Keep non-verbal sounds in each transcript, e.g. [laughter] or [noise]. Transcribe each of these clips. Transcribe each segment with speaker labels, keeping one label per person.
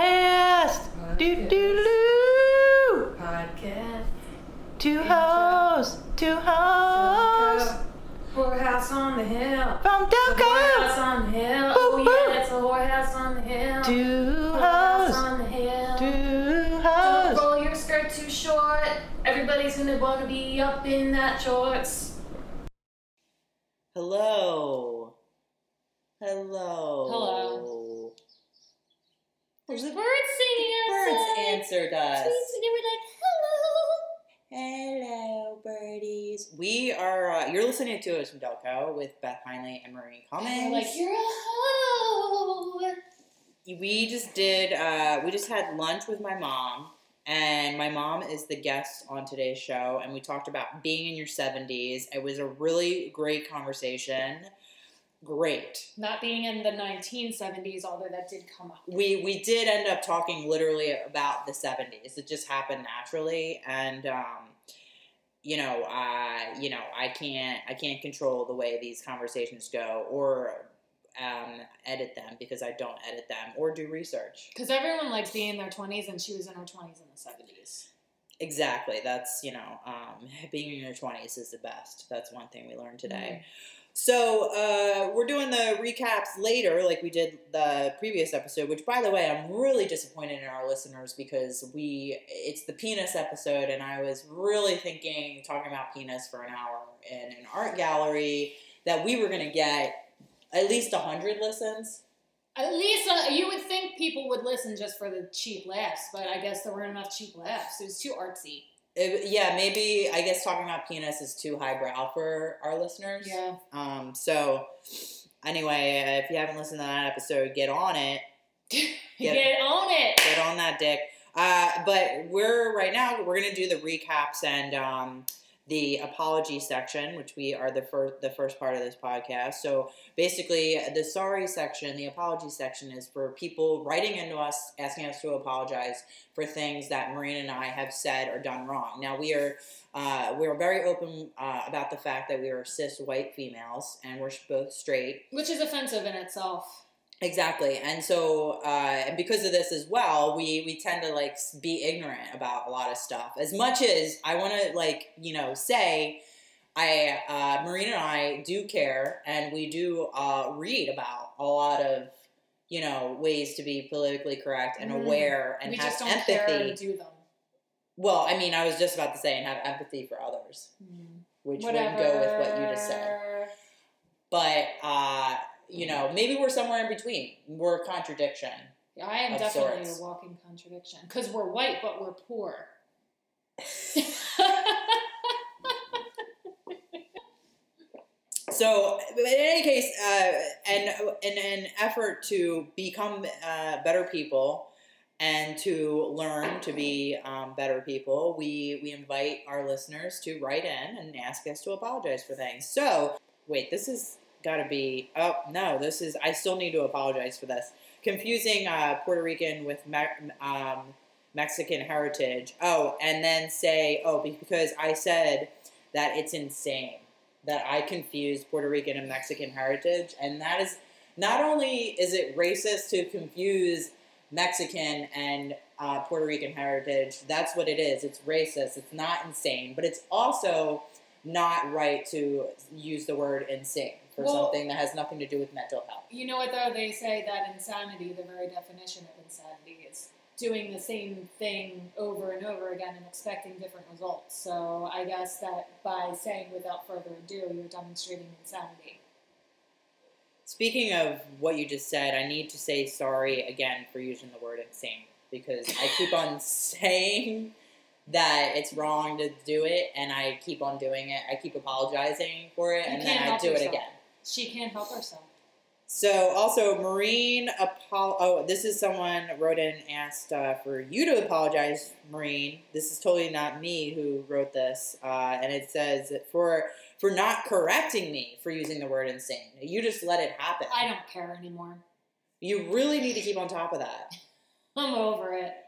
Speaker 1: podcast. Do do loo.
Speaker 2: Podcast.
Speaker 1: Two hoes, two hoes.
Speaker 2: Whorehouse on the hill.
Speaker 1: From
Speaker 2: Whorehouse
Speaker 1: Delco.
Speaker 2: on the hill.
Speaker 1: Boop,
Speaker 2: Oh
Speaker 1: boop.
Speaker 2: yeah, that's a whorehouse on the hill.
Speaker 1: Two
Speaker 2: Whorehouse
Speaker 1: hoes,
Speaker 2: on the hill.
Speaker 1: two
Speaker 2: Don't
Speaker 1: hoes.
Speaker 2: roll your skirt too short. Everybody's gonna wanna be up in that shorts.
Speaker 3: Hello. Hello. Hello.
Speaker 4: There's birds singing
Speaker 3: Birds
Speaker 4: outside.
Speaker 3: answered us.
Speaker 4: Tweets, and they were like, "Hello."
Speaker 3: Hello, birdies. We are, uh, you're listening to Ocean Delco with Beth Heinley and Marie Cummings.
Speaker 4: And they're like, "You're a hoe."
Speaker 3: we just did, uh, we just had lunch with my mom, and my mom is the guest on today's show, and we talked about being in your 70s. It was a really great conversation. Great.
Speaker 4: Not being in the 1970s, although that did come up.
Speaker 3: we we did end up talking literally about the 70s it just happened naturally and um you know i you know i can't i can't control the way these conversations go or um, edit them because i don't edit them or do research
Speaker 4: Because everyone likes being in their 20s, and she was in her 20s in the 70s.
Speaker 3: exactly that's you know um, [laughs] being in your 20s is the best that's one thing we learned today So uh, we're doing the recaps later, like we did the previous episode. Which, by the way, I'm really disappointed in our listeners because we it's the penis episode, and I was really thinking talking about penis for an hour in an art gallery that we were gonna get at least hundred listens.
Speaker 4: At least uh, you would think people would listen just for the cheap laughs, but I guess there weren't enough cheap laughs. It was too artsy.
Speaker 3: It- yeah, maybe I guess talking about penis is too highbrow for our listeners.
Speaker 4: Yeah.
Speaker 3: Um, so anyway, if you haven't listened to that episode, get on it. [laughs]
Speaker 4: Get, on it.
Speaker 3: get on that dick. Uh, but we're right now we're gonna do the recaps and um, the apology section, which we are the first the first part of this podcast. So basically, the sorry section, the apology section, is for people writing into us asking us to apologize for things that Marine and I have said or done wrong. Now we are. Uh, we are very open uh, about the fact that we are cis white females and we're both straight,
Speaker 4: Which is offensive in itself.
Speaker 3: Exactly, and so uh, and because of this as well, we we tend to like s- be ignorant about a lot of stuff. As much as I want to like you know say, I uh, Marina and I do care, and we do uh, read about a lot of you know ways to be politically correct and
Speaker 4: Mm.
Speaker 3: aware and
Speaker 4: we
Speaker 3: have
Speaker 4: just don't
Speaker 3: empathy.
Speaker 4: care to do them.
Speaker 3: Well, I mean, I was just about to say and have empathy for others, which would go with what you just said
Speaker 4: Hmm. Whatever. Mm-hmm.
Speaker 3: but uh, you know maybe we're somewhere in between we're a contradiction
Speaker 4: Yeah, I am
Speaker 3: of
Speaker 4: definitely
Speaker 3: sorts.
Speaker 4: a walking contradiction because we're white but we're
Speaker 3: [laughs]
Speaker 4: poor. [laughs]
Speaker 3: so but in any case uh, and in an effort to become uh, better people and to learn to be um, better people we we invite our listeners to write in and ask us to apologize for things so wait this is gotta be oh no this is i still need to apologize for this confusing uh, puerto rican with me- um, mexican heritage oh and then say oh because i said that it's insane that I confuse Puerto Rican and Mexican heritage, and that is not only is it racist to confuse Mexican and uh, Puerto Rican heritage, that's what it is. It's racist. It's not insane, but it's also not right to use the word insane for
Speaker 4: Well-
Speaker 3: something that has nothing to do with mental health.
Speaker 4: you know what though? They say that insanity, the very definition of insanity, is doing the same thing over and over again and expecting different results. So I guess that by saying without further ado, you're demonstrating insanity.
Speaker 3: Speaking of what you just said, I need to say sorry again for using the word insane because I keep
Speaker 4: [laughs]
Speaker 3: on saying that it's wrong to do it and I keep on doing it. I keep apologizing for it
Speaker 4: You
Speaker 3: and
Speaker 4: can't
Speaker 3: then I
Speaker 4: help
Speaker 3: do it
Speaker 4: yourself.
Speaker 3: again.
Speaker 4: She can't help herself.
Speaker 3: So also Marine apo- oh this is someone wrote in and asked uh, for you to apologize Marine this is totally not me who wrote this uh, and it says for for not correcting me for using the word insane you just let it happen
Speaker 4: I don't care anymore.
Speaker 3: you really need to keep on top of that.
Speaker 4: I'm over it. [laughs]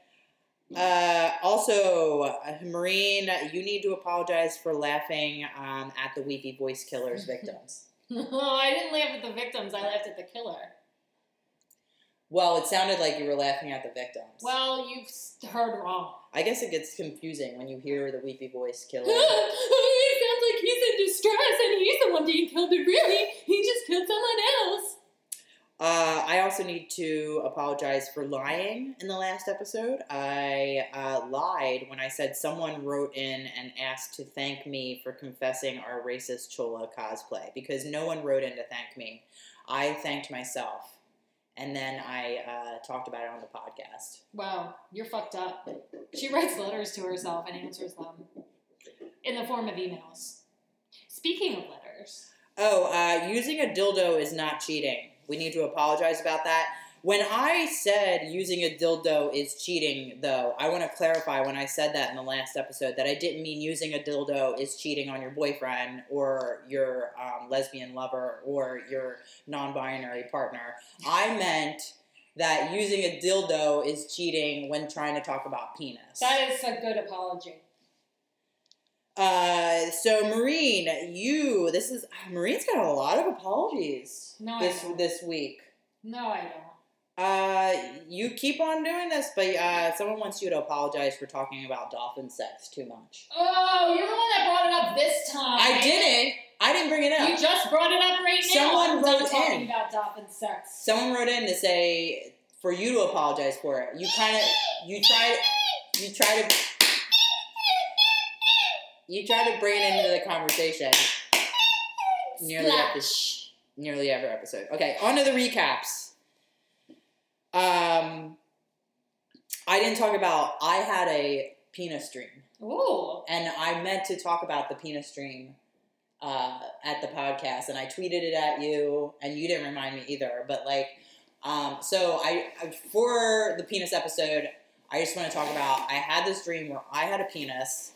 Speaker 3: Uh, also, uh, Marine, you need to apologize for laughing um, at the Weepy Voice Killer's victims.
Speaker 4: Oh, I didn't laugh at the victims. I laughed at the killer.
Speaker 3: Well, it sounded like you were laughing at the victims.
Speaker 4: Well, you've s- heard wrong. [laughs]
Speaker 3: I guess it gets confusing when you hear the weepy voice
Speaker 4: he
Speaker 3: killer.
Speaker 4: sounds like he's in distress and he's the one being killed, but really, he just killed someone else.
Speaker 3: Uh, I also need to apologize for lying in the last episode. I uh, lied when I said someone wrote in and asked to thank me for confessing our racist Chola cosplay because no one wrote in to thank me. I thanked myself. And then I uh, talked about it on the podcast.
Speaker 4: Wow, you're fucked up. She writes letters to herself and answers them in the form of emails. Speaking of letters,
Speaker 3: Oh, uh, using a dildo is not cheating. We need to apologize about that. When I said using a dildo is cheating, though, I want to clarify when I said that in the last episode that I didn't mean using a dildo is cheating on your boyfriend or your um, lesbian lover or your non binary partner. I meant that using a dildo is cheating when trying to talk about penis.
Speaker 4: that is a good apology.
Speaker 3: Uh, so Marine, you this is Marine's got a lot of apologies
Speaker 4: No, I
Speaker 3: this
Speaker 4: don't.
Speaker 3: this week.
Speaker 4: No, I don't.
Speaker 3: Uh, you keep on doing this, but uh, someone wants you to apologize for talking about dolphin sex too much.
Speaker 4: Oh, you're the one that brought it up this time.
Speaker 3: I didn't. I didn't bring it
Speaker 4: Oh, You
Speaker 3: up.
Speaker 4: just brought it up right now.
Speaker 3: Someone
Speaker 4: I'm done
Speaker 3: wrote
Speaker 4: talking
Speaker 3: in.
Speaker 4: about dolphin sex.
Speaker 3: Someone wrote in to say for you to apologize for it. You kind of you try you try to you try to bring it into the conversation nearly
Speaker 4: Splash.
Speaker 3: every nearly every episode. Okay, on to the recaps. Um, I didn't talk about. I had a penis dream,
Speaker 4: Ooh.
Speaker 3: and I meant to talk about the penis dream uh, at the podcast, and I tweeted it at you, and you didn't remind me either. But like, um, so I, I for the penis episode, I just want to talk about. I had this dream where I had a penis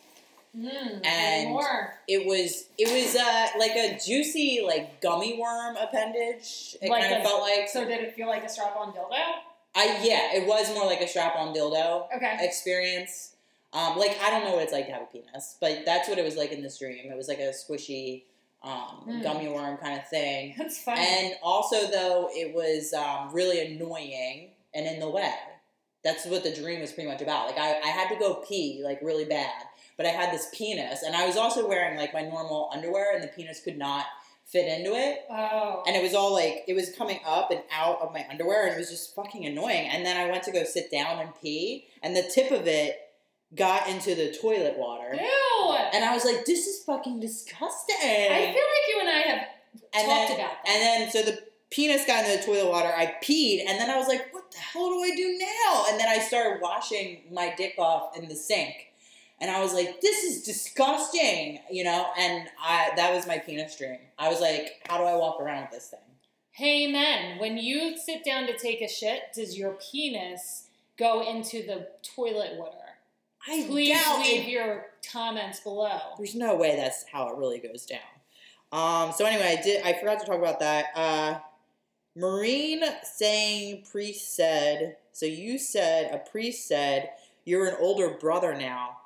Speaker 4: Mm,
Speaker 3: And-
Speaker 4: more.
Speaker 3: it was it was uh, like a juicy like gummy worm appendage. It
Speaker 4: Like
Speaker 3: kind
Speaker 4: a-
Speaker 3: of felt like
Speaker 4: So did it feel like a strap-on dildo?
Speaker 3: I yeah, it was more like a strap on dildo
Speaker 4: Okay.
Speaker 3: experience. Um, like I don't know what it's like to have a penis, but that's what it was like in this dream. It was like a squishy um,
Speaker 4: Mm.
Speaker 3: gummy worm kind of thing.
Speaker 4: That's funny.
Speaker 3: And also though, it was um, really annoying and in the way. That's what the dream was pretty much about. Like I, I had to go pee like really bad, but I had this penis and I was also wearing like my normal underwear and the penis could not fit into it
Speaker 4: oh.
Speaker 3: and it was all like it was coming up and out of my underwear and it was just fucking annoying and then i went to go sit down and pee and the tip of it got into the toilet water
Speaker 4: Ew.
Speaker 3: and i was like this is fucking disgusting
Speaker 4: I feel like you and I have
Speaker 3: and
Speaker 4: talked
Speaker 3: then,
Speaker 4: about that.
Speaker 3: and then so the penis got into the toilet water i peed and then i was like what the hell do i do now and then i started washing my dick off in the sink and i was like this is disgusting you know and i that was my penis dream i was like how do i walk around with this thing
Speaker 4: Hey men, when you sit down to take a shit, does your penis go into the toilet water?
Speaker 3: I
Speaker 4: Please
Speaker 3: doubt
Speaker 4: leave
Speaker 3: it-
Speaker 4: your comments below.
Speaker 3: There's no way that's how it really goes down. Um, so anyway, I did. I forgot to talk about that. Uh, Marine saying priest said. So you said a priest said you're an older brother now.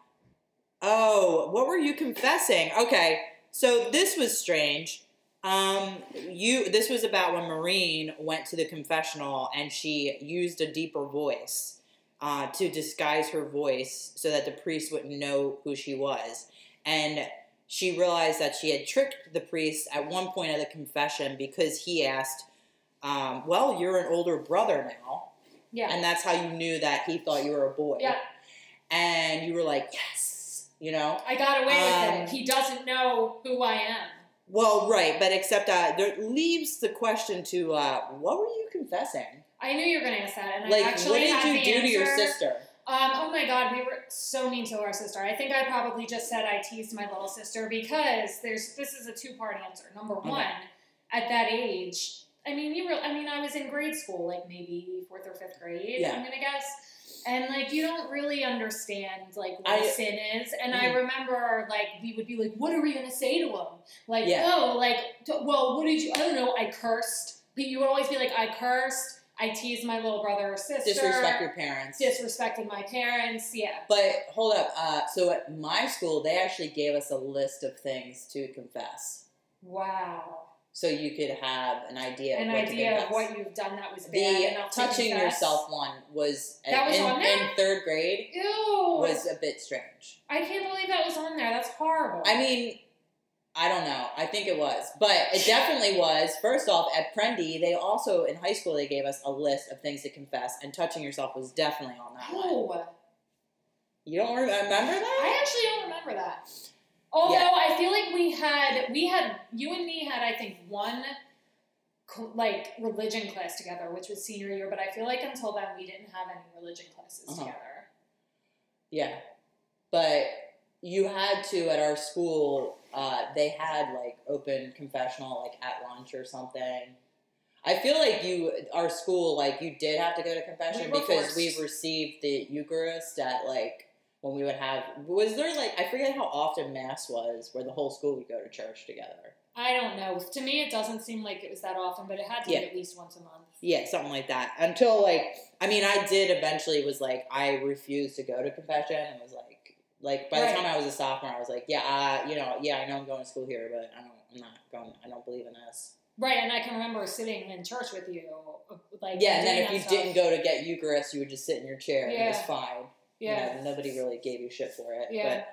Speaker 3: Oh, what were you confessing? Okay, so this was strange. Um, you. This was about when Marine went to the confessional and she used a deeper voice uh, to disguise her voice so that the priest wouldn't know who she was and she realized that she had tricked the priest at one point of the confession because he asked, um, "Well, you're an older brother now,"
Speaker 4: Yeah.
Speaker 3: and that's how you knew that he thought you were a boy.
Speaker 4: Yeah.
Speaker 3: and you were like, "Yes," you know.
Speaker 4: I got away
Speaker 3: Um,
Speaker 4: with it. He doesn't know who I am.
Speaker 3: Well, right, but except uh, there leaves the question to uh, what were you confessing?
Speaker 4: I knew you were going to ask that, and
Speaker 3: like,
Speaker 4: I actually
Speaker 3: what did
Speaker 4: had
Speaker 3: you
Speaker 4: the
Speaker 3: do to your
Speaker 4: answer.
Speaker 3: sister?
Speaker 4: Um, oh my god, we were so mean to our sister. I think I probably just said I teased my little sister because there's this is a two part answer. Number
Speaker 3: Okay.
Speaker 4: one, at that age, I mean you were I mean I was in grade school, like maybe fourth or fifth grade,
Speaker 3: Yeah.
Speaker 4: I'm gonna guess. And like you don't really understand like what
Speaker 3: I-
Speaker 4: sin is. And I
Speaker 3: Mhm.
Speaker 4: remember like we would be like, What are we gonna say to him? Like,
Speaker 3: Yeah.
Speaker 4: oh, like t- well, what did you I don't know, I cursed. But you would always be like, I cursed, I teased my little brother or sister
Speaker 3: Disrespect your parents.
Speaker 4: disrespecting my parents. Yeah.
Speaker 3: But hold up. Uh, so at my school, they actually gave us a list of things to confess.
Speaker 4: Wow.
Speaker 3: so you could have an idea
Speaker 4: An
Speaker 3: of what to
Speaker 4: idea
Speaker 3: think
Speaker 4: of what you've done that was bad
Speaker 3: the
Speaker 4: enough
Speaker 3: touching
Speaker 4: to confess.
Speaker 3: yourself one was,
Speaker 4: That was
Speaker 3: in,
Speaker 4: on there? Oh.
Speaker 3: in third grade
Speaker 4: Ew!
Speaker 3: was a bit strange.
Speaker 4: I can't believe that was on there. That's horrible.
Speaker 3: I mean, I don't know. I think it was, but it
Speaker 4: [laughs]
Speaker 3: definitely was. First off, at Prendy, they also in high school they gave us a list of things to confess, and touching yourself was definitely on that one.
Speaker 4: no,
Speaker 3: You don't re- remember that?
Speaker 4: Oh. I actually don't remember that. Although I feel like we had we had you and me had I think one cl- like religion class together, which was senior year. But I feel like until then we didn't have any religion classes
Speaker 3: Uh-huh.
Speaker 4: together.
Speaker 3: Yeah, but you had to at our school. Uh, they had like open confessional like at lunch or something. I feel like you, our school, like you did have to go to confession
Speaker 4: We were
Speaker 3: because we
Speaker 4: forced.
Speaker 3: received the Eucharist at like when we would have. Was there like I forget how often Mass was where the whole school would go to church together?
Speaker 4: I don't know. To me, it doesn't seem like it was that often, but it had to
Speaker 3: Yeah.
Speaker 4: be at least once a month.
Speaker 3: Yeah, something like that. Until like, I mean, I did eventually was like, I refused to go to confession and was like, like by the
Speaker 4: Right.
Speaker 3: time I was a sophomore, I was like, yeah, uh, you know, yeah, I know I'm going to school here, but I don't, I'm not going. I don't believe in this.
Speaker 4: Right, and I can remember sitting in church with you, like
Speaker 3: yeah, and then
Speaker 4: doing
Speaker 3: if
Speaker 4: that
Speaker 3: you
Speaker 4: stuff.
Speaker 3: didn't go to get Eucharist, you would just sit in your chair and it was
Speaker 4: Yeah.
Speaker 3: fine. You
Speaker 4: yeah,
Speaker 3: know, nobody really gave you shit for it.
Speaker 4: yeah.
Speaker 3: But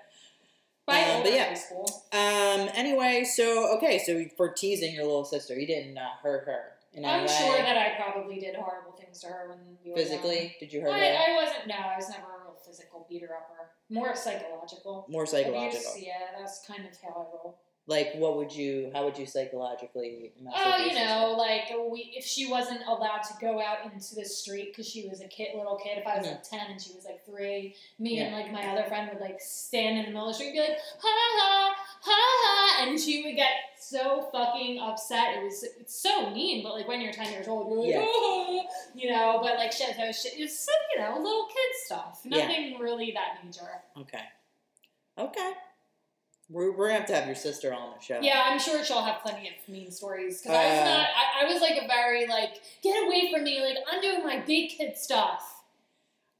Speaker 4: By
Speaker 3: Um, but
Speaker 4: older
Speaker 3: yeah.
Speaker 4: high school,
Speaker 3: um, anyway, so okay, so for teasing your little sister, you didn't uh, hurt her in any
Speaker 4: I'm
Speaker 3: way.
Speaker 4: sure that I probably did horrible things to her when you were young.
Speaker 3: physically, did you hurt her?
Speaker 4: I, I wasn't. No, I was never a real physical beater upper. More psychological.
Speaker 3: More psychological.
Speaker 4: Abuse, yeah, that's kind of how I roll.
Speaker 3: like what would you how would you psychologically mess with
Speaker 4: Oh,
Speaker 3: your
Speaker 4: you
Speaker 3: sister?
Speaker 4: know, like we if she wasn't allowed to go out into the street because she was a kid, little kid. If I was like ten and she was like three, me and like my other friend would like stand in the middle of the street and be like ha ha ha ha, and she would get so fucking upset. It was it's so mean, but like when you're ten years old, you're like
Speaker 3: Yeah.
Speaker 4: "Ah," you know. But like shit, those shit, it's so, you know little kid stuff.
Speaker 3: Yeah.
Speaker 4: Nothing really that major.
Speaker 3: okay okay we're, we're gonna have to have your sister on the show
Speaker 4: Yeah, I'm sure she'll have plenty of mean stories. Because I was
Speaker 3: Uh,
Speaker 4: not, I, I was like a very like, get away from me, like I'm doing my big kid stuff.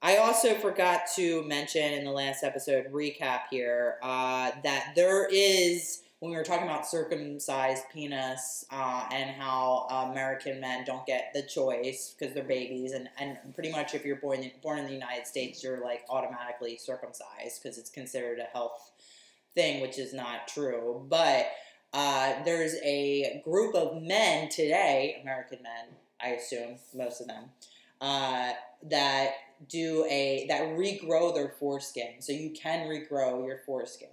Speaker 3: i also forgot to mention in the last episode recap here uh, that there is when we were talking about circumcised penis uh, and how american men don't get the choice because they're babies and, and pretty much if you're born, born in the united states you're like automatically circumcised because it's considered a health thing, which is not true. But uh, there's a group of men today, American men, I assume, most of them, uh, that do a that regrow their foreskin. So you can regrow your foreskin.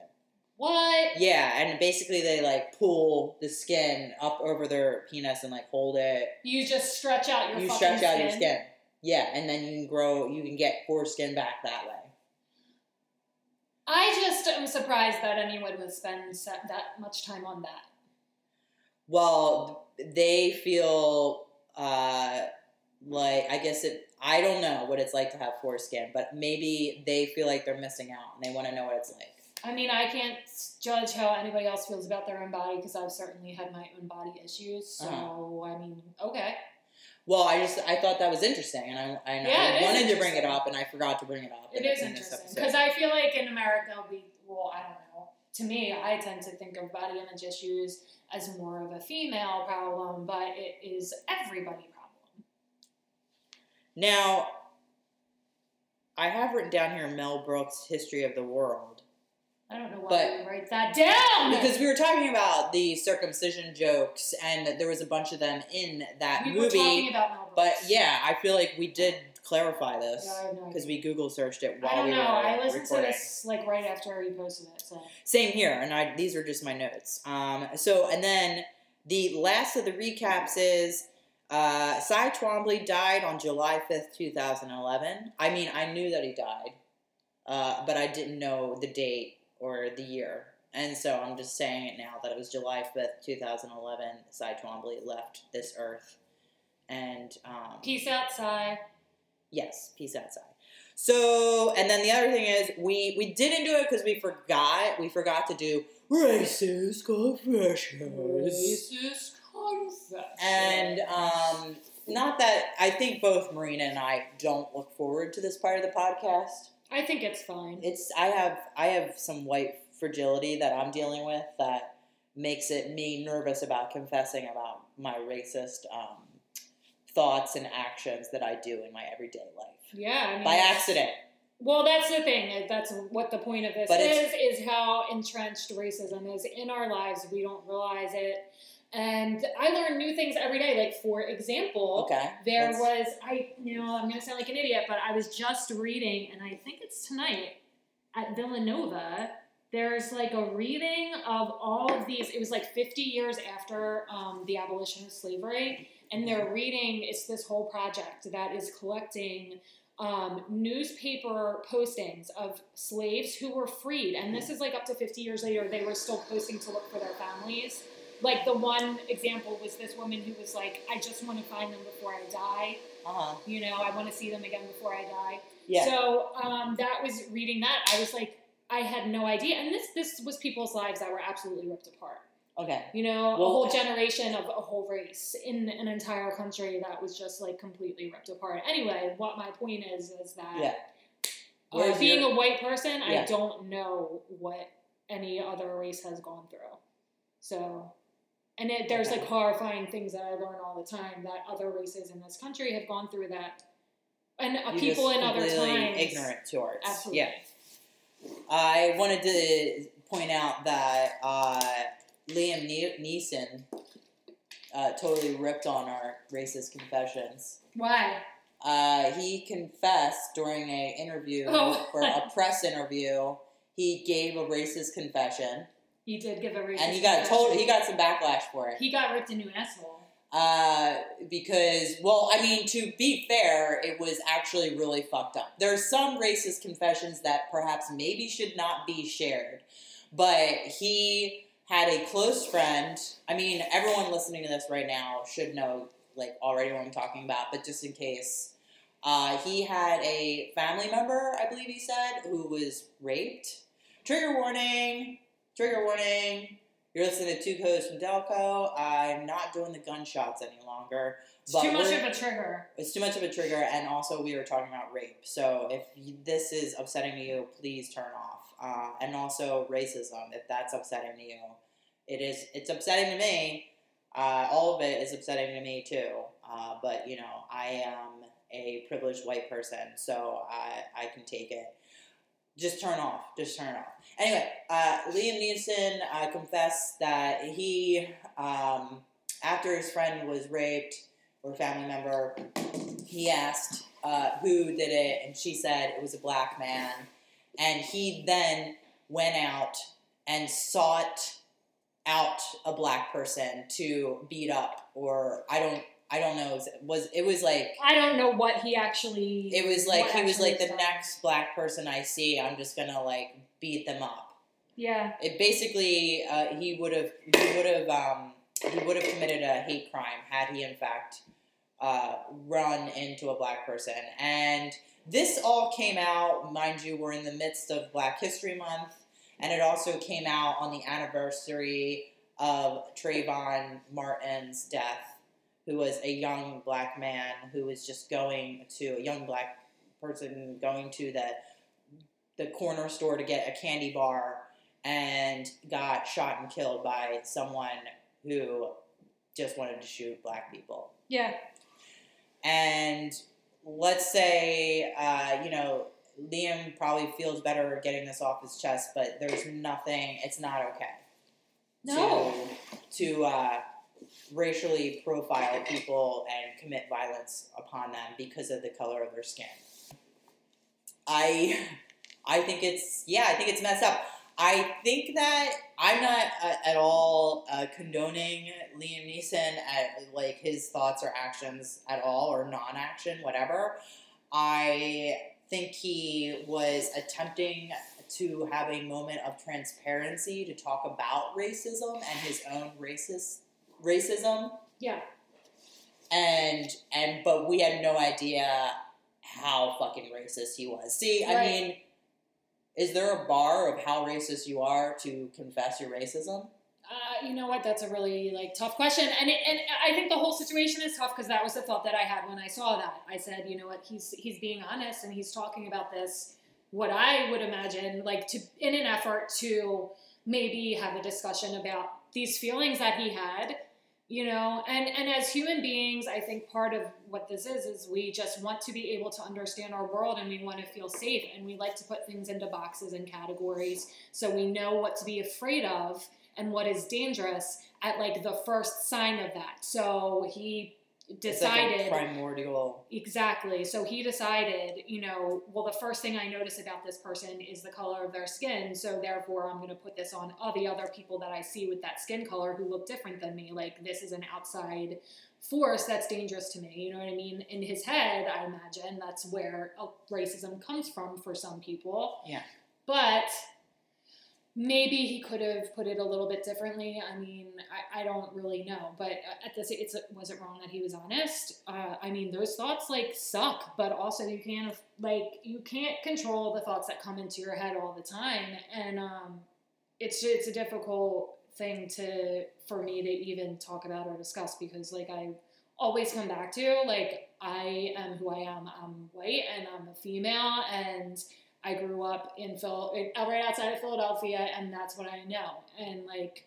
Speaker 4: What?
Speaker 3: Yeah, and basically they like pull the skin up over their penis and like hold it.
Speaker 4: You just stretch out your
Speaker 3: you
Speaker 4: fucking
Speaker 3: stretch out
Speaker 4: skin.
Speaker 3: your skin. Yeah, and then you can grow. You can get foreskin back that way.
Speaker 4: I just am surprised that anyone would spend se- that much time on that.
Speaker 3: well they feel uh like i guess it i don't know what it's like to have foreskin but maybe they feel like they're missing out and they want to know what it's like
Speaker 4: I mean, I can't s- judge how anybody else feels about their own body because I've certainly had my own body issues. So
Speaker 3: Uh-huh.
Speaker 4: I mean, okay,
Speaker 3: well i just i thought that was interesting and i, and
Speaker 4: Yeah, it
Speaker 3: I
Speaker 4: is
Speaker 3: wanted to bring it
Speaker 4: interesting.
Speaker 3: up and i forgot to bring it up
Speaker 4: it
Speaker 3: and
Speaker 4: is
Speaker 3: it's in this
Speaker 4: interesting
Speaker 3: episode.
Speaker 4: because I feel like in America we, well, I don't know. To me, I tend to think of body image issues as more of a female problem, but it is everybody problem.
Speaker 3: now i have written down here mel brooks history of the world
Speaker 4: I don't know why
Speaker 3: But-
Speaker 4: we write that down
Speaker 3: because we were talking about the circumcision jokes and that there was a bunch of them in that
Speaker 4: we
Speaker 3: movie
Speaker 4: were talking about Mel
Speaker 3: But
Speaker 4: Brooks.
Speaker 3: yeah, I feel like we did clarify this
Speaker 4: Yeah, I have no
Speaker 3: because
Speaker 4: idea.
Speaker 3: we Google searched it while
Speaker 4: I don't
Speaker 3: we
Speaker 4: know.
Speaker 3: were
Speaker 4: I listened
Speaker 3: recording.
Speaker 4: to this like right after you posted it. So
Speaker 3: Same here, and I these are just my notes. Um, so and then the last of the recaps is uh, Cy Twombly died on July fifth, two thousand eleven. I mean, I knew that he died, uh, but I didn't know the date or the year, and so I'm just saying it now that it was July fifth, two thousand eleven. Cy Twombly left this earth, and um,
Speaker 4: peace out, Cy.
Speaker 3: Yes, peace outside. So, and then the other thing is, we we didn't do it because we forgot. We forgot to do racist confessions.
Speaker 4: Racist confession.
Speaker 3: And um, not that I think both Marina and I don't look forward to this part of the podcast.
Speaker 4: I think it's fine.
Speaker 3: It's I have I have some white fragility that I'm dealing with that makes it me nervous about confessing about my racist um, thoughts and actions that I do in my everyday life
Speaker 4: Yeah, I mean,
Speaker 3: by accident.
Speaker 4: Well, that's the thing. That's what the point of this
Speaker 3: But
Speaker 4: is:
Speaker 3: it's-
Speaker 4: is how entrenched racism is in our lives. We don't realize it, and I learn new things every day. Like, for example,
Speaker 3: Okay,
Speaker 4: there
Speaker 3: that's-
Speaker 4: was I. You know, I'm going to sound like an idiot, but I was just reading, and I think it's tonight at Villanova. There's like a reading of all of these. It was like 50 years after um, the abolition of slavery, and they're reading. It's this whole project that is collecting um, newspaper postings of slaves who were freed, and this is like up to 50 years later, they were still posting to look for their families. Like the one example was this woman who was like, "I just want to find them before I die.
Speaker 3: uh-huh.
Speaker 4: You know, I want to see them again before I die."
Speaker 3: yeah.
Speaker 4: So um, that was reading that. I was like, I had no idea, and this this was people's lives that were absolutely ripped apart.
Speaker 3: okay.
Speaker 4: You know, a
Speaker 3: Well- uh
Speaker 4: whole generation of a whole race in an entire country that was just like completely ripped apart. Anyway, what my point is is that
Speaker 3: Yeah.
Speaker 4: uh,
Speaker 3: Where's
Speaker 4: being
Speaker 3: your-
Speaker 4: a white person, I
Speaker 3: Yeah.
Speaker 4: don't know what any other race has gone through. So, and it, there's like
Speaker 3: Okay.
Speaker 4: horrifying things that I learn all the time that other races in this country have gone through that, and uh,
Speaker 3: You
Speaker 4: people
Speaker 3: just
Speaker 4: in other
Speaker 3: completely
Speaker 4: times
Speaker 3: ignorant towards.
Speaker 4: Absolutely.
Speaker 3: Yeah. I wanted to point out that uh, Liam ne- Neeson uh, totally ripped on our racist confessions.
Speaker 4: Why?
Speaker 3: Uh, he confessed during a interview
Speaker 4: Oh.
Speaker 3: for a press interview. He gave a racist confession,
Speaker 4: He did give a racist.
Speaker 3: and he got
Speaker 4: confession.
Speaker 3: told he got some backlash for it.
Speaker 4: He got ripped a new asshole.
Speaker 3: Uh, because, well, I mean, to be fair, it was actually really fucked up. There are some racist confessions that perhaps maybe should not be shared, but he had a close friend. I mean, everyone listening to this right now should know, like, already what I'm talking about, but just in case. Uh, he had a family member, I believe he said, who was raped. Trigger warning! Trigger warning! You're listening to Two Codes from Delco. I'm not doing the gunshots any longer.
Speaker 4: It's
Speaker 3: But
Speaker 4: too much
Speaker 3: we're-
Speaker 4: of a trigger.
Speaker 3: It's too much of a trigger, and also we were talking about rape. So if you- this is upsetting to you, please turn off. Uh, and also racism, if that's upsetting to you, it is. It's upsetting to me. Uh, all of it is upsetting to me too. Uh, but you know, I am a privileged white person, so I I can take it. Just turn off. Just turn off. Anyway, uh, Liam Neeson uh, confessed that he, um, after his friend was raped or family member, he asked uh, who did it, and she said it was a black man. And he then went out and sought out a black person to beat up, or I don't, I don't know. It was it was like
Speaker 4: I don't know what he actually.
Speaker 3: it was like
Speaker 4: what
Speaker 3: he was
Speaker 4: actually
Speaker 3: like the
Speaker 4: done.
Speaker 3: next black person I see, I'm just gonna like beat them up.
Speaker 4: Yeah.
Speaker 3: It basically uh, he would have he would have um, he would have committed a hate crime had he in fact uh, run into a black person. And this all came out, mind you, we're in the midst of Black History Month, and it also came out on the anniversary of Trayvon Martin's death, who was a young black man who was just going to a young black person going to the the corner store to get a candy bar and got shot and killed by someone who just wanted to shoot black people.
Speaker 4: Yeah.
Speaker 3: And let's say, uh, you know, Liam probably feels better getting this off his chest, but there's nothing, it's not okay.
Speaker 4: No.
Speaker 3: To, to uh, racially profile people and commit violence upon them because of the color of their skin. I, I think it's, yeah, I think it's messed up. I think that I'm not uh, at all uh, condoning Liam Neeson at like his thoughts or actions at all or non-action, whatever. I think he was attempting to have a moment of transparency to talk about racism and his own racist racism
Speaker 4: Yeah.
Speaker 3: and and but we had no idea how fucking racist he was. See, I
Speaker 4: Right.
Speaker 3: mean, is there a bar of how racist you are to confess your racism?
Speaker 4: Uh, you know what? That's a really like tough question, and it, and I think the whole situation is tough because that was the thought that I had when I saw that. I said, you know what? He's he's being honest and he's talking about this. What I would imagine, like to in an effort to maybe have a discussion about these feelings that he had you know and and as human beings i think part of what this is is we just want to be able to understand our world and we want to feel safe and we like to put things into boxes and categories so we know what to be afraid of and what is dangerous at like the first sign of that so he
Speaker 3: It's like a
Speaker 4: decided
Speaker 3: primordial.
Speaker 4: Exactly. So he decided, you know, well, the first thing I notice about this person is the color of their skin. So therefore, I'm going to put this on all the other people that I see with that skin color who look different than me. Like, this is an outside force that's dangerous to me. You know what I mean? In his head, I imagine that's where uh, racism comes from for some people.
Speaker 3: Yeah.
Speaker 4: But maybe he could have put it a little bit differently. I mean, I, I don't really know, but uh, at this, it's was it wrong that he was honest? Uh, I mean, those thoughts like suck, but also you can't like you can't control the thoughts that come into your head all the time, and um, it's it's a difficult thing to for me to even talk about or discuss because like I always come back to like I am who I am. I'm white and I'm a female and I grew up in Phil, in- right outside of Philadelphia, and that's what I know. And like,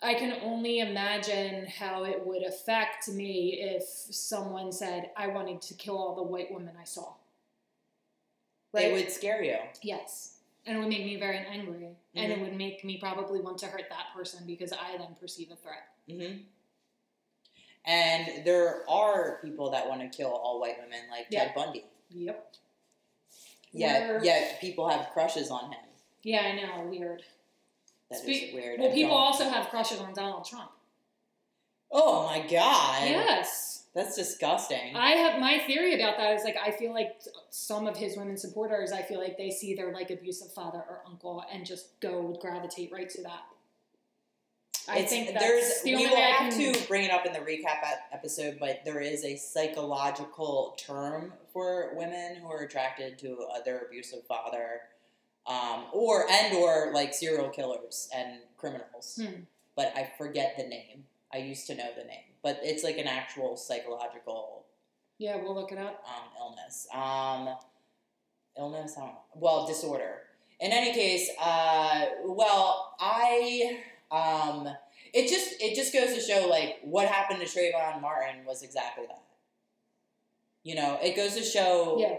Speaker 4: I can only imagine how it would affect me if someone said, "I wanted to kill all the white women I saw."
Speaker 3: It would scare you.
Speaker 4: Yes, and it would make me very angry, and it would make me probably want to hurt that person because I then perceive a threat.
Speaker 3: hmm And there are people that want to kill all white women, like Ted Bundy.
Speaker 4: Yep.
Speaker 3: Yeah,
Speaker 4: Where-
Speaker 3: yeah. People have crushes on him.
Speaker 4: Yeah, I know. Weird.
Speaker 3: That is
Speaker 4: Spe-
Speaker 3: weird.
Speaker 4: Well,
Speaker 3: I
Speaker 4: people
Speaker 3: don't-
Speaker 4: also have crushes on Donald Trump.
Speaker 3: Oh my god.
Speaker 4: Yes.
Speaker 3: That's disgusting.
Speaker 4: I have my theory about that is like I feel like some of his women supporters, I feel like they see their like abusive father or uncle and just go gravitate right to that. I
Speaker 3: It's-
Speaker 4: think that's
Speaker 3: there's
Speaker 4: the
Speaker 3: we
Speaker 4: only
Speaker 3: will
Speaker 4: way I
Speaker 3: have
Speaker 4: can-
Speaker 3: to bring it up in the recap ep- episode, but there is a psychological term for women who are attracted to uh, their abusive father, um, or and or like serial killers and criminals.
Speaker 4: Hmm.
Speaker 3: But I forget the name. I used to know the name, but it's like an actual psychological
Speaker 4: Yeah, we'll look it up.
Speaker 3: um, illness. Um, illness, I don't know. Well, disorder. In any case, uh, well, I, um, it just, it just goes to show, like, what happened to Trayvon Martin was exactly that. You know, it goes to show
Speaker 4: Yeah.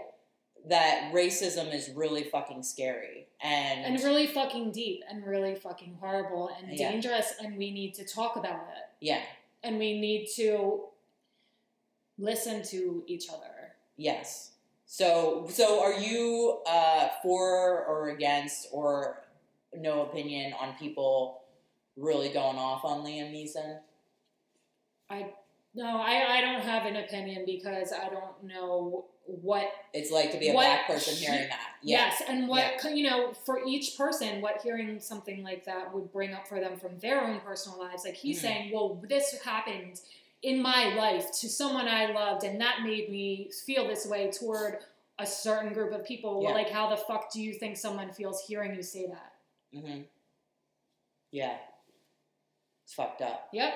Speaker 3: that racism is really fucking scary. And,
Speaker 4: And really fucking deep and really fucking horrible and
Speaker 3: Yeah.
Speaker 4: dangerous and we need to talk about it.
Speaker 3: yeah,
Speaker 4: And we need to listen to each other.
Speaker 3: yes. So, so are you uh, for or against or no opinion on people really going off on Liam Neeson?
Speaker 4: No, I, I don't have an opinion because I don't know what
Speaker 3: it's like to be a
Speaker 4: What
Speaker 3: black person
Speaker 4: he-
Speaker 3: hearing that. Yeah.
Speaker 4: Yes, and what co- you know for each person, what hearing something like that would bring up for them from their own personal lives. Like he's
Speaker 3: Mhm.
Speaker 4: saying, "Well, this happened in my life to someone I loved, and that made me feel this way toward a certain group of people." Well,
Speaker 3: Yeah.
Speaker 4: like how the fuck do you think someone feels hearing you say that?
Speaker 3: hmm Yeah. It's fucked up.
Speaker 4: Yep.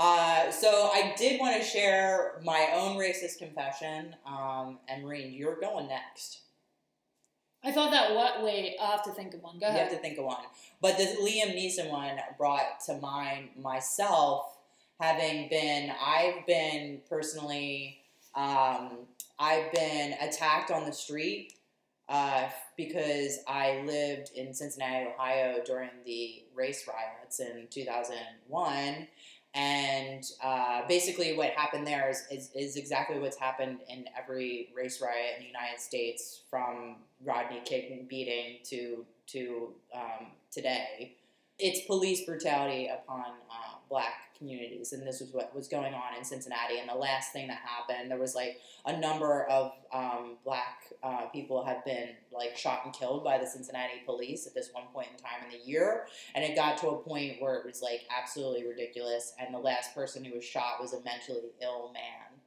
Speaker 3: Uh, so I did want to share my own racist confession. Um, and Maureen, you're going next.
Speaker 4: I thought that. What? Wait, I'll have to think of one. Go
Speaker 3: You have
Speaker 4: ahead.
Speaker 3: to think of one. But this Liam Neeson one brought to mind myself having been, I've been personally, um, I've been attacked on the street uh, because I lived in Cincinnati, Ohio during the race riots in 2001. And uh, basically, what happened there is, is, is exactly what's happened in every race riot in the United States from Rodney King beating to, to um, today. It's police brutality upon uh, black communities, and this is what was going on in Cincinnati. And the last thing that happened, there was like a number of um, black uh, people have been like shot and killed by the Cincinnati police at this one point in time in the year, and it got to a point where it was like absolutely ridiculous. And the last person who was shot was a mentally ill man.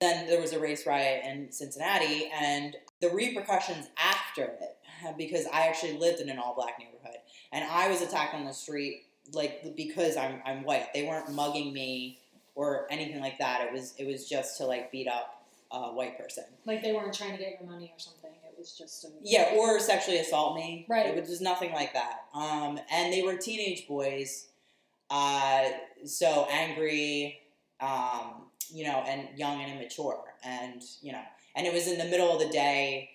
Speaker 3: Then there was a race riot in Cincinnati, and the repercussions after it, [laughs] because I actually lived in an all-black neighborhood, and I was attacked on the street like because I'm I'm white. They weren't mugging me or anything like that. It was it was just to like beat up a white person.
Speaker 4: Like they weren't trying to get your money or something. It was just a
Speaker 3: Yeah, or sexually assault me.
Speaker 4: Right.
Speaker 3: It was just nothing like that. Um, and they were teenage boys, uh, so angry, um, you know, and young and immature, and you know, and it was in the middle of the day.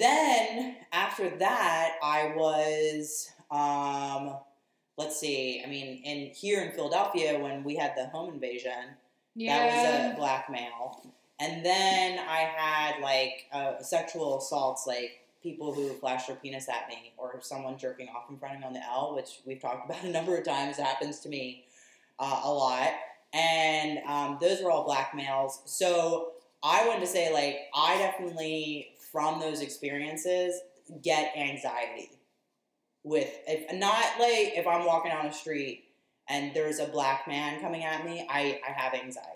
Speaker 3: Then after that, I was, um, let's see, I mean, in here in Philadelphia when we had the home invasion, that was a black male. And then I had like uh, sexual assaults, like people who flashed their penis at me, or someone jerking off in front of me on the L, which we've talked [laughs] about a number of times. It happens to me uh, a lot. And um, those were all black males. So I wanted to say, like, I definitely, from those experiences, get anxiety with, if not like if I'm walking down the street and there's a black man coming at me, I, I have anxiety.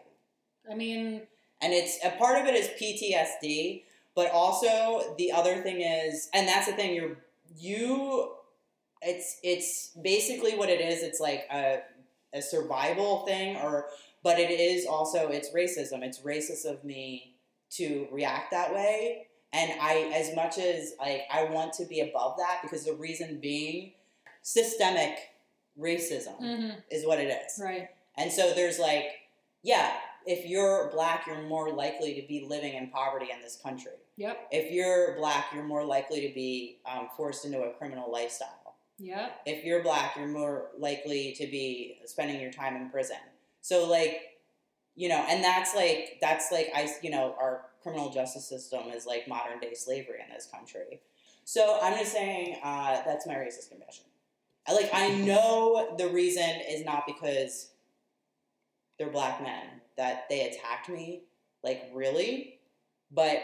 Speaker 4: I mean,
Speaker 3: And it's a part of it is PTSD, but also the other thing is, and that's the thing you're you, it's it's basically what it is. It's like a a survival thing, or but it is also it's racism. It's racist of me to react that way. And I, as much as like I want to be above that, because the reason being, systemic racism
Speaker 4: mhm,
Speaker 3: is what it is.
Speaker 4: right.
Speaker 3: And so there's like, yeah, if you're black, you're more likely to be living in poverty in this country.
Speaker 4: Yep.
Speaker 3: If you're black, you're more likely to be um, forced into a criminal lifestyle.
Speaker 4: Yep.
Speaker 3: If you're black, you're more likely to be spending your time in prison. So like, you know, and that's like that's like I you know our criminal justice system is like modern day slavery in this country. So I'm just saying uh, that's my racist confession. I- Like I know the reason is not because they're black men that they attacked me, like really, but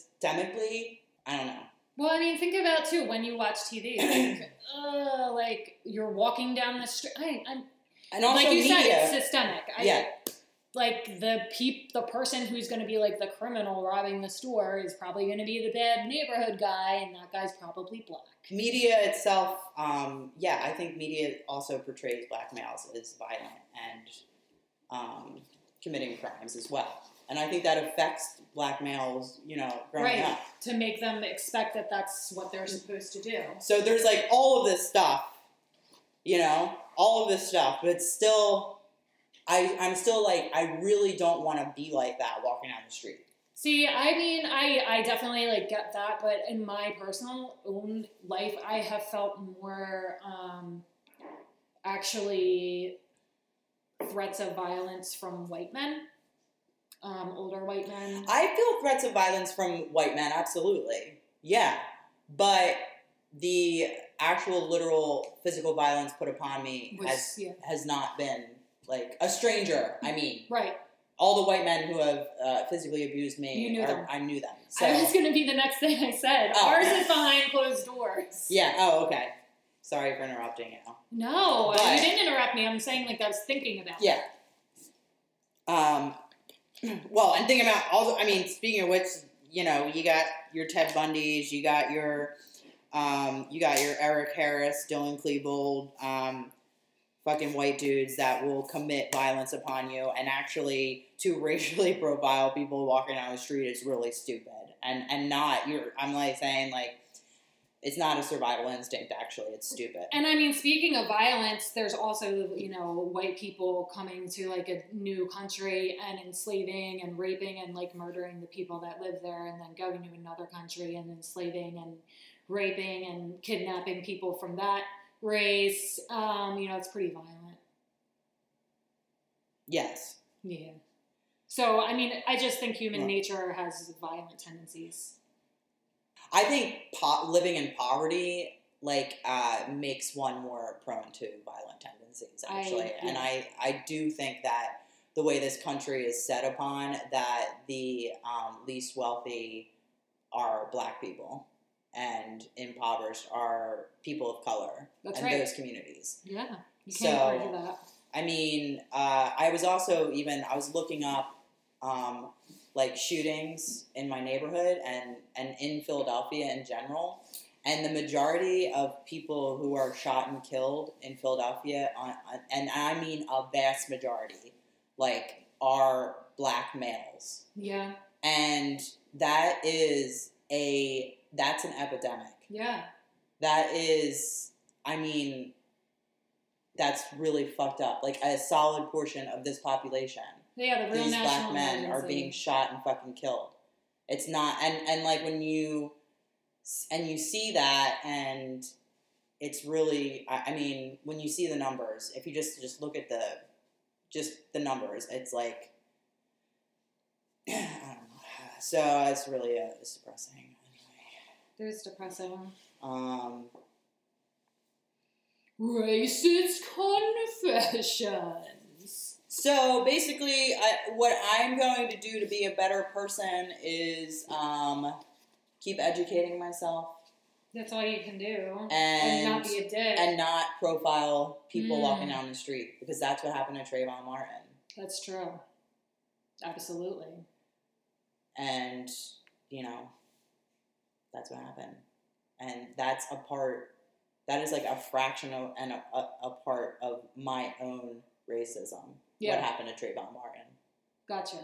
Speaker 3: systemically, I don't know.
Speaker 4: Well, I mean, think about too when you watch TV, like, uh, like you're walking down the street. I, I'm
Speaker 3: And also
Speaker 4: like you
Speaker 3: media.
Speaker 4: said, it's systemic. I,
Speaker 3: Yeah.
Speaker 4: Like the peep, the person who's going to be like the criminal robbing the store is probably going to be the bad neighborhood guy, and that guy's probably black.
Speaker 3: media itself um, yeah i think media also portrays black males as violent and um, committing crimes as well and i think that affects black males you know growing
Speaker 4: Right.
Speaker 3: up
Speaker 4: To make them expect that that's what they're supposed to do.
Speaker 3: so there's like all of this stuff you know all of this stuff but it's still I, i'm still like i really don't want to be like that walking down the street
Speaker 4: See, I mean, I I definitely like get that, but in my personal own life, I have felt more um, actually threats of violence from white men, um, older white men.
Speaker 3: I feel threats of violence from white men, absolutely. Yeah. But the actual literal physical violence put upon me
Speaker 4: Was-
Speaker 3: has
Speaker 4: yeah.
Speaker 3: has not been like a stranger. I mean,
Speaker 4: Right.
Speaker 3: all the white men who have uh, physically abused me,
Speaker 4: You knew
Speaker 3: are-
Speaker 4: them.
Speaker 3: I knew them. So
Speaker 4: I was going to be the next thing I said.
Speaker 3: Oh.
Speaker 4: Ours is behind closed doors.
Speaker 3: yeah. Oh, okay. Sorry for interrupting you.
Speaker 4: No,
Speaker 3: But-
Speaker 4: you didn't interrupt me. I'm saying like I was thinking about. it.
Speaker 3: Yeah. Um. [clears throat] Well, and thinking about all. The, I mean, speaking of which, you know, you got your Ted Bundy's, you got your, um, you got your Eric Harris, Dylan Klebold, um, fucking white dudes that will commit violence upon you, and actually to [laughs] racially profile people walking down the street is really stupid, and and not you're. I'm like saying like. It's not a survival instinct, actually. It's stupid.
Speaker 4: And I mean, speaking of violence, there's also, you know, white people coming to like a new country and enslaving and raping and like murdering the people that live there and then going to another country and enslaving and raping and kidnapping people from that race. Um, you know, it's pretty violent.
Speaker 3: Yes.
Speaker 4: Yeah. So, I mean, I just think human
Speaker 3: Yeah.
Speaker 4: nature has violent tendencies.
Speaker 3: I think po- living in poverty like uh, makes one more prone to violent tendencies
Speaker 4: I-
Speaker 3: actually and
Speaker 4: yeah.
Speaker 3: I, I do think that the way this country is set upon that the um, least wealthy are black people and impoverished are people of color
Speaker 4: That's
Speaker 3: and
Speaker 4: right.
Speaker 3: those communities
Speaker 4: Yeah. You can't argue
Speaker 3: So-
Speaker 4: that.
Speaker 3: I mean, uh, I was also even I was looking up um, like shootings in my neighborhood and and in Philadelphia in general, and the majority of people who are shot and killed in Philadelphia, on, on, and I mean a vast majority, like are black males.
Speaker 4: Yeah.
Speaker 3: and that is a that's an epidemic.
Speaker 4: Yeah.
Speaker 3: That is, I mean, that's really fucked up. Like a solid portion of this population,
Speaker 4: Yeah, the real
Speaker 3: these black
Speaker 4: national
Speaker 3: men are
Speaker 4: emergency.
Speaker 3: being shot and fucking killed. It's not, and and like when you s- and you see that, and it's really, I, I mean, when you see the numbers, if you just just look at the just the numbers, it's like, [clears throat] I don't know. So it's really uh, it's depressing. Anyway.
Speaker 4: There's depressing.
Speaker 3: Um,
Speaker 4: Racist confessions.
Speaker 3: so basically, I, what I'm going to do to be a better person is um, keep educating myself
Speaker 4: That's all you can do.
Speaker 3: and
Speaker 4: not be a dick.
Speaker 3: and not profile people
Speaker 4: Mm.
Speaker 3: walking down the street because that's what happened to Trayvon Martin.
Speaker 4: That's true. Absolutely.
Speaker 3: And you know, that's what happened. And that's a part. That is like a fraction of and a, a, a part of my own racism.
Speaker 4: Yeah.
Speaker 3: What happened to Trayvon Martin?
Speaker 4: Gotcha.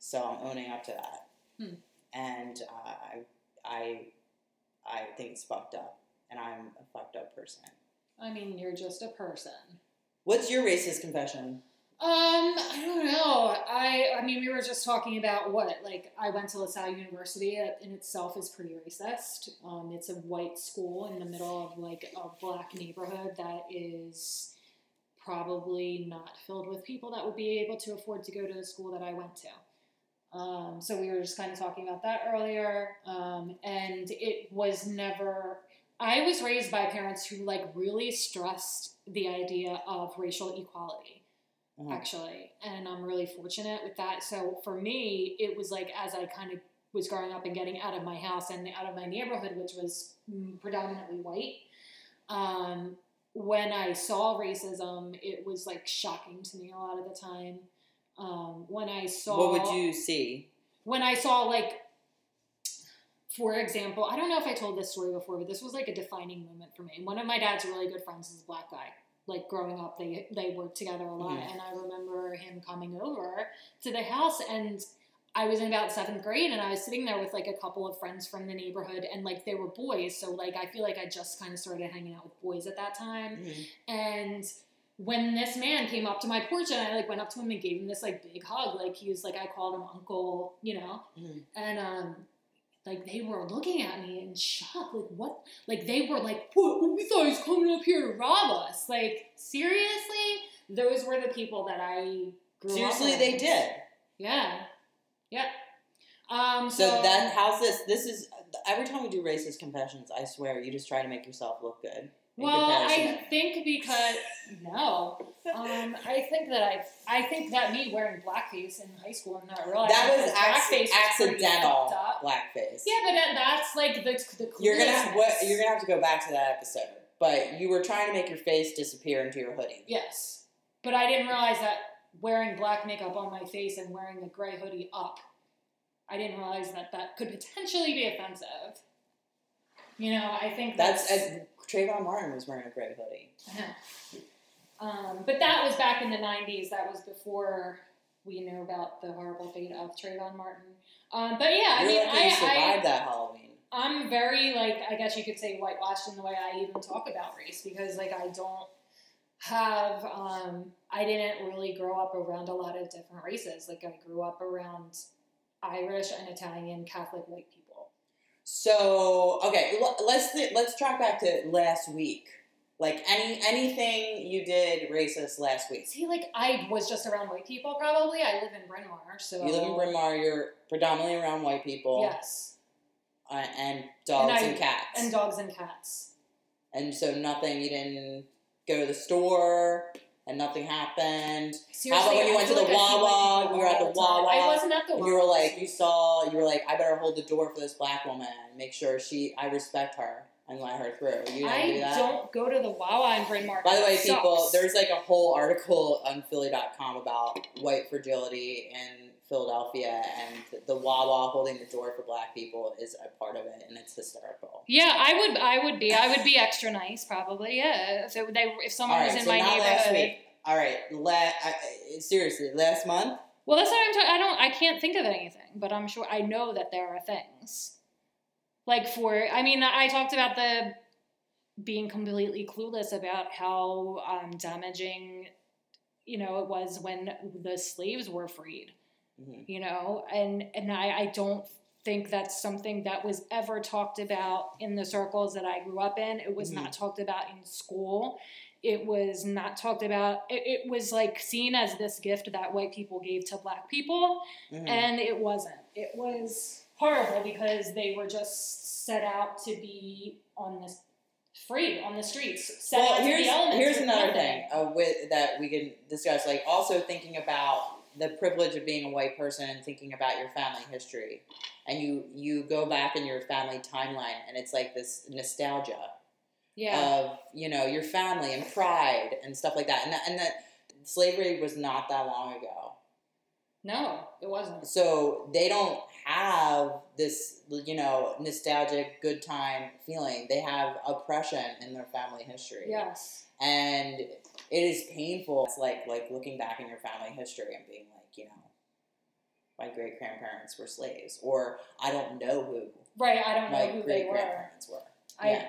Speaker 3: So I'm owning up to that.
Speaker 4: Hmm.
Speaker 3: And uh, I, I, I think it's fucked up. And I'm a fucked up person.
Speaker 4: I mean, you're just a person.
Speaker 3: What's your racist confession?
Speaker 4: Um, I don't know. I I mean, we were just talking about what like I went to LaSalle University. That in itself is pretty racist. Um, it's a white school in the middle of like a black neighborhood that is probably not filled with people that would be able to afford to go to the school that I went to. Um, so we were just kind of talking about that earlier. Um, and it was never, I was raised by parents who like really stressed the idea of racial equality,
Speaker 3: Mhm.
Speaker 4: actually. And I'm really fortunate with that. So for me, it was like as I kind of was growing up and getting out of my house and out of my neighborhood, which was mm, predominantly white. Um, when I saw racism, it was like shocking to me a lot of the time. Um, when I saw
Speaker 3: What would you see?
Speaker 4: when I saw like for example, I don't know if I told this story before, but this was like a defining moment for me. One of my dad's really good friends is a black guy. Like growing up, they they worked together a lot,
Speaker 3: Mhm.
Speaker 4: and I remember him coming over to the house, and I was in about seventh grade, and I was sitting there with like a couple of friends from the neighborhood, and like they were boys, so like I feel like I just kind of started hanging out with boys at that time,
Speaker 3: Mhm.
Speaker 4: and when this man came up to my porch and I like went up to him and gave him this like big hug, like he was like I called him uncle, you know,
Speaker 3: Mhm.
Speaker 4: and um like they were looking at me in shock, like what? Like they were like, what? We thought he was coming up here to rob us. Like seriously, those were the people that I grew up
Speaker 3: Seriously,
Speaker 4: with.
Speaker 3: they did.
Speaker 4: Yeah, yeah. Um,
Speaker 3: So
Speaker 4: so,
Speaker 3: that how's this? This is every time we do racist confessions. I swear, you just try to make yourself look good. in
Speaker 4: Well,
Speaker 3: comparison.
Speaker 4: I think because no, um, I think that I, I think that me wearing blackface in high school and not realizing
Speaker 3: that was
Speaker 4: blackface
Speaker 3: ac-
Speaker 4: was pretty
Speaker 3: accidental
Speaker 4: fucked up.
Speaker 3: blackface.
Speaker 4: Yeah, but that- that's like the the
Speaker 3: You're gonna have, what?
Speaker 4: cluelessness.
Speaker 3: You're gonna have to go back to that episode. But you were trying to make your face disappear into your hoodie.
Speaker 4: yes, but I didn't realize that wearing black makeup on my face and wearing a gray hoodie up, I didn't realize that that could potentially be offensive. You know, I think
Speaker 3: That's uh, Trayvon Martin was wearing a gray hoodie.
Speaker 4: [laughs] Um, but that was back in the 90s. That was before we knew about the horrible fate of Trayvon Martin. Um, but yeah, I
Speaker 3: You're
Speaker 4: mean,
Speaker 3: lucky you
Speaker 4: I, I,
Speaker 3: survived that Halloween.
Speaker 4: I'm very, like, I guess you could say whitewashed in the way I even talk about race because, like, I don't have, um, I didn't really grow up around a lot of different races. Like, I grew up around Irish and Italian Catholic white people.
Speaker 3: So okay, l- let's th- let's track back to last week. Like any anything you did racist last week.
Speaker 4: See, like, I was just around white people probably. I live in Bryn Mawr, so.
Speaker 3: You live in Bryn Mawr. You're predominantly around white people.
Speaker 4: Yes.
Speaker 3: Uh, and dogs
Speaker 4: And
Speaker 3: and,
Speaker 4: I-
Speaker 3: cats.
Speaker 4: and dogs and cats.
Speaker 3: And so nothing. You didn't go to the store, and nothing happened.
Speaker 4: Seriously,
Speaker 3: when you
Speaker 4: I
Speaker 3: went to
Speaker 4: feel
Speaker 3: the
Speaker 4: like I see
Speaker 3: Wawa?
Speaker 4: white people
Speaker 3: We were at
Speaker 4: all
Speaker 3: the
Speaker 4: time.
Speaker 3: Wawa,
Speaker 4: I wasn't at the
Speaker 3: And
Speaker 4: Wawa.
Speaker 3: you were like, you saw. You were like, I better hold the door for this black woman. Make sure she. I respect her and let her through. You didn't do
Speaker 4: I
Speaker 3: that.
Speaker 4: don't go to the Wawa in Bryn Mawr.
Speaker 3: By the way,
Speaker 4: It
Speaker 3: people,
Speaker 4: sucks.
Speaker 3: there's like a whole article on Philly.com about white fragility in Philadelphia, and the Wawa holding the door for black people is a part of it, and it's hysterical.
Speaker 4: Yeah, I would. I would be. I would be extra nice, probably. Yeah, if it, they, if someone
Speaker 3: All right,
Speaker 4: was in
Speaker 3: so
Speaker 4: my
Speaker 3: not
Speaker 4: neighborhood.
Speaker 3: last week. All right, la- I, I- seriously, last month
Speaker 4: Well, that's what I'm talking. I don't. I can't think of anything, but I'm sure I know that there are things. Like for, I mean, I talked about the being completely clueless about how um, damaging, you know, it was when the slaves were freed.
Speaker 3: Mhm.
Speaker 4: You know, and and I I don't think that's something that was ever talked about in the circles that I grew up in. It was
Speaker 3: Mhm.
Speaker 4: not talked about in school. It was not talked about. It, it was like seen as this gift that white people gave to black people,
Speaker 3: Mhm.
Speaker 4: and it wasn't. It was horrible because they were just set out to be on this free on the streets. Set out
Speaker 3: well,
Speaker 4: to be
Speaker 3: here's
Speaker 4: elements
Speaker 3: here's
Speaker 4: with
Speaker 3: another
Speaker 4: nothing.
Speaker 3: thing uh, with, that we can discuss. Like also thinking about the privilege of being a white person and thinking about your family history, and you you go back in your family timeline, and it's like this nostalgia
Speaker 4: Yeah,
Speaker 3: of you know your family and pride and stuff like that, and that, and that slavery was not that long ago.
Speaker 4: no, it wasn't.
Speaker 3: So they don't have this, you know, nostalgic good time feeling. They have oppression in their family history.
Speaker 4: Yes,
Speaker 3: And it is painful. It's like like looking back in your family history and being like, you know, my great grandparents were slaves, or I don't know who
Speaker 4: right. I don't
Speaker 3: my
Speaker 4: know who they
Speaker 3: great
Speaker 4: were.
Speaker 3: grandparents were.
Speaker 4: I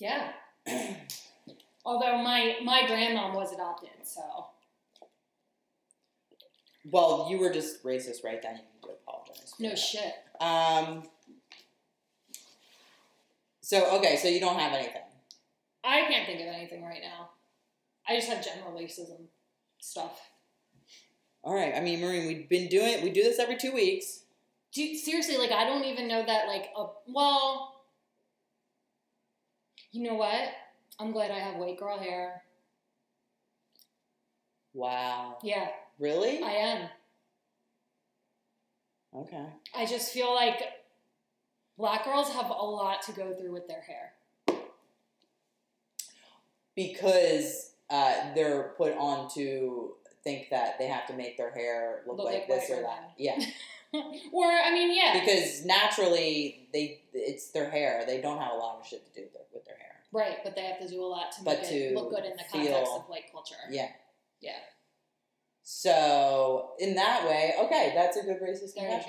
Speaker 4: yeah. Yeah. [clears throat] Although my my grandmom was adopted, so
Speaker 3: Well, you were just racist right then. You need to apologize. for
Speaker 4: no
Speaker 3: that.
Speaker 4: shit.
Speaker 3: Um. So okay, so you don't have anything.
Speaker 4: I can't think of anything right now. I just have general racism stuff.
Speaker 3: All right. I mean, Maureen, we've been doing we do this every two weeks.
Speaker 4: Dude, seriously, like I don't even know that like a well. You know what? I'm glad I have white girl hair.
Speaker 3: Wow.
Speaker 4: Yeah,
Speaker 3: Really?
Speaker 4: I am.
Speaker 3: Okay.
Speaker 4: I just feel like black girls have a lot to go through with their hair. [laughs]
Speaker 3: Because uh, they're put on to think that they have to make their hair look,
Speaker 4: Look
Speaker 3: like,
Speaker 4: like
Speaker 3: this
Speaker 4: white
Speaker 3: or that. Yeah.
Speaker 4: Or I mean, [laughs] yeah,
Speaker 3: because naturally they it's their hair. They don't have a lot of shit to do with their, with their hair.
Speaker 4: Right, but they have to do a lot to
Speaker 3: But
Speaker 4: make
Speaker 3: to
Speaker 4: it look good in the context
Speaker 3: feel-
Speaker 4: of white culture.
Speaker 3: Yeah.
Speaker 4: Yeah.
Speaker 3: So in that way, okay, that's a good racist
Speaker 4: There you
Speaker 3: confession.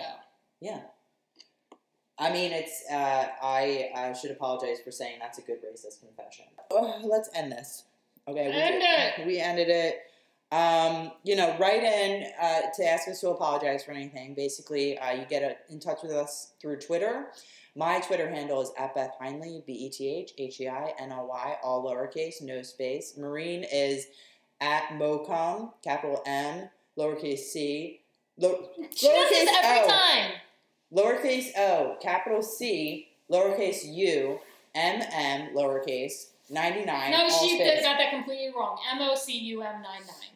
Speaker 4: go.
Speaker 3: I mean, it's uh, I I should apologize for saying that's a good racist confession. Oh, let's end this. Okay, we
Speaker 4: End
Speaker 3: did- We ended it. Um, you know, write in uh, to ask us to apologize for anything. Basically, uh, you get uh in touch with us through Twitter. My Twitter handle is at Beth Heinley, B E T H H E I N L Y, all lowercase, no space. Marine is at MOCOM, capital M, lowercase c, lo-
Speaker 4: She does this
Speaker 3: Lowercase
Speaker 4: every
Speaker 3: o.
Speaker 4: time.
Speaker 3: lowercase o, capital C, lowercase u, m m, lowercase ninety nine.
Speaker 4: No, she
Speaker 3: space.
Speaker 4: got that completely wrong. M O C U M nine nine.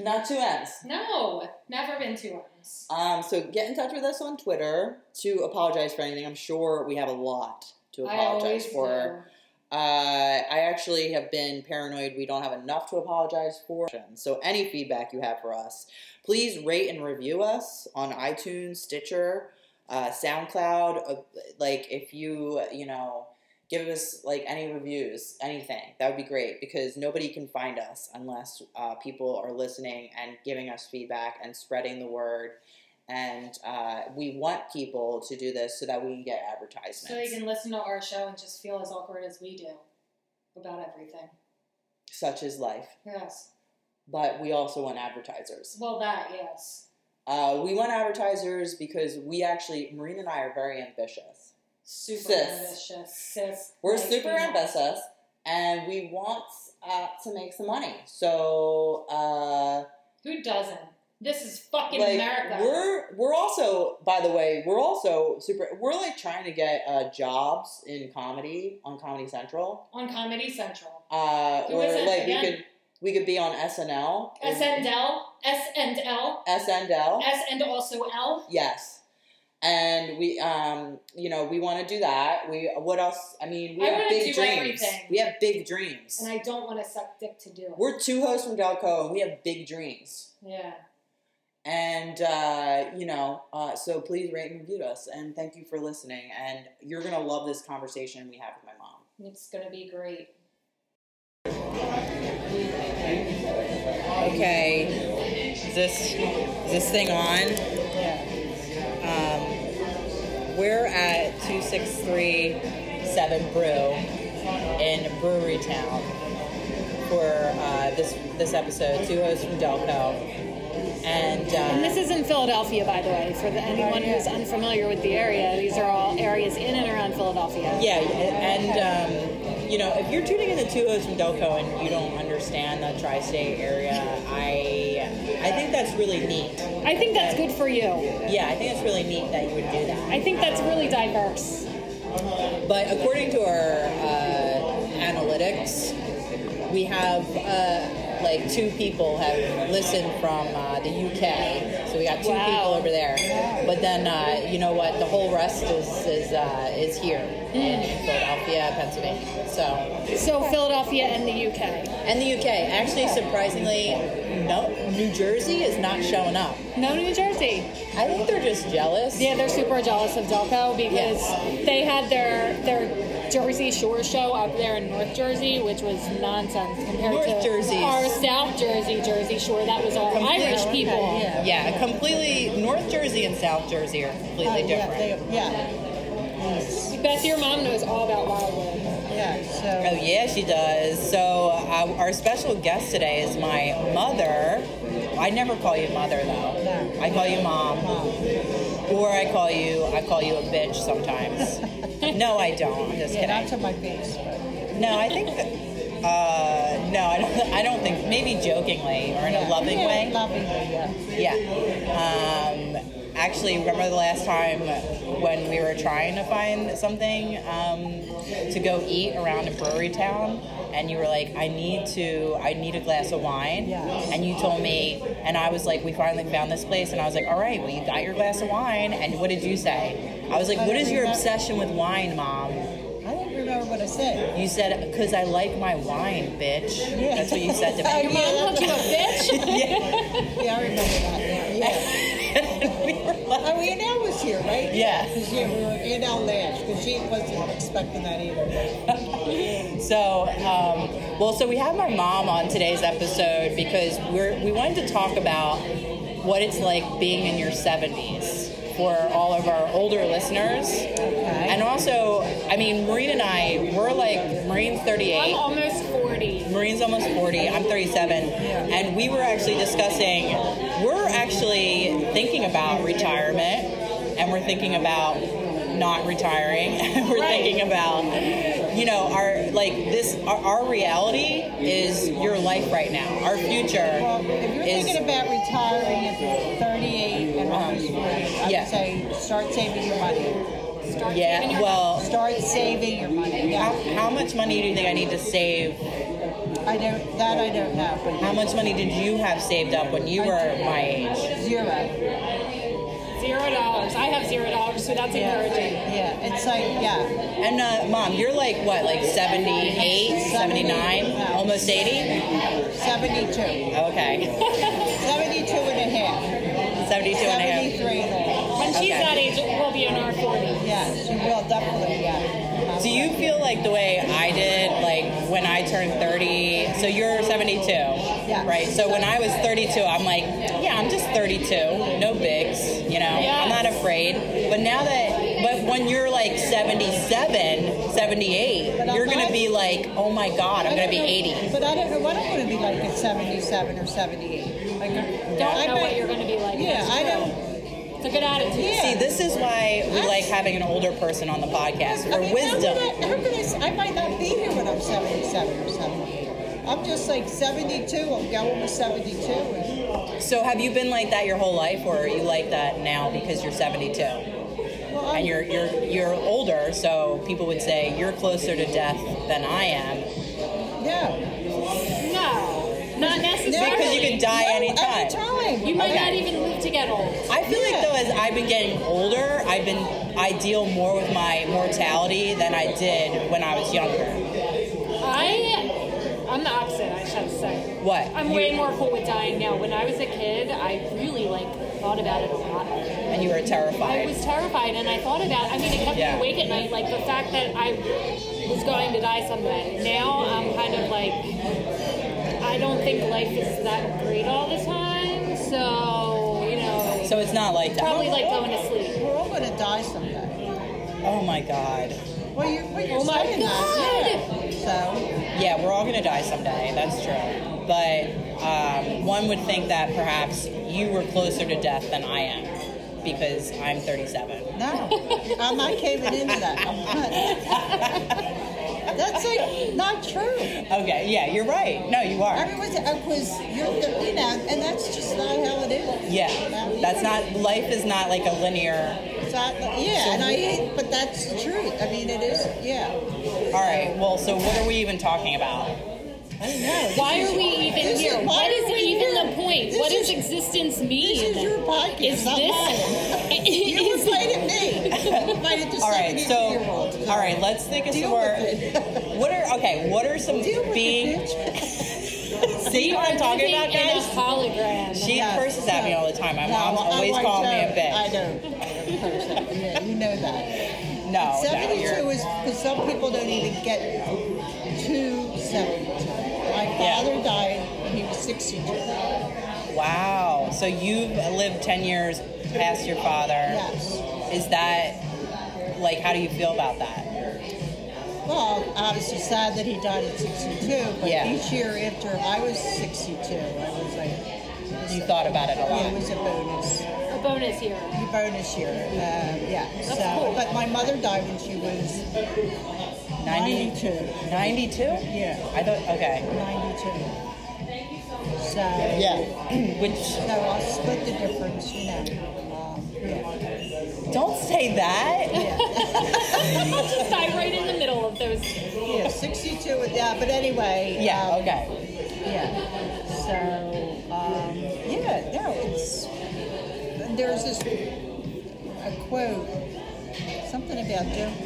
Speaker 3: not two m's.
Speaker 4: No, never been two M's.
Speaker 3: Um, so get in touch with us on Twitter to apologize for anything. I'm sure we have a lot to
Speaker 4: I
Speaker 3: apologize
Speaker 4: always
Speaker 3: for.
Speaker 4: do.
Speaker 3: Uh, I actually have been paranoid we don't have enough to apologize for. So any feedback you have for us, please rate and review us on iTunes, Stitcher, uh, SoundCloud. Uh, like if you you know give us like any reviews, anything that would be great because nobody can find us unless uh, people are listening and giving us feedback and spreading the word. And uh, we want people to do this so that we can get advertisements.
Speaker 4: So they can listen to our show and just feel as awkward as we do about everything.
Speaker 3: Such is life.
Speaker 4: Yes.
Speaker 3: but we also want advertisers.
Speaker 4: Well, that yes.
Speaker 3: Uh, we want advertisers because we actually, Maureen and I are very ambitious.
Speaker 4: Super
Speaker 3: Sis.
Speaker 4: ambitious. Sis.
Speaker 3: We're
Speaker 4: like,
Speaker 3: super
Speaker 4: you know.
Speaker 3: ambitious and we want uh, to make some money. So, uh,
Speaker 4: Who doesn't? This is fucking
Speaker 3: like,
Speaker 4: America.
Speaker 3: we're, we're also, by the way, we're also super, we're like trying to get uh, jobs in comedy on Comedy Central.
Speaker 4: on Comedy Central.
Speaker 3: Uh,
Speaker 4: Who
Speaker 3: or
Speaker 4: is it
Speaker 3: like
Speaker 4: again?
Speaker 3: we could, we could be on SNL.
Speaker 4: S and L. S and L.
Speaker 3: SNL.
Speaker 4: S and also L.
Speaker 3: Yes. And we, um, you know, we want to do that. We, what else? I mean, we
Speaker 4: I
Speaker 3: have
Speaker 4: wanna
Speaker 3: big
Speaker 4: do
Speaker 3: dreams.
Speaker 4: everything.
Speaker 3: We have big dreams.
Speaker 4: And I don't want to suck dick to do it.
Speaker 3: We're two hosts from Delco, and we have big dreams.
Speaker 4: yeah.
Speaker 3: And uh, you know, uh, so please rate and review us. And thank you for listening. And you're gonna love this conversation we have with my mom.
Speaker 4: It's going to be great.
Speaker 3: Okay. Is this is this thing on? Um, we're at two six three seven Brew in Brewery Town for uh, this this episode. Two hosts from Delco, and, uh,
Speaker 5: And this is in Philadelphia, by the way, for the, anyone who's unfamiliar with the area. These are all areas in and around Philadelphia.
Speaker 3: Yeah, and um, you know, if you're tuning in to Two O's from Delco and you don't understand the tri-state area, I I think that's really neat.
Speaker 5: I think that's good for you.
Speaker 3: Yeah, I think it's really neat that you would do that.
Speaker 5: I think that's really diverse.
Speaker 3: But according to our uh, analytics, we have uh, like two people have listened from uh, the UK, so we got two
Speaker 5: Wow.
Speaker 3: people over there. But then uh, you know what? The whole rest is is uh, is here in Philadelphia, Pennsylvania. So.
Speaker 5: So Philadelphia and the UK.
Speaker 3: And the UK. Actually, surprisingly, no, New Jersey is not showing up.
Speaker 5: No New Jersey.
Speaker 3: I think they're just jealous.
Speaker 5: Yeah, they're super jealous of Delco because they had their [laughs] their Jersey Shore show up there in North Jersey, which was nonsense compared
Speaker 3: North
Speaker 5: to
Speaker 3: Jersey's.
Speaker 5: our South Jersey Jersey Shore. That was all
Speaker 3: Completely-
Speaker 5: Irish people.
Speaker 3: Yeah, completely. North Jersey and South Jersey are completely
Speaker 6: yeah,
Speaker 3: different.
Speaker 6: they, yeah,
Speaker 5: Beth, your mom knows all about Wildwood.
Speaker 6: yeah. So
Speaker 3: Oh yeah, she does. So uh, our special guest today is my mother. I never call you mother though.
Speaker 6: No.
Speaker 3: I call you mom, or I call you I call you a bitch
Speaker 6: [laughs]
Speaker 3: sometimes. no, I don't. I'm just
Speaker 6: yeah,
Speaker 3: kidding.
Speaker 6: not to my face, but
Speaker 3: No, I think. That, uh, no, I don't. I don't think. Maybe jokingly or in
Speaker 6: yeah.
Speaker 3: a loving way.
Speaker 6: Lovingly, yeah.
Speaker 3: Yeah. Um, actually, remember the last time when we were trying to find something um, to go eat around in Brewery Town, and you were like, "I need to, I need a glass of wine,"
Speaker 6: Yes.
Speaker 3: and you told me, and I was like, "We finally found this place," and I was like, "All right, well, you got your glass of wine," and what did you say? I was like, "What is your obsession with wine, mom?"
Speaker 6: I don't remember what I said.
Speaker 3: You said, "Cause I like my wine, bitch."
Speaker 6: Yeah.
Speaker 3: That's what you said to
Speaker 1: [laughs]
Speaker 6: Oh,
Speaker 3: me.
Speaker 6: yeah,
Speaker 5: Mom
Speaker 6: that's-
Speaker 5: called you a bitch.
Speaker 3: [laughs] yeah. [laughs]
Speaker 6: yeah, I remember that. now, Yeah.
Speaker 3: And we were like,
Speaker 6: Oh, Annelle was here, right?
Speaker 3: Yeah.
Speaker 6: Because yeah, we were Annelle last because she wasn't expecting that either.
Speaker 3: So, um, well, so we have my mom on today's episode because we're we wanted to talk about what it's like being in your 70s for all of our older listeners, and also, I mean, Maureen and I, we're like Maureen's 38.
Speaker 5: I'm almost 40.
Speaker 3: Marine's almost 40. I'm 37. And we were actually discussing, we're actually thinking about retirement and we're thinking about not retiring. [laughs] And we're thinking about, you know, our, like, this, our, our reality is your life right now. Our future
Speaker 6: Well, if you're
Speaker 3: is.
Speaker 6: thinking about retiring at 38 and almost 40, I
Speaker 3: Yeah.
Speaker 6: would say start saving your money.
Speaker 3: yeah, well,
Speaker 6: Start saving your money.
Speaker 3: how,
Speaker 6: Yeah.
Speaker 3: how much money do you think I need to save?
Speaker 6: I don't. That I don't know, but
Speaker 3: How much money did you have saved up when you were my age?
Speaker 6: Zero.
Speaker 5: Zero dollars. I have zero dollars, so that's
Speaker 6: Yeah.
Speaker 5: encouraging.
Speaker 6: Yeah. It's like yeah.
Speaker 3: And uh, mom, you're like what, like 78, 79, almost 80?
Speaker 6: Seventy-two.
Speaker 3: Okay. [laughs]
Speaker 6: Seventy-two and a half.
Speaker 3: 72 and a half.
Speaker 6: Seventy-three and a half.
Speaker 5: When she's
Speaker 3: Okay.
Speaker 5: that age, we'll be in our 40s.
Speaker 6: Yes, you will definitely. Yeah.
Speaker 3: Do you feel like the way I did, like when I turned 30? So you're 72, right? So when I was 32, I'm like, yeah, I'm just 32, no bigs, you know, I'm not afraid. But now that, but when you're like 77, 78, you're gonna be like, oh my god, I'm gonna be 80.
Speaker 6: But I don't know what I'm going to be like at 77 or 78. Like,
Speaker 5: Don't know what you're going to be like.
Speaker 6: Yeah,
Speaker 5: It's
Speaker 6: I
Speaker 5: true.
Speaker 6: don't.
Speaker 5: It's a good attitude.
Speaker 6: Yeah.
Speaker 3: See, this is why we like having an older person on the podcast
Speaker 6: I
Speaker 3: for
Speaker 6: mean,
Speaker 3: wisdom.
Speaker 6: How could I, how could I, s- I might not be here when I'm 77 or 78. I'm just like 72. I'm going with 72. And,
Speaker 3: So have you been like that your whole life, or are you like that now because you're 72 and
Speaker 6: well, I'm,
Speaker 3: you're you're you're older? So people would say you're closer to death than I am
Speaker 6: no.
Speaker 5: No, not necessarily.
Speaker 3: because you could die
Speaker 6: no,
Speaker 3: anytime.
Speaker 6: Every time.
Speaker 5: You might
Speaker 3: Okay.
Speaker 5: not even live to get old.
Speaker 3: I feel like
Speaker 6: Yeah.
Speaker 3: though as I've been getting older, I've been I deal more with my mortality than I did when I was younger.
Speaker 5: I, I'm the opposite. I should say.
Speaker 3: What?
Speaker 5: I'm way more cool with dying now. When I was a kid, I really like thought about it a lot.
Speaker 3: And you were
Speaker 5: I
Speaker 3: terrified.
Speaker 5: was terrified, and I thought about. I mean, it kept
Speaker 3: Yeah.
Speaker 5: me awake at night. Like the fact that I was going to die someday. Now I'm kind of like, I don't think life is that great all the time. So, you know,
Speaker 3: So it's not like that.
Speaker 5: probably like going to sleep.
Speaker 3: e-
Speaker 6: We're all gonna die someday.
Speaker 3: Oh my god.
Speaker 6: Well, you, well, you're
Speaker 5: Oh my
Speaker 6: saying that, yeah.
Speaker 3: Yeah, we're all gonna die someday. That's true. But um, one would think that perhaps you were closer to death than I am because I'm 37.
Speaker 6: So no, I'm not caving
Speaker 3: [laughs]
Speaker 6: into that. I'm not. That's like not true.
Speaker 3: Okay, yeah, you're right. No, you are.
Speaker 6: Everyone's because "Oh, you're 50 now, and that's just not how it is.
Speaker 3: Yeah,
Speaker 6: You
Speaker 3: that's
Speaker 6: know?
Speaker 3: not life is not like a linear.
Speaker 6: Exactly. Yeah, and I hate, but that's the truth. I mean, it is. Yeah.
Speaker 3: All right, well, so what are we even talking about?
Speaker 6: I don't know.
Speaker 5: Why are we even
Speaker 6: This is-
Speaker 5: here?
Speaker 6: why
Speaker 5: What
Speaker 6: are
Speaker 5: is
Speaker 6: we
Speaker 5: even
Speaker 6: here?
Speaker 5: the point?
Speaker 6: This
Speaker 5: what does
Speaker 6: is-
Speaker 5: existence mean?
Speaker 6: This is your podcast.
Speaker 5: Is
Speaker 3: [laughs]
Speaker 6: not
Speaker 5: this? [laughs]
Speaker 6: mine. You
Speaker 5: is-
Speaker 6: invited me. You invited the
Speaker 3: All right,
Speaker 6: 72
Speaker 3: so
Speaker 6: year old.
Speaker 3: all right, let's think of some
Speaker 6: Deal
Speaker 3: more. [laughs]
Speaker 6: with it.
Speaker 3: What are okay? What are some
Speaker 6: Deal with
Speaker 3: B?
Speaker 6: it, bitch.
Speaker 3: See what I'm talking
Speaker 5: living
Speaker 3: about,
Speaker 5: in a
Speaker 3: guys?
Speaker 5: hologram.
Speaker 3: She
Speaker 6: Yes,
Speaker 3: curses at me
Speaker 6: no.
Speaker 3: all the time. My
Speaker 6: No,
Speaker 3: mom's
Speaker 6: well, I'm
Speaker 3: always
Speaker 6: like
Speaker 3: calling me a
Speaker 6: Joe. I
Speaker 3: bitch.
Speaker 6: know. I know [laughs] person. Yeah, you know that.
Speaker 3: No, no,
Speaker 6: 72
Speaker 3: you're-
Speaker 6: is because some people don't even get to 72. My
Speaker 3: Yeah.
Speaker 6: father died when he was 62.
Speaker 3: Wow. So you've lived 10 years past your father.
Speaker 6: Yes.
Speaker 3: Is that, like, how do you feel about that?
Speaker 6: Well, obviously sad that he died at 62, but
Speaker 3: Yeah.
Speaker 6: each year after I was 62, I was like,
Speaker 3: You thought about it a
Speaker 6: yeah, it
Speaker 3: lot.
Speaker 6: was a bonus.
Speaker 5: A bonus here. [laughs]
Speaker 6: the bonus year. Um, yeah. So, but my mother died when she was
Speaker 3: 90,
Speaker 6: 92.
Speaker 3: 92?
Speaker 6: Yeah,
Speaker 3: I thought, okay.
Speaker 6: 92. So,
Speaker 3: Yeah. [clears throat] Which,
Speaker 6: so I'll split the difference, you know. Um, yeah.
Speaker 3: don't say that.
Speaker 5: Just die right in the middle of those.
Speaker 6: yeah, 62 with that. But anyway.
Speaker 3: Yeah,
Speaker 6: um,
Speaker 3: okay.
Speaker 6: Yeah. So, um, yeah, no, it's. There's this a quote, something about don't,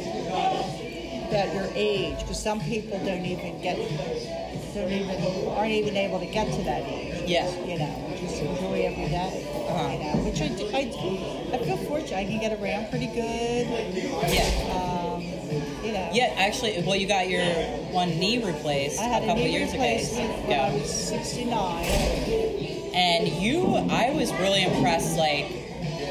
Speaker 6: about your age, because some people don't even get, don't even aren't even able to get to that age.
Speaker 3: Yeah.
Speaker 6: You know, just enjoy every day.
Speaker 3: Uh-huh.
Speaker 6: You know, which I, do- I, do- I feel fortunate. I can get around pretty good.
Speaker 3: Yeah.
Speaker 6: Um, you know.
Speaker 3: Yeah, actually, well, you got your one knee replaced
Speaker 6: I had
Speaker 3: a
Speaker 6: a
Speaker 3: couple
Speaker 6: knee
Speaker 3: years ago.
Speaker 6: replacement when I
Speaker 3: Yeah.
Speaker 6: was 69.
Speaker 3: And you, I was really impressed. Like,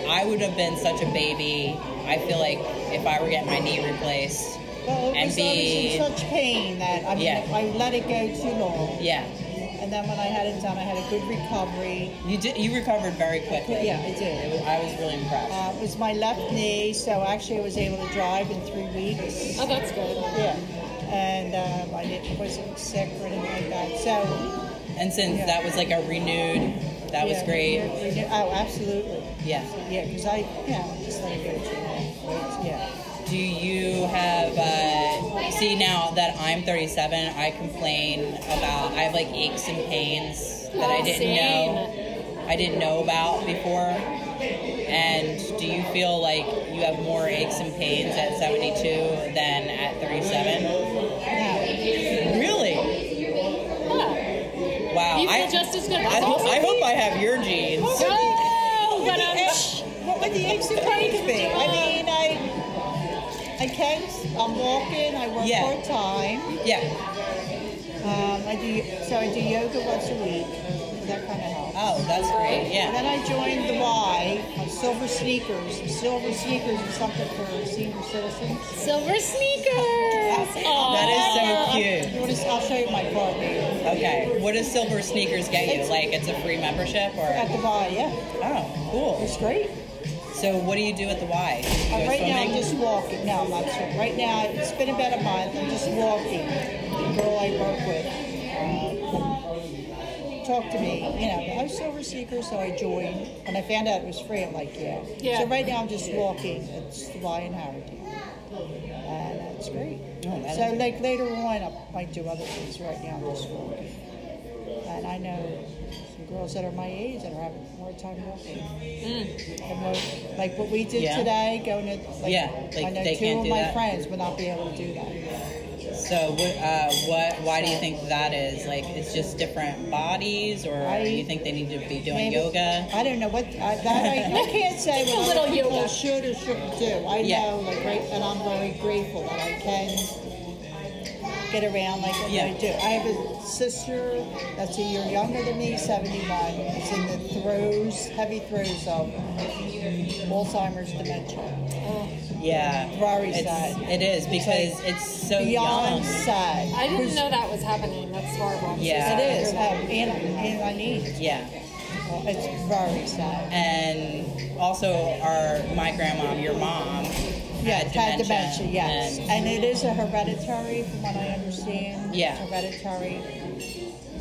Speaker 3: I would have been such a baby. I feel like if I were getting my knee replaced,
Speaker 6: Well, it
Speaker 3: and
Speaker 6: was
Speaker 3: be-
Speaker 6: always in such pain that I mean,
Speaker 3: Yeah.
Speaker 6: I let it go too long.
Speaker 3: yeah.
Speaker 6: And then when I had it done, I had a good recovery.
Speaker 3: You did. You recovered very
Speaker 6: But
Speaker 3: quickly.
Speaker 6: yeah, I
Speaker 3: It
Speaker 6: did.
Speaker 3: was, I was really impressed.
Speaker 6: Uh, it was my left knee, so actually I was able to drive in three weeks.
Speaker 5: Oh, that's good.
Speaker 6: Yeah. And um, I didn't, wasn't sick or anything like that. So
Speaker 3: and since
Speaker 6: yeah.
Speaker 3: that was like a renewed, that was
Speaker 6: yeah,
Speaker 3: great.
Speaker 6: we- we- Oh, absolutely.
Speaker 3: Yeah.
Speaker 6: Yeah, because I, yeah, just let it go too long. Yeah.
Speaker 3: Do you have? Uh, see now that I'm 37, I complain about. I have like aches and pains that I
Speaker 5: Oh,
Speaker 3: didn't know. I didn't know about before. And do you feel like you have more aches and pains at 72 than at 37?
Speaker 6: Yeah.
Speaker 3: Really?
Speaker 5: Yeah.
Speaker 3: Wow.
Speaker 5: You feel
Speaker 3: I,
Speaker 5: just as good.
Speaker 3: I, hope, I hope I have your genes.
Speaker 5: No,
Speaker 3: [laughs]
Speaker 5: but um,
Speaker 6: What would the aches and pains be? I mean, I, I can't. I'm walking. I work
Speaker 3: Yeah.
Speaker 6: part time.
Speaker 3: Yeah.
Speaker 6: Um, I do so I do yoga once a week. So that kind of helps.
Speaker 3: Oh, that's great.
Speaker 6: And
Speaker 3: Yeah.
Speaker 6: then I joined the Y on Silver Sneakers. Silver Sneakers is something for senior citizens.
Speaker 5: silver sneakers. Oh,
Speaker 3: That is so
Speaker 6: You want to, I'll show you my card
Speaker 3: cute. Okay. What does silver sneakers get you? Like it's a free membership
Speaker 6: at
Speaker 3: or
Speaker 6: the Y. Yeah,
Speaker 3: Oh, cool.
Speaker 6: it's great.
Speaker 3: So what do you do at the Y? You
Speaker 6: Uh,
Speaker 3: go
Speaker 6: right now, I'm
Speaker 3: swimming?
Speaker 6: just walking. No, I'm not sure. Right now, it's been about a month. I'm just walking. The girl I work with uh, talked to me. You know, I was Silver Seeker, so I joined. When I found out it was free, I'm like, yeah.
Speaker 5: Yeah.
Speaker 6: So right now, I'm just walking. It's the Lion Howard. And that's great.
Speaker 3: Oh, that
Speaker 6: so, like, later on, I might do other things. Right now, I'm just walking. And I know some girls that are my age that are having a hard time walking. And what- like what we did
Speaker 3: Mm. Yeah.
Speaker 6: today, going to like,
Speaker 3: Yeah, like,
Speaker 6: I know
Speaker 3: they
Speaker 6: two
Speaker 3: can't
Speaker 6: of
Speaker 3: do
Speaker 6: my
Speaker 3: that.
Speaker 6: friends would not be able to do that.
Speaker 3: So what? Uh, what? Why do you think that is? Like it's just different bodies, or
Speaker 6: I-
Speaker 3: do you think they need to be doing
Speaker 6: Maybe-
Speaker 3: yoga?
Speaker 6: I don't know what I,
Speaker 5: [laughs]
Speaker 6: that I, I can't say
Speaker 5: Just a
Speaker 6: what
Speaker 5: little
Speaker 6: other people
Speaker 5: yoga.
Speaker 6: should or shouldn't do. I
Speaker 3: Yeah.
Speaker 6: know, like right, and I'm very grateful that I can get around like I
Speaker 1: Yeah.
Speaker 6: do. I have a sister that's a year younger than me, 71. It's in the throes, heavy throes of Alzheimer's dementia.
Speaker 3: Yeah.
Speaker 6: Very
Speaker 3: It's-
Speaker 6: sad.
Speaker 3: It is because it's so young.
Speaker 6: Beyond sad.
Speaker 5: I didn't know that was happening. That's horrible. I'm so
Speaker 3: Yeah.
Speaker 5: sorry
Speaker 6: It
Speaker 5: to hear
Speaker 6: is.
Speaker 5: that.
Speaker 6: Um, and, and I need.
Speaker 3: Yeah.
Speaker 6: Well, it's very sad.
Speaker 3: And also, our my grandma, your mom,
Speaker 6: Yeah,
Speaker 3: had
Speaker 6: had
Speaker 3: dementia.
Speaker 6: dementia, yes.
Speaker 3: and-
Speaker 6: And it is a hereditary, from what I understand.
Speaker 3: Yeah.
Speaker 6: It's hereditary.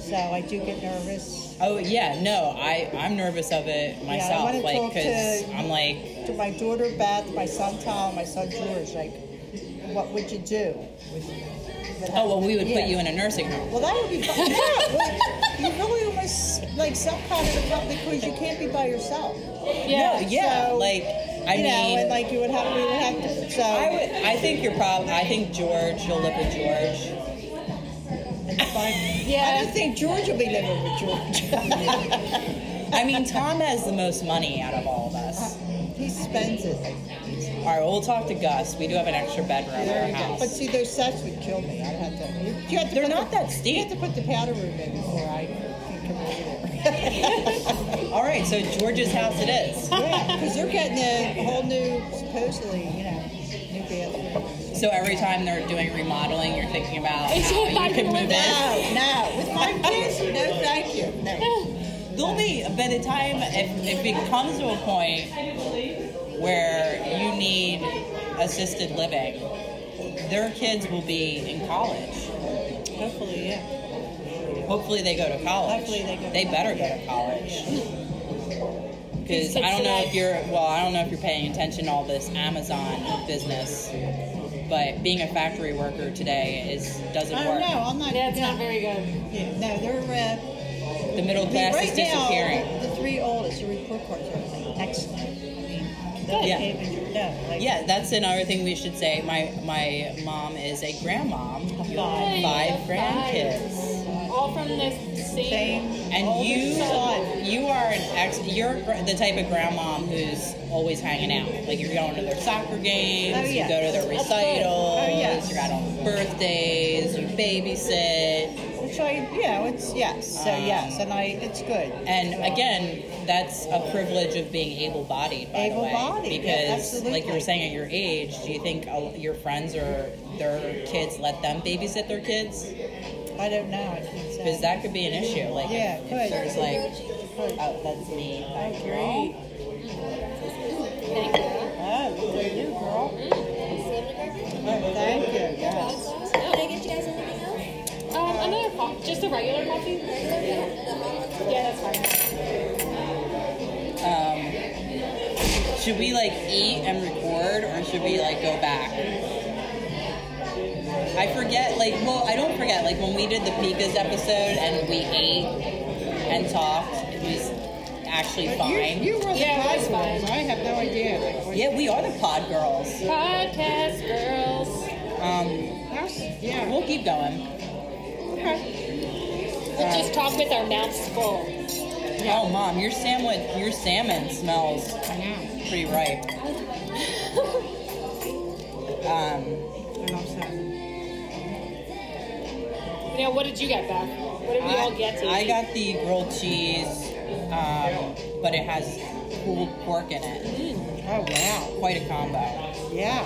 Speaker 6: So I do get nervous.
Speaker 3: Oh yeah, no, I I'm nervous of it myself,
Speaker 6: wanna
Speaker 3: like
Speaker 6: talk
Speaker 3: because
Speaker 6: to-
Speaker 3: I'm like,
Speaker 6: to my daughter Beth, my son Tom, my son George, like, what would you do?
Speaker 3: oh well, we would
Speaker 6: Yeah.
Speaker 3: put you in a nursing home.
Speaker 6: Well, that would
Speaker 3: [laughs]
Speaker 6: be fun. Yeah, well, you really almost like self confident because you can't be by yourself.
Speaker 3: Yeah, yeah,
Speaker 6: So,
Speaker 3: like I mean,
Speaker 6: you know, and like you would have, we would have to. So
Speaker 3: I would, I think you're probably, I think George, you'll live with George.
Speaker 6: it's fine. I don't think George will be living with George. [laughs]
Speaker 3: I mean, Tom has the most money out of all of us.
Speaker 6: he spends it.
Speaker 3: All right, well, we'll talk to Gus. We do have an extra bedroom in our house.
Speaker 6: But see, those sets would kill me. I'd have to. You, you have to
Speaker 3: They're
Speaker 6: put
Speaker 3: not
Speaker 6: the,
Speaker 3: that steep.
Speaker 6: You have to put the powder room in before I can come over there.
Speaker 3: all right, so George's house it is.
Speaker 6: yeah, because they're getting a whole new, supposedly, you know, new bathroom.
Speaker 3: So every time they're doing remodeling, you're thinking about
Speaker 5: It's
Speaker 3: how
Speaker 5: your
Speaker 3: you can
Speaker 5: bedroom.
Speaker 3: move in.
Speaker 6: No, no, with my kids, no, thank you. No.
Speaker 3: There'll be by the time if, if it comes to a point where you need assisted living, their kids will be in college.
Speaker 6: Hopefully, yeah.
Speaker 3: Hopefully they go to college.
Speaker 6: Hopefully they go to
Speaker 3: They better go to college.
Speaker 6: [laughs]
Speaker 3: Because I don't know if you're well, I don't know if you're paying attention to all this Amazon business, but being a factory worker today is doesn't
Speaker 6: I
Speaker 3: work.
Speaker 6: don't know. I'm not.
Speaker 5: Yeah, it's not very good.
Speaker 6: Yeah, no, they're. Uh,
Speaker 3: The middle
Speaker 6: I mean,
Speaker 3: class
Speaker 6: right
Speaker 3: is
Speaker 6: now,
Speaker 3: disappearing.
Speaker 6: the, the three oldest, the report cards are like excellent. I mean,
Speaker 3: Good. Yeah.
Speaker 6: yeah. no, like,
Speaker 3: Yeah, that's another thing we should say. My my mom is a grandmom. You
Speaker 6: Five.
Speaker 3: have five grandkids,
Speaker 5: All from the same.
Speaker 6: Same.
Speaker 3: and
Speaker 6: oldest
Speaker 3: you
Speaker 6: son.
Speaker 3: you are an ex. You're gr- the type of grandmom who's always hanging out. Like you're going to their soccer games,
Speaker 6: Oh,
Speaker 3: you
Speaker 6: yes.
Speaker 3: go to their
Speaker 6: That's
Speaker 3: recitals,
Speaker 6: Oh, yes.
Speaker 3: you're at all the birthdays, you babysit,
Speaker 6: Which I, yeah, it's yes. So
Speaker 3: Um,
Speaker 6: yes, and I, it's good.
Speaker 3: and again, that's a privilege of being able-bodied. By the way,
Speaker 6: Able-bodied, yeah,
Speaker 3: because like you
Speaker 6: absolutely.
Speaker 3: were saying, at your age, do you think uh, your friends or their kids let them babysit their kids?
Speaker 6: I don't know. I think so.
Speaker 3: Because that could be an issue. Like,
Speaker 6: Yeah,
Speaker 3: if,
Speaker 6: could.
Speaker 3: if there's like,
Speaker 6: Could.
Speaker 3: oh, that's me. Bye,
Speaker 6: Great.
Speaker 3: girl.
Speaker 6: Oh, look at you, girl. Oh, thank you. Yes.
Speaker 7: Can I get you guys anything else?
Speaker 5: Um, another coffee, just a regular coffee. Yeah, that's fine.
Speaker 3: Should we like eat and record, or should we like go back? I forget. Like, well, I don't forget. Like when we did the Pika's episode and we ate and talked, it was actually
Speaker 6: But you,
Speaker 3: fine.
Speaker 6: you were the
Speaker 5: Yeah, it was
Speaker 6: prize ones. I have no idea. Like, what-
Speaker 3: yeah, we are the pod girls.
Speaker 5: Podcast girls.
Speaker 3: Um,
Speaker 6: That's, yeah.
Speaker 3: we'll keep going.
Speaker 6: Okay.
Speaker 5: We'll just talk with our mouths full.
Speaker 3: Oh, mom, your salmon, your salmon smells
Speaker 6: I know.
Speaker 3: pretty ripe. um.
Speaker 6: And I'm sad.
Speaker 5: You know, what did you get back? What did we all get to?
Speaker 3: I
Speaker 5: eat?
Speaker 3: got the grilled cheese, um, but it has pulled pork in it.
Speaker 6: Oh wow.
Speaker 3: Quite a combo.
Speaker 6: Yeah.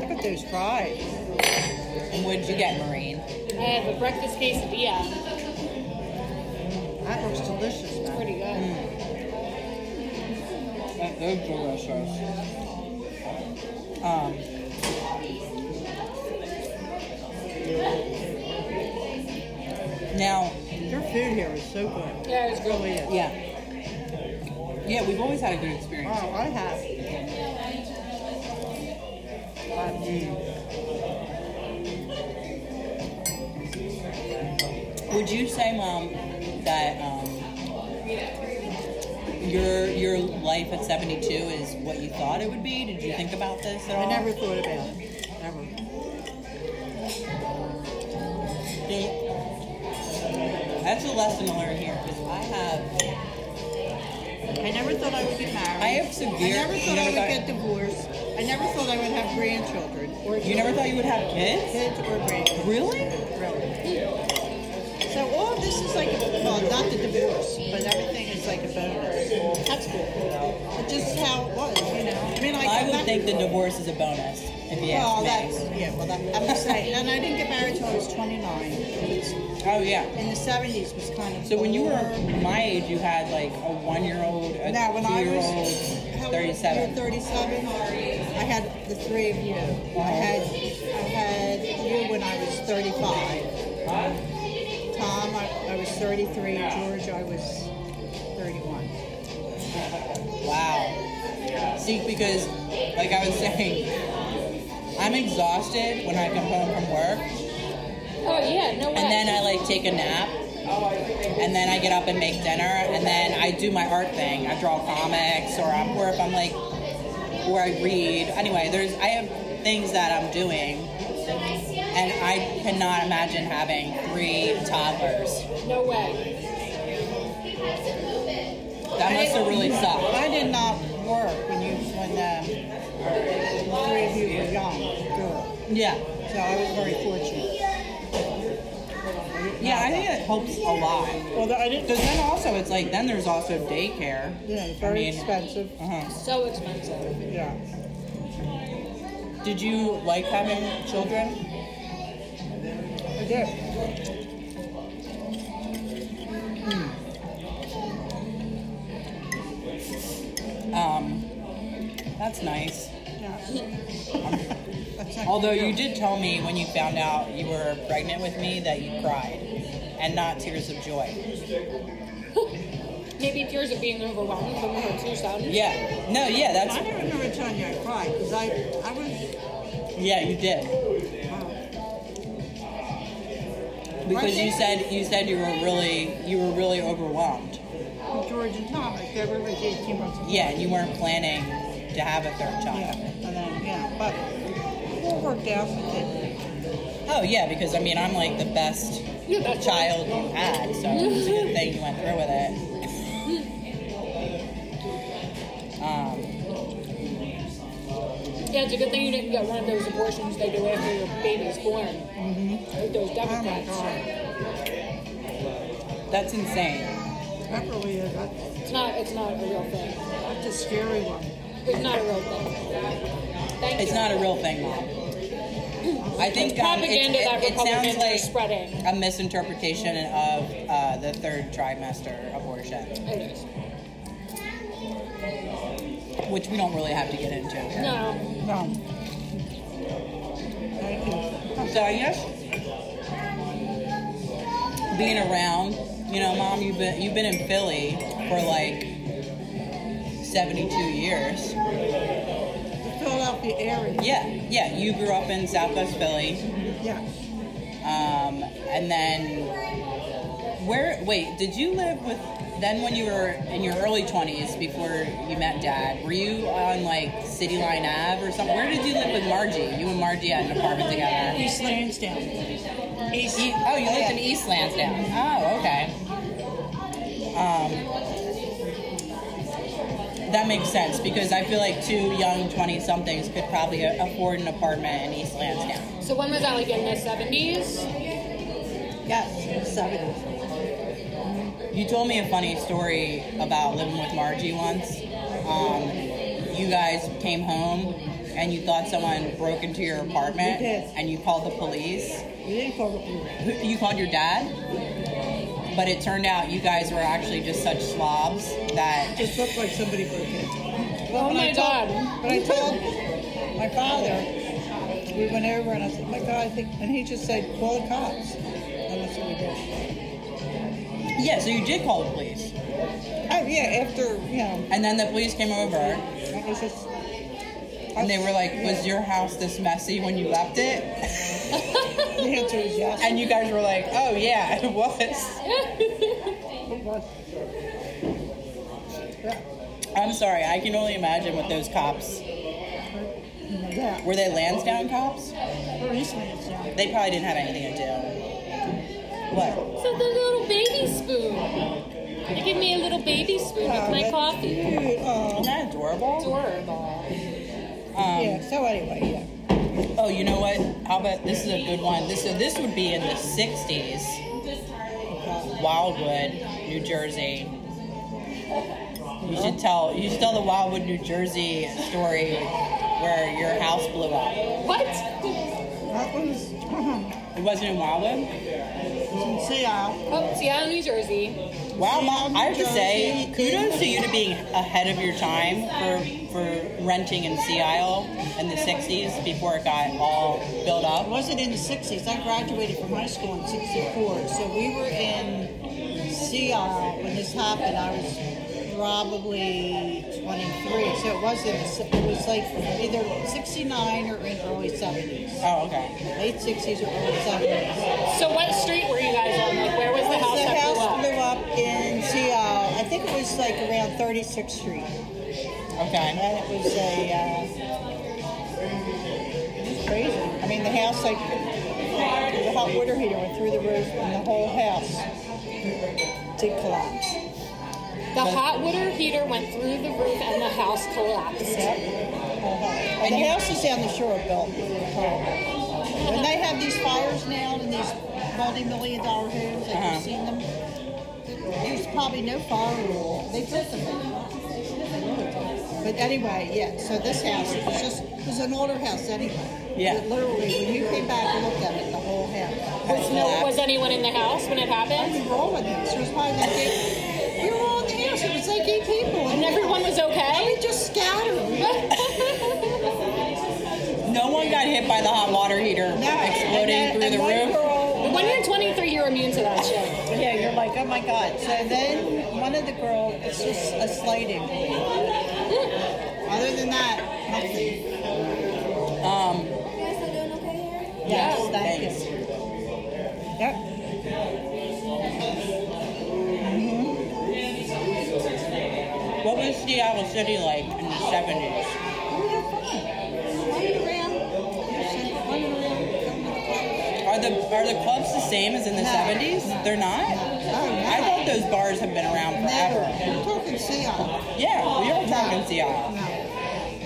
Speaker 6: Look at those fries.
Speaker 3: And what did you get, Maureen?
Speaker 5: I have a breakfast quesadilla.
Speaker 6: That looks delicious. man.
Speaker 5: Pretty good.
Speaker 3: That is delicious. Um, now,
Speaker 6: Your food here is so good.
Speaker 5: Yeah, it was good.
Speaker 6: Really is.
Speaker 3: yeah. Yeah, we've always had a good experience.
Speaker 6: Wow, I have.
Speaker 3: Mm. Would you say, Mom, that um, your your life at seventy two is what you thought it would be? Did you think about this at all?
Speaker 6: I never thought about it. Never.
Speaker 3: That's a lesson to learn here because I have
Speaker 6: I never thought I would get married.
Speaker 3: I have severe.
Speaker 6: I never
Speaker 3: you
Speaker 6: thought I would
Speaker 3: got-
Speaker 6: get divorced. I never thought I would have grandchildren or
Speaker 3: You never thought you would have kids?
Speaker 6: kids or grandchildren.
Speaker 3: Really?
Speaker 6: So all of this is like, well, not the divorce, but everything is like a bonus. That's cool. But just how it was, you know. I mean, like,
Speaker 3: I
Speaker 6: I'm
Speaker 3: would
Speaker 6: not-
Speaker 3: think the divorce is a bonus, if you
Speaker 6: Well, that's
Speaker 3: ask me.
Speaker 6: yeah. Well, that, I'm just saying. And I didn't get married till I was 29. In
Speaker 3: Oh, yeah.
Speaker 6: the 70s was kind of.
Speaker 3: So when you were
Speaker 6: boring.
Speaker 3: my age, you had like a one-year-old, a
Speaker 6: Now, when I was
Speaker 3: two-year-old,
Speaker 6: how old-
Speaker 3: thirty-seven.
Speaker 6: you were 37. I had the three of you. I had I had you when I was 35. Tom, I, I was 33. George, I was 31.
Speaker 3: Wow. See, because like I was [laughs] saying, I'm exhausted when I come home from work,
Speaker 4: Oh yeah, no way.
Speaker 3: and then I like take a nap, and then I get up and make dinner, and then I do my art thing. I draw comics, or I'm, or if I'm like, or I read. Anyway, there's I have things that I'm doing, and I cannot imagine having three toddlers.
Speaker 4: no way.
Speaker 3: That must have really sucked.
Speaker 6: I did not work when you when um, the three of you were young, girl.
Speaker 3: Yeah.
Speaker 6: So I was very fortunate.
Speaker 3: Yeah, I think it helps a lot. Well, I didn't. Because then also, it's like, then there's also daycare.
Speaker 6: You know, very
Speaker 3: I mean-
Speaker 6: expensive.
Speaker 3: Uh-huh.
Speaker 4: So expensive.
Speaker 6: Yeah.
Speaker 3: Did you like having children?
Speaker 6: I did.
Speaker 3: Um, that's nice.
Speaker 6: Yeah. That's not-
Speaker 3: Although you did tell me when you found out you were pregnant with me that you cried, and not tears of joy.
Speaker 4: [laughs] Maybe tears of being overwhelmed from her two sons.
Speaker 3: Yeah. No. Yeah.
Speaker 6: I
Speaker 3: That's.
Speaker 6: don't remember telling you I cried because I, I was.
Speaker 3: Yeah. You did.
Speaker 6: Wow.
Speaker 3: Because you said you said you were really you were really overwhelmed.
Speaker 6: George and Tom, like they were like 18 months apart.
Speaker 3: Yeah. And you weren't planning to have a third
Speaker 6: Yeah.
Speaker 3: child.
Speaker 6: And then, yeah, but it all worked out. It-
Speaker 3: Oh yeah, because I mean I'm like the best child you had, so it's a good thing you went through with it. [laughs] um,
Speaker 4: Yeah, it's a good thing you didn't get one of those abortions they do after your baby's born. Mm-hmm. Like those
Speaker 6: Oh my
Speaker 4: Democrats.
Speaker 6: God.
Speaker 3: that's insane.
Speaker 6: That really is. That's,
Speaker 4: it's not. It's not a real thing.
Speaker 6: that's a scary one.
Speaker 4: It's not a real
Speaker 3: Um,
Speaker 4: thing. Thank
Speaker 3: It's
Speaker 4: you.
Speaker 3: not a real thing, mom. I think um, it,
Speaker 4: propaganda
Speaker 3: it-
Speaker 4: that
Speaker 3: it
Speaker 4: Republicans
Speaker 3: sounds
Speaker 4: are
Speaker 3: like
Speaker 4: spreading.
Speaker 3: a misinterpretation of uh, the third trimester abortion,
Speaker 4: It is.
Speaker 3: which we don't really have to get into.
Speaker 4: No.
Speaker 6: No. Thank you.
Speaker 3: So I guess being around, you know, mom, you've been you've been in Philly for like seventy-two years.
Speaker 6: The Philadelphia area.
Speaker 3: Yeah, yeah. You grew up in Southwest Philly,
Speaker 6: Yeah.
Speaker 3: um, and then where? Wait, did you live with? Then when you were in your early twenties, before you met Dad, were you on like City Line Ave or something? Where did you live with Margie? You and Margie had an apartment together.
Speaker 6: East Lansdowne. East.
Speaker 3: E- oh, you lived
Speaker 6: yeah.
Speaker 3: in East Lansdowne. Oh, okay. Um, that makes sense because I feel like two young 20 somethings could probably a- afford an apartment in East Lansdowne.
Speaker 4: So when was that? Like in the seventies?
Speaker 6: Yes, seventies.
Speaker 3: You told me a funny story about living with Margie once. Um, you guys came home and you thought someone broke into your apartment
Speaker 6: We did.
Speaker 3: and you called the police.
Speaker 6: We didn't call it.
Speaker 3: Who- [clears throat] You called your dad? But it turned out you guys were actually just such slobs that
Speaker 6: It just looked like somebody broke in. Well,
Speaker 4: Oh
Speaker 6: when I
Speaker 4: my
Speaker 6: told-
Speaker 4: God.
Speaker 6: When I told my father, we went over and I said, "My God, I think," and he just said, "Call the cops." And that's what we did.
Speaker 3: Yeah, so you did call the police.
Speaker 6: Oh yeah, after you know,
Speaker 3: And then the police came over
Speaker 6: that was just.
Speaker 3: and they were like, Was your house this messy when you left it?
Speaker 6: The answer is yes.
Speaker 3: And you guys were like, Oh, yeah, it was. [laughs]
Speaker 6: it was. Yeah.
Speaker 3: I'm sorry, I can only imagine what those cops
Speaker 6: Yeah.
Speaker 3: were they Lansdowne cops?
Speaker 6: Or East Lansdowne.
Speaker 3: They probably didn't have anything to do. What?
Speaker 4: So the little baby spoon. You give me a little baby spoon with
Speaker 6: Oh,
Speaker 4: my
Speaker 6: that's
Speaker 4: coffee.
Speaker 6: cute. Oh.
Speaker 3: Isn't that adorable?
Speaker 4: Adorable.
Speaker 3: Um,
Speaker 6: yeah. So anyway,
Speaker 3: Oh, you know what? I'll bet this is a good one. This so this would be in the '60s, Wildwood, New Jersey. You should tell you should tell the Wildwood, New Jersey story where your house blew up.
Speaker 4: What?
Speaker 6: yeah. That was
Speaker 3: It wasn't in Wildwood.
Speaker 6: in Seattle.
Speaker 4: Oh, Seattle, New Jersey.
Speaker 3: Wow, Mom! I have to say, kudos to you to being ahead of your time for for renting in Sea Isle in the '60s before it got all built
Speaker 6: I
Speaker 3: up.
Speaker 6: wasn't in the '60s. I graduated from high school in '64, so we were in Seattle when this happened. I was probably 23, so it wasn't. It was like either '69 or in early '70s,
Speaker 3: Oh, okay.
Speaker 6: late '60s or early '70s.
Speaker 4: So what street were you guys on? Like, where was the house
Speaker 6: The
Speaker 4: that blew
Speaker 6: house
Speaker 4: up?
Speaker 6: blew up in Seattle. I think it was like around 36th Street.
Speaker 3: Okay.
Speaker 6: And it was a, uh, it was crazy. I mean, the house, like, the hot water heater went through the roof and the whole house did collapse.
Speaker 4: The hot water heater went through the roof and the house collapsed.
Speaker 6: Yep. Uh-huh. And the houses down the shore are built. When they have these fires now and these multi-million dollar homes, have
Speaker 3: Uh-huh.
Speaker 6: you seen them? There's probably no fire rule. They put them in. But anyway, yeah, so this house, it was just, it was an older house anyway.
Speaker 3: Yeah.
Speaker 6: But Literally, when you came back and looked at it, the whole house.
Speaker 4: Was no was anyone in the house when it
Speaker 6: I
Speaker 4: happened?
Speaker 6: was rolling it, so it was probably like eight, we were all in the house, it was like eight people.
Speaker 4: And everyone was okay.
Speaker 6: We just scattered.
Speaker 3: No one got hit by the hot water heater exploding
Speaker 6: and
Speaker 3: through
Speaker 6: then-
Speaker 3: the
Speaker 6: and one
Speaker 3: roof.
Speaker 6: girl-
Speaker 4: when you're 23, you're immune to that shit.
Speaker 6: yeah, you're like, oh my god. So then one of the girls, it's just a sliding. Other than that, nothing.
Speaker 8: You
Speaker 3: Um,
Speaker 8: guys still doing okay here?
Speaker 6: Yes, thank you. Yep.
Speaker 3: what was Seattle City like in the seventies?
Speaker 6: We had fun. Running around. Running around.
Speaker 3: Are the are the clubs the same as in the
Speaker 6: No.
Speaker 3: seventies? They're not.
Speaker 6: Oh, no.
Speaker 3: I thought those bars have been around forever.
Speaker 6: Never. We're talking Seattle.
Speaker 3: Yeah, we are talking Seattle.
Speaker 6: No.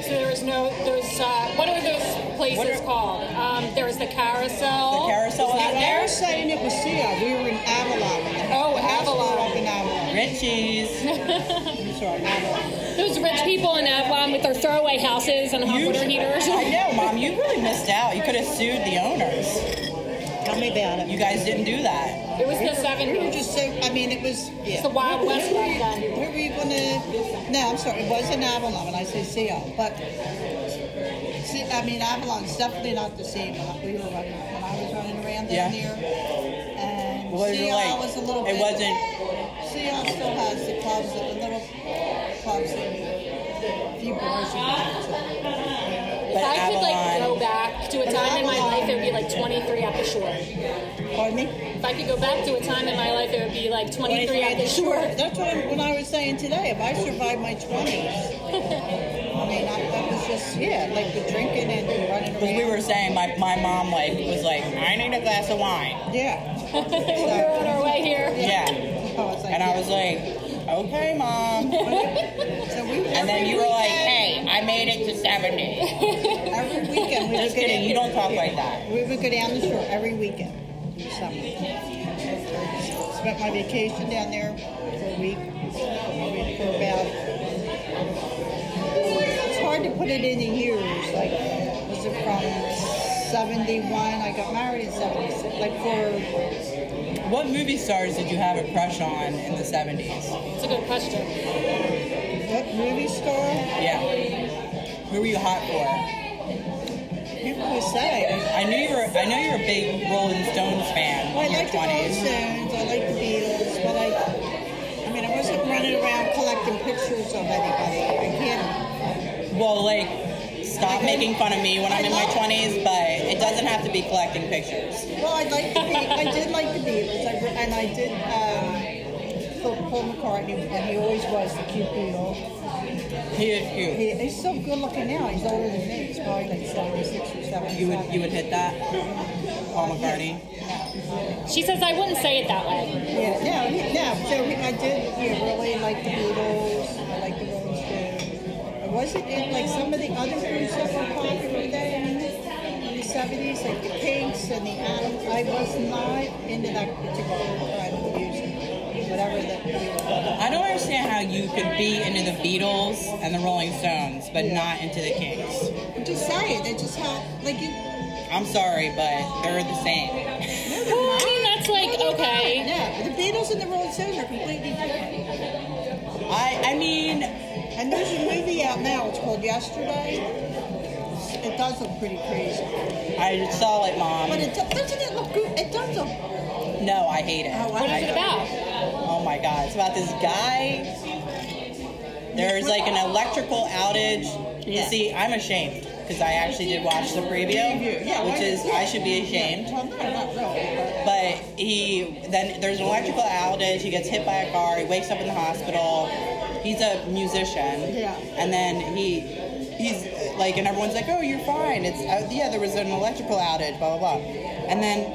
Speaker 4: So there was no there's uh, what are those places
Speaker 3: What are-
Speaker 4: called? Um, there was the carousel.
Speaker 3: The carousel out
Speaker 6: I
Speaker 3: there.
Speaker 6: was saying it was Seattle. We were in Avalon.
Speaker 4: Oh, Avalon.
Speaker 6: Up in Avalon.
Speaker 3: Richie's.
Speaker 6: I'm sorry. Avalon.
Speaker 4: Those rich people in Avalon with their throwaway houses and hot
Speaker 3: You-
Speaker 4: water heaters.
Speaker 3: I know, Mom. You really missed out. You could have sued the owners.
Speaker 6: Tell me about it.
Speaker 3: You guys didn't do that.
Speaker 4: It was the
Speaker 6: We were
Speaker 4: 70s.
Speaker 6: just so, I mean, it was, yeah.
Speaker 4: It's the Wild West back then.
Speaker 6: Where were you gonna, no, I'm sorry, it wasn't Avalon, and I say Seattle, but, see, I mean, Avalon's definitely not the same, like we were running, when I was running around
Speaker 3: Yeah.
Speaker 6: down there. And
Speaker 3: What was it
Speaker 6: Seattle
Speaker 3: like?
Speaker 6: was a little bit.
Speaker 3: It wasn't.
Speaker 6: Seattle still has the clubs, the little clubs, and a few bars. you can go to.
Speaker 4: If I could like
Speaker 3: Avalon-
Speaker 4: go back to a time in my life, it would be like 23 at the shore.
Speaker 6: Pardon me?
Speaker 4: If I could go back to a time in my life, it would be like 23 at the shore.
Speaker 6: That's what, I- what I was saying today, if I survived my twenties, I mean, I, that was just, yeah, like the drinking and the running around.
Speaker 3: Because we were saying, my, my mom like was like, I need a glass of wine.
Speaker 6: Yeah.
Speaker 4: [laughs] we were on our way here.
Speaker 3: Yeah.
Speaker 6: I was like,
Speaker 3: And I
Speaker 6: yeah.
Speaker 3: was like, okay, mom.
Speaker 6: so we,
Speaker 3: And then you were like, hey, I made it to 70.
Speaker 6: every weekend we
Speaker 3: Just
Speaker 6: would go down,
Speaker 3: kidding, you don't talk like that.
Speaker 6: we would go down the shore every weekend. in the Summer. Spent my vacation down there for a week, for about. It's hard to put it into years. Like, was it from '71? I got married in '76. Like for
Speaker 3: What movie stars did you have a crush on in the 70s?
Speaker 4: It's a good question.
Speaker 6: what movie star?
Speaker 3: Yeah. Who were you hot for?
Speaker 6: Who could say?
Speaker 3: I knew you were. I know you were a big Rolling Stones fan
Speaker 6: Well, I
Speaker 3: in your
Speaker 6: like the Rolling
Speaker 3: 20s.
Speaker 6: Stones. I like the Beatles, but I, I mean, I wasn't running around collecting pictures of anybody. I can't.
Speaker 3: Well, like, stop making fun of me when I'm in my 20s, but it doesn't have to be collecting pictures.
Speaker 6: Well, I like the Beatles. I did like the Beatles, I, re- and I did um, Paul, Paul McCartney, and he always was the cute Beatle.
Speaker 3: He is cute.
Speaker 6: He, he's so good looking now. He's older than me. He's probably like seventy-six or seventy-seven.
Speaker 3: You would you would hit that, Paul McCartney.
Speaker 4: She says I wouldn't say it that [laughs] way.
Speaker 6: Yeah, no, he- no. So we, I did you know, really like the Beatles. I like the Rolling Stones. I wasn't it like some of the other groups that were popular then in the seventies, like the Kinks and the Adams? I was not into that particular kind of music, whatever that. we were called.
Speaker 3: I don't understand how you could be into the Beatles and the Rolling Stones, but not into the Kings.
Speaker 6: I'm just saying, they just had like you.
Speaker 3: I'm sorry, but they're the same. [laughs]
Speaker 4: I mean, that's like okay.
Speaker 6: Yeah, the Beatles and the Rolling Stones are completely different.
Speaker 3: I I mean,
Speaker 6: And there's a movie out now. It's called Yesterday. It does look pretty crazy,
Speaker 3: I saw it, mom.
Speaker 6: but it do- doesn't it look good? It does look.
Speaker 3: No, I hate it.
Speaker 6: Oh, I
Speaker 4: What is it about?
Speaker 3: Oh my god, it's about this guy. There's like an electrical outage. You
Speaker 6: Yeah.
Speaker 3: see, I'm ashamed because I actually did watch the preview,
Speaker 6: Yeah,
Speaker 3: which
Speaker 6: why-
Speaker 3: is I should be ashamed.
Speaker 6: Well, no, not really.
Speaker 3: But he then there's an electrical outage. He gets hit by a car. He wakes up in the hospital. He's a musician.
Speaker 6: Yeah.
Speaker 3: And then he he's uh, like, and everyone's like, "Oh, you're fine." It's uh, yeah, there was an electrical outage. Blah blah blah. And then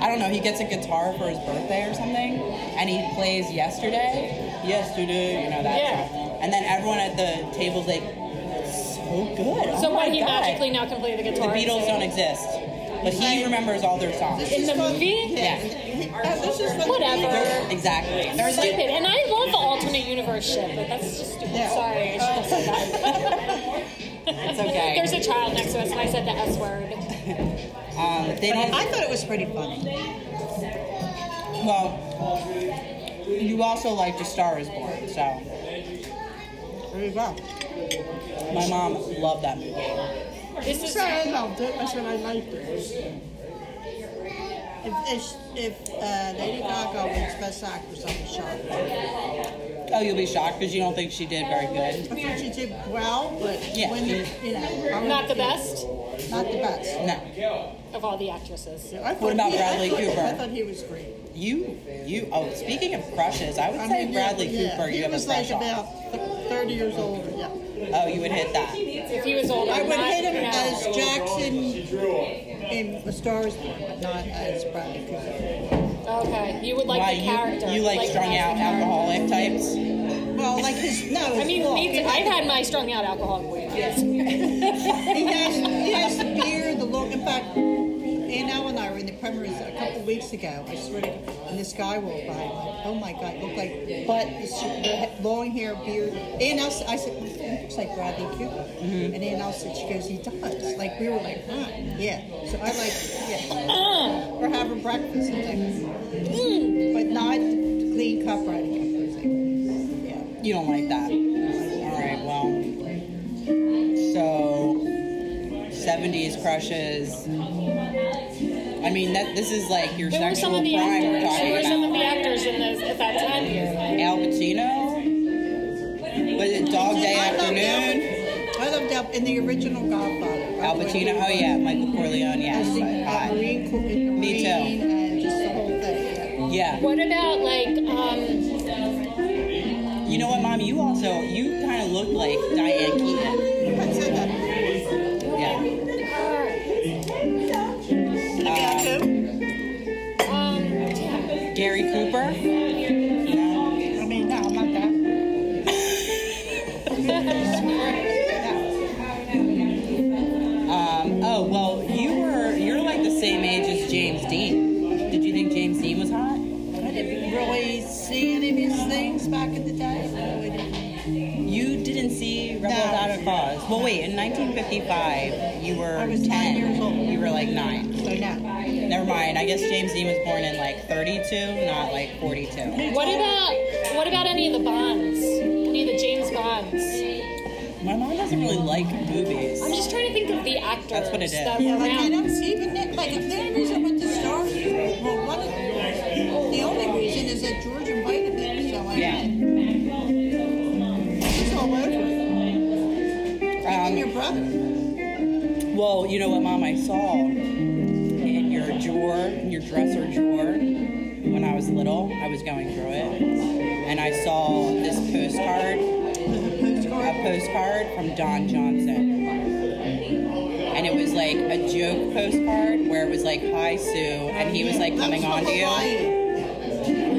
Speaker 3: I don't know. He gets a guitar for his birthday or something, and he plays yesterday. Yesterday, you know that.
Speaker 4: Yeah.
Speaker 3: song. And then everyone at the table's like, "So good." Oh
Speaker 4: So
Speaker 3: my
Speaker 4: what? He
Speaker 3: God."
Speaker 4: magically now can play the
Speaker 3: The
Speaker 4: guitar.
Speaker 3: Beatles don't exist, but he remembers all their songs.
Speaker 4: in the movie.
Speaker 3: Yeah.
Speaker 6: Oh, this is what-
Speaker 4: Whatever.
Speaker 3: Exactly. There's like
Speaker 4: Stupid. And I love the alternate universe shit, but that's just stupid.
Speaker 6: Yeah.
Speaker 4: Sorry, I should have said [laughs] that.
Speaker 3: It's okay.
Speaker 4: There's a child next to us, and I said the S word.
Speaker 3: um, they don't.
Speaker 6: I thought it was pretty funny.
Speaker 3: Well, you also liked A Star Is Born, so
Speaker 6: There you go.
Speaker 3: my mom loved that movie.
Speaker 4: This is
Speaker 6: So I loved it. I said I liked it. If if, if uh, Lady Gaga wins Best Actress, I'll be shocked.
Speaker 3: Oh, you'll be shocked because you don't think she did very good.
Speaker 6: I thought she did well, but
Speaker 3: Yeah.
Speaker 6: when the, you know, I was-
Speaker 4: not the best
Speaker 6: Not the best.
Speaker 3: No,
Speaker 4: of all the actresses.
Speaker 6: I thought
Speaker 3: What about
Speaker 6: he- I
Speaker 3: Bradley
Speaker 6: thought-
Speaker 3: Cooper?
Speaker 6: I thought he was great.
Speaker 3: you, you. Oh, speaking of crushes, I would
Speaker 6: I
Speaker 3: say
Speaker 6: mean, yeah,
Speaker 3: Bradley
Speaker 6: yeah.
Speaker 3: Cooper.
Speaker 6: He
Speaker 3: You have
Speaker 6: was
Speaker 3: a crush
Speaker 6: like
Speaker 3: on.
Speaker 6: about th- thirty years older. Yeah.
Speaker 3: Oh, you would hit that.
Speaker 4: If he was older,
Speaker 6: I would
Speaker 4: not,
Speaker 6: hit him
Speaker 4: no.
Speaker 6: as Jackson in The Stars, but not as Bradley Cooper.
Speaker 4: Okay, you would like
Speaker 3: Why
Speaker 4: the
Speaker 3: you?
Speaker 4: character.
Speaker 3: You like
Speaker 4: the
Speaker 3: strung out
Speaker 4: character.
Speaker 3: alcoholic types?
Speaker 6: Well, like his no.
Speaker 4: I
Speaker 6: his
Speaker 4: mean,
Speaker 6: look.
Speaker 4: me too. I've had my strung out alcoholic ways.
Speaker 6: He
Speaker 4: [laughs]
Speaker 6: has, he has the beard, the look. In fact, Ann Al and I were in the primers a couple weeks ago. I swear to God. And this guy walked by. I'm like, oh my God, look like, but the s- the long hair, beard. Ann Al, I said, he looks like Bradley Cooper.
Speaker 4: Mm-hmm.
Speaker 6: And Ann Al said, she goes, he does. Like, we were like, huh, yeah. So I like,
Speaker 4: Uh.
Speaker 6: yeah. We're having breakfast. I'm like,
Speaker 4: Mm.
Speaker 6: but not clean cup riding. Yeah.
Speaker 3: You don't like that. All right, well. So, 70s crushes. I mean, that this is like your
Speaker 4: Who were
Speaker 3: sexual
Speaker 4: some of the
Speaker 3: prime we're
Speaker 4: actors? Who
Speaker 3: talking
Speaker 4: were
Speaker 3: about.
Speaker 4: some of the actors in this at that time period?
Speaker 3: Al Pacino? Was it Dog Day
Speaker 6: I love
Speaker 3: Afternoon?
Speaker 6: Al- I loved Al in the original Godfather.
Speaker 3: Al Pacino? Oh, yeah, Michael Corleone,
Speaker 6: I
Speaker 3: yes.
Speaker 6: think uh,
Speaker 3: but,
Speaker 6: Marine, Cor- Marine
Speaker 3: Me too.
Speaker 6: and just the whole thing.
Speaker 3: uh, Yeah.
Speaker 4: What about like um,
Speaker 3: You know what, Mom? You also, you kind of look like Diane Keaton.
Speaker 6: Yeah. I said that.
Speaker 3: Yeah.
Speaker 6: Yeah, too.
Speaker 4: um
Speaker 3: Gary Cooper? No.
Speaker 6: I mean, no, I'm not that. No.
Speaker 3: Um, oh well, you were you're like the same age as James Dean. Did you think James Dean was hot?
Speaker 6: I didn't really see any of these things back in the day. I really didn't.
Speaker 3: You didn't see Rebel
Speaker 6: No.
Speaker 3: Without a Cause. Well, wait, in 1955, you were
Speaker 6: I was
Speaker 3: 10.
Speaker 6: nine years old.
Speaker 3: You were like nine.
Speaker 6: So no.
Speaker 3: Never mind. I guess James Dean was born in like 32, not like 42.
Speaker 4: what about what about any of the Bonds? Any of the James Bonds?
Speaker 3: My mom doesn't really like movies.
Speaker 4: I'm just trying to think of the actors
Speaker 3: That's what it is.
Speaker 4: that
Speaker 6: Yeah,
Speaker 4: were
Speaker 6: like I
Speaker 4: around.
Speaker 6: don't see even it. Like if the only reason I went to stars, well, one of the, the only reason is that George invited me, so I
Speaker 3: Yeah.
Speaker 6: went. It's all over.
Speaker 3: Um,
Speaker 6: it. And your brother.
Speaker 3: Well, you know what, Mom? I saw in your drawer, in your dresser drawer, when I was little, I was going through it, and I saw this postcard, a postcard from Don Johnson, and it was like a joke postcard where it was like, "Hi, Sue," and he was like coming on to you.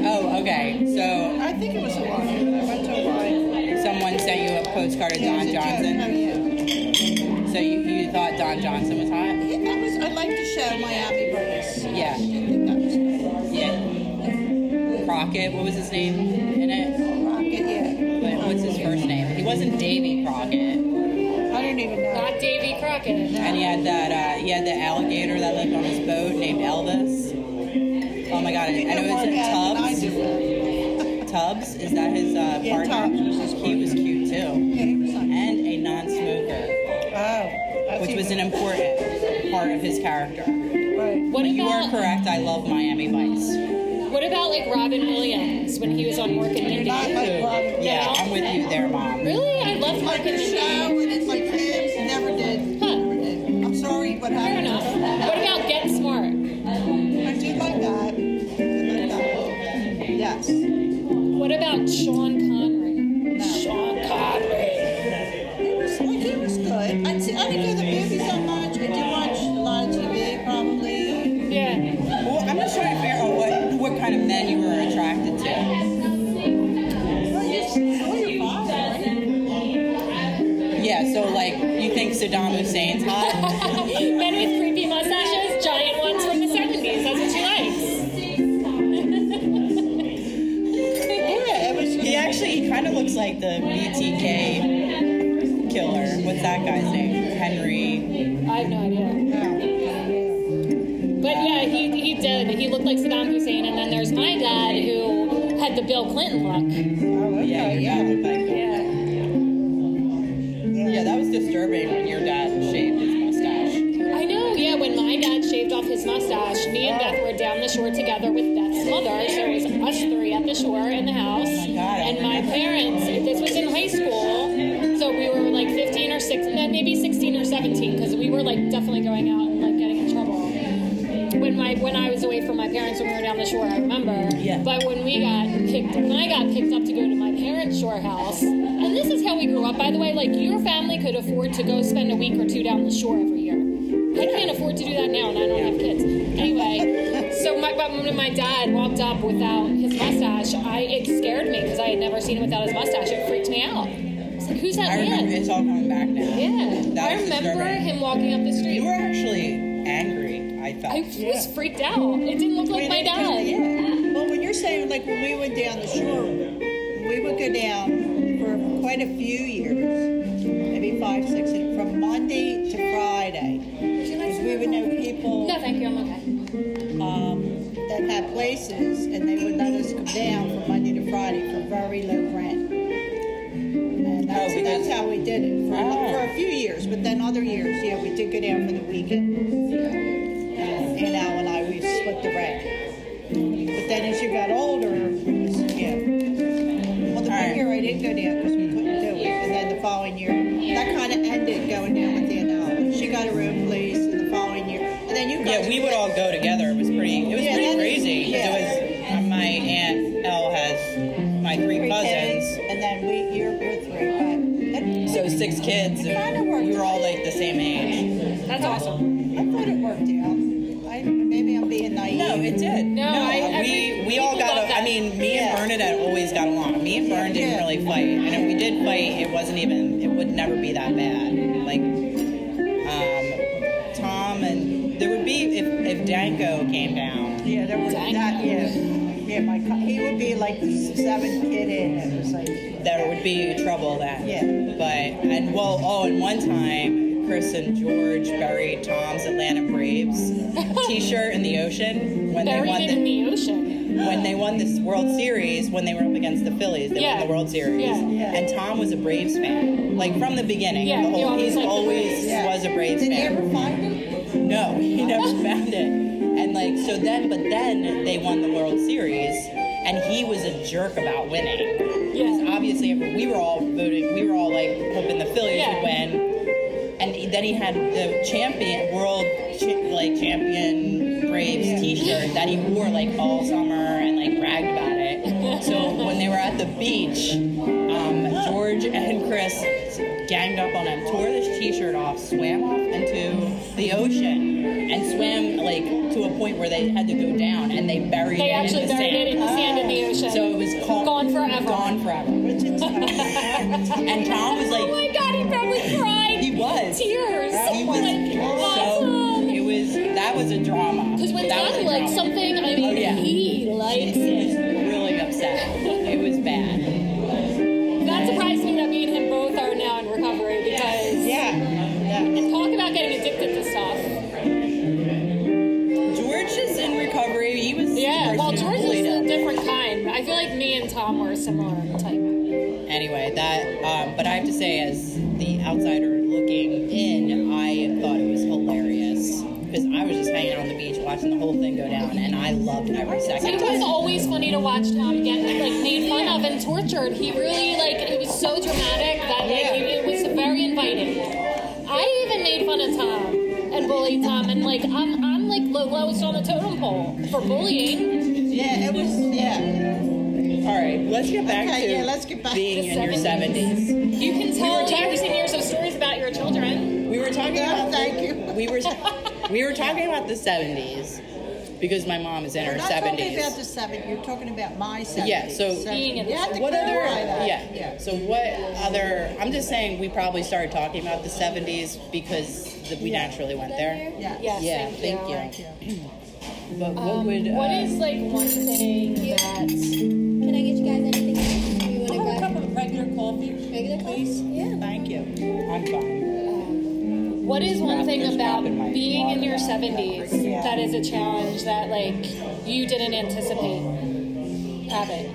Speaker 3: Oh, okay. So
Speaker 6: I think it was Hawaii. I went to Hawaii.
Speaker 3: someone sent you a postcard of Don
Speaker 6: There's a joke. No,
Speaker 3: Johnson.
Speaker 6: Oh, yeah.
Speaker 3: So you, you thought Don Johnson was hot?
Speaker 6: Yeah, I was. I like the show Miami Vice.
Speaker 3: Yeah.
Speaker 6: I think that was
Speaker 3: Yeah. Crockett, what was his name in it?
Speaker 6: Rocket. Yeah.
Speaker 3: What, what's his first name? He wasn't Davy Crockett.
Speaker 6: I don't even know.
Speaker 4: Not Davy Crockett.
Speaker 3: And he had that uh, he had the alligator that lived on his boat named Elvis. Oh my god, and
Speaker 6: You
Speaker 3: it
Speaker 6: know
Speaker 3: was
Speaker 6: more about than I
Speaker 3: in Tubbs.
Speaker 6: do.
Speaker 3: Tubbs, is that his uh,
Speaker 6: Yeah,
Speaker 3: partner?
Speaker 6: Tubbs was his
Speaker 3: He was cute too.
Speaker 6: Yeah, he was on.
Speaker 3: And a non smoker,
Speaker 6: Oh, that's
Speaker 3: which was an
Speaker 6: even-
Speaker 3: important part of his character.
Speaker 6: Right.
Speaker 4: What
Speaker 3: But you are
Speaker 4: about
Speaker 3: correct, I love Miami Vice.
Speaker 4: what about like Robin Williams when he was on Mork and Mindy?
Speaker 6: Not like Robin.
Speaker 3: Yeah, I'm with you there, Mom.
Speaker 4: Really, I love Mork
Speaker 6: Like
Speaker 4: and
Speaker 6: a show,
Speaker 4: Mindy.
Speaker 6: and it's like him. Never did.
Speaker 4: Huh,
Speaker 6: Never did. I'm sorry. What
Speaker 4: fair
Speaker 6: happened?
Speaker 4: enough. What about Get Smart?
Speaker 6: I did like that. Did like that. Yes.
Speaker 4: What about Sean Connery? [laughs] Sean Connery.
Speaker 6: It was like it was good. I, see, I didn't go to the movies that much. I did watch a lot of TV, probably.
Speaker 4: Yeah.
Speaker 3: Well, I'm just trying to figure out what, what kind of men you were attracted to.
Speaker 6: Well, you saw your father, right?
Speaker 3: Yeah, so like you think Saddam Hussein's hot?
Speaker 4: Men with creepy mustaches, giant ones from the 70s. That's what she likes.
Speaker 6: Yeah, it was.
Speaker 3: he actually he kind of looks like the BTK killer. What's that guy's name? Henry.
Speaker 4: I have no idea. But yeah, he, he did. He looked like Saddam Hussein. And then there's my dad who had the Bill Clinton look.
Speaker 6: Oh,
Speaker 3: Yeah,
Speaker 6: okay,
Speaker 3: your dad
Speaker 6: yeah.
Speaker 3: looked like him.
Speaker 4: Yeah.
Speaker 3: Yeah, that was disturbing when your dad shaved his mustache.
Speaker 4: I know, yeah, when my dad shaved off his mustache, me and Beth were down the shore together with Beth's mother. So it was us three at the shore in the house.
Speaker 3: Oh God, I
Speaker 4: and my
Speaker 3: remember.
Speaker 4: parents, this was in high school. So we were like 15 or 16, maybe 16 or 17, because we were like definitely going out and like getting in trouble. When my when I was away from my parents when we were down the shore, I remember.
Speaker 3: Yeah.
Speaker 4: But when we got picked, when I got picked up to go to my parents' shore house, and this is how we grew up, by the way. Like your family could afford to go spend a week or two down the shore every year. I can't afford to do that now, and I don't have kids. Anyway, so my but when my dad walked up without his mustache, I it scared me because I had never seen him without his mustache. It freaked me out. It's like who's that
Speaker 3: I remember
Speaker 4: man?
Speaker 3: it's all coming back now.
Speaker 4: Yeah,
Speaker 3: That
Speaker 4: I
Speaker 3: was
Speaker 4: remember
Speaker 3: disturbing.
Speaker 4: him walking up the street.
Speaker 3: You were actually angry. I felt.
Speaker 4: I was freaked out. It didn't look like my dad.
Speaker 6: Yeah. Well, when you're saying like when we went down the shore, we would go down for quite a few years, maybe five, six, and from Monday to Friday, because we would know people
Speaker 4: No, thank you. I'm okay.
Speaker 6: um, that had places, and they would let us come down from Monday to Friday for very low rent. And that's,
Speaker 3: Oh, because- Ah.
Speaker 6: that's how we did it for,
Speaker 3: Wow.
Speaker 6: for a few years, but then other years, yeah, we did go down for the weekend. And, and Al and I, we split the rent. But then as you got older, it was, yeah. Well, the one
Speaker 3: Alright.
Speaker 6: year I didn't go down because we couldn't do it, and then the following year, that kind of ended going down with Danielle. She got her own place, and the following year, and then you guys
Speaker 3: Yeah, we would all go together. It was pretty. It was
Speaker 6: Yeah,
Speaker 3: pretty
Speaker 6: that-
Speaker 3: crazy. 'cause
Speaker 6: yeah.
Speaker 3: It was. My aunt Elle has my three
Speaker 6: kids,
Speaker 3: cousins,
Speaker 6: and then we, you're, you're three, but that,
Speaker 3: so six kids.
Speaker 6: Kinda
Speaker 3: And
Speaker 6: worked.
Speaker 3: we were all like the same age.
Speaker 4: That's awesome.
Speaker 6: I thought it worked out. I, maybe I'm being naive.
Speaker 3: No, it did.
Speaker 4: No, I- I
Speaker 3: we
Speaker 4: mean,
Speaker 3: we all
Speaker 4: people
Speaker 3: got.
Speaker 4: love
Speaker 3: a- I
Speaker 4: that.
Speaker 3: mean, me
Speaker 6: Yeah.
Speaker 3: and Bernadette always got along. Me and Bern didn't
Speaker 6: Yeah.
Speaker 3: really fight, and if we did fight, it wasn't even. It would never be that bad. Like, um, Tom and there would be if if Danko came down.
Speaker 6: Yeah, there was
Speaker 4: Dang.
Speaker 6: that. Yeah, yeah. My co- he would be like the seventh kid in. It was like
Speaker 3: there would be trouble then.
Speaker 6: Yeah.
Speaker 3: But and well, oh, and one time Chris and George buried Tom's Atlanta Braves T-shirt in the ocean when they
Speaker 4: Buried
Speaker 3: won
Speaker 4: it in
Speaker 3: the,
Speaker 4: the ocean.
Speaker 3: when they won this World Series when they were up against the Phillies. They
Speaker 4: Yeah.
Speaker 3: won the World Series,
Speaker 4: Yeah.
Speaker 6: Yeah.
Speaker 3: and Tom was a Braves fan, like from the beginning.
Speaker 4: Yeah,
Speaker 3: the
Speaker 4: he
Speaker 3: whole,
Speaker 4: always
Speaker 3: he's
Speaker 4: liked the
Speaker 3: always
Speaker 4: Braves.
Speaker 6: Yeah.
Speaker 3: was a Braves
Speaker 6: Did you
Speaker 3: fan.
Speaker 6: ever find him?
Speaker 3: No, he [laughs] never found it. And like so then but then they won the World Series and he was a jerk about winning. Because obviously we were all voting we were all like hoping the Phillies
Speaker 4: Yeah.
Speaker 3: would win. And he- then he had the champion world cha- like champion Braves T-shirt that he wore like all summer and like bragged about it. So when they were at the beach, um, George and Chris ganged up on him, tore this T-shirt off, swam off into the ocean, and swam like to a point where they had to go down and they buried
Speaker 4: They
Speaker 3: it
Speaker 4: actually
Speaker 3: in the
Speaker 4: buried
Speaker 3: sand. Ah.
Speaker 4: it in the sand in the ocean.
Speaker 3: So it was called
Speaker 4: Gone forever.
Speaker 3: Gone
Speaker 4: [laughs]
Speaker 3: forever.
Speaker 6: Which is
Speaker 3: And Tom was
Speaker 4: oh
Speaker 3: like,
Speaker 4: my god, he probably cried
Speaker 3: he was.
Speaker 4: tears.
Speaker 3: He was
Speaker 4: like,
Speaker 3: so. It was that was a drama.
Speaker 4: Because when
Speaker 3: that was
Speaker 4: Tom
Speaker 3: a
Speaker 4: likes
Speaker 3: drama.
Speaker 4: something, I mean,
Speaker 3: Oh, yeah.
Speaker 4: he likes it.
Speaker 3: really upset. It was bad.
Speaker 4: That surprised me that me and him both are now in recovery because
Speaker 6: yeah.
Speaker 4: talk about getting addicted to stuff.
Speaker 3: George is in recovery. He was the
Speaker 4: Yeah,
Speaker 3: person
Speaker 4: well,
Speaker 3: who
Speaker 4: George
Speaker 3: bullied
Speaker 4: is a
Speaker 3: him.
Speaker 4: different kind. I feel like me and Tom were a similar type.
Speaker 3: anyway that um, but i have to say as the outsider looking in i thought it was hilarious because i was just hanging out on the beach watching the whole thing go down and i loved every second
Speaker 4: It
Speaker 3: of
Speaker 4: was
Speaker 3: it
Speaker 4: always funny to watch Tom get like made fun of and tortured. He really like it was so dramatic that like
Speaker 6: Yeah.
Speaker 4: it was very inviting. I even made fun of Tom and bullied Tom and like I'm I'm like the lowest on the totem pole for bullying.
Speaker 6: Yeah, it was, yeah.
Speaker 3: all right let's get back
Speaker 6: Okay,
Speaker 3: to
Speaker 6: yeah, let's get back
Speaker 3: being
Speaker 4: to
Speaker 3: in your
Speaker 4: 70s.
Speaker 3: 70s
Speaker 4: You can tell years and years of stories about your children.
Speaker 3: we were talking
Speaker 6: No,
Speaker 3: about
Speaker 6: thank you.
Speaker 3: we were
Speaker 6: [laughs]
Speaker 3: we were talking about the 70s because my mom is in her
Speaker 9: We're not
Speaker 3: 70s
Speaker 9: talking about the seven. You're talking about my seven.
Speaker 3: Yeah, so-
Speaker 4: Being in the
Speaker 9: you have to
Speaker 3: what other
Speaker 9: clarify that.
Speaker 3: yeah. so what other i'm just saying we probably started talking about the 70s because the, we naturally went there
Speaker 9: Yeah.
Speaker 4: Yes,
Speaker 3: yeah
Speaker 4: thank,
Speaker 3: thank
Speaker 4: you. Um,
Speaker 3: you,
Speaker 9: Thank you.
Speaker 3: [clears throat] But what would uh,
Speaker 4: What is like one thing that
Speaker 10: Can I get you guys anything? else? Or You want
Speaker 4: Oh,
Speaker 6: A
Speaker 10: to go
Speaker 6: cup of regular coffee,
Speaker 10: regular coffee?
Speaker 6: please. Thank you.
Speaker 3: I'm fine.
Speaker 4: what is one thing
Speaker 3: There's
Speaker 4: about
Speaker 3: crap in my
Speaker 4: being in your
Speaker 3: water.
Speaker 4: seventies that is a challenge that like you didn't anticipate having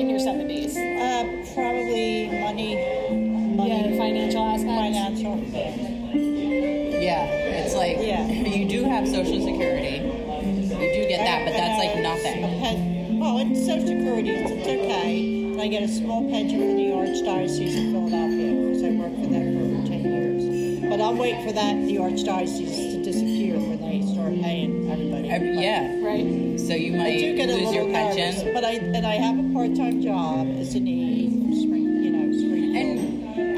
Speaker 4: in your seventies? Yeah,
Speaker 6: Uh, probably money,
Speaker 4: the
Speaker 6: money,
Speaker 4: financial aspect.
Speaker 6: financial.
Speaker 3: Yeah, it's like
Speaker 6: Yeah.
Speaker 3: [laughs] you do have Social Security. You do get that, but that's like
Speaker 6: And, uh,
Speaker 3: nothing.
Speaker 6: had- Well, it's Social Security, it's it's okay. And I get a small pension for the Archdiocese of Philadelphia because I worked for them for over 10 years. But I'll wait for that, the Archdiocese to disappear when they start paying everybody.
Speaker 3: Every-
Speaker 6: But
Speaker 3: yeah,
Speaker 4: Right.
Speaker 3: so you
Speaker 6: I
Speaker 3: might
Speaker 6: do get a
Speaker 3: lose
Speaker 6: little
Speaker 3: your pension.
Speaker 6: nervous, but I, and I have a part-time job as an aide from Spring, you know, Springfield.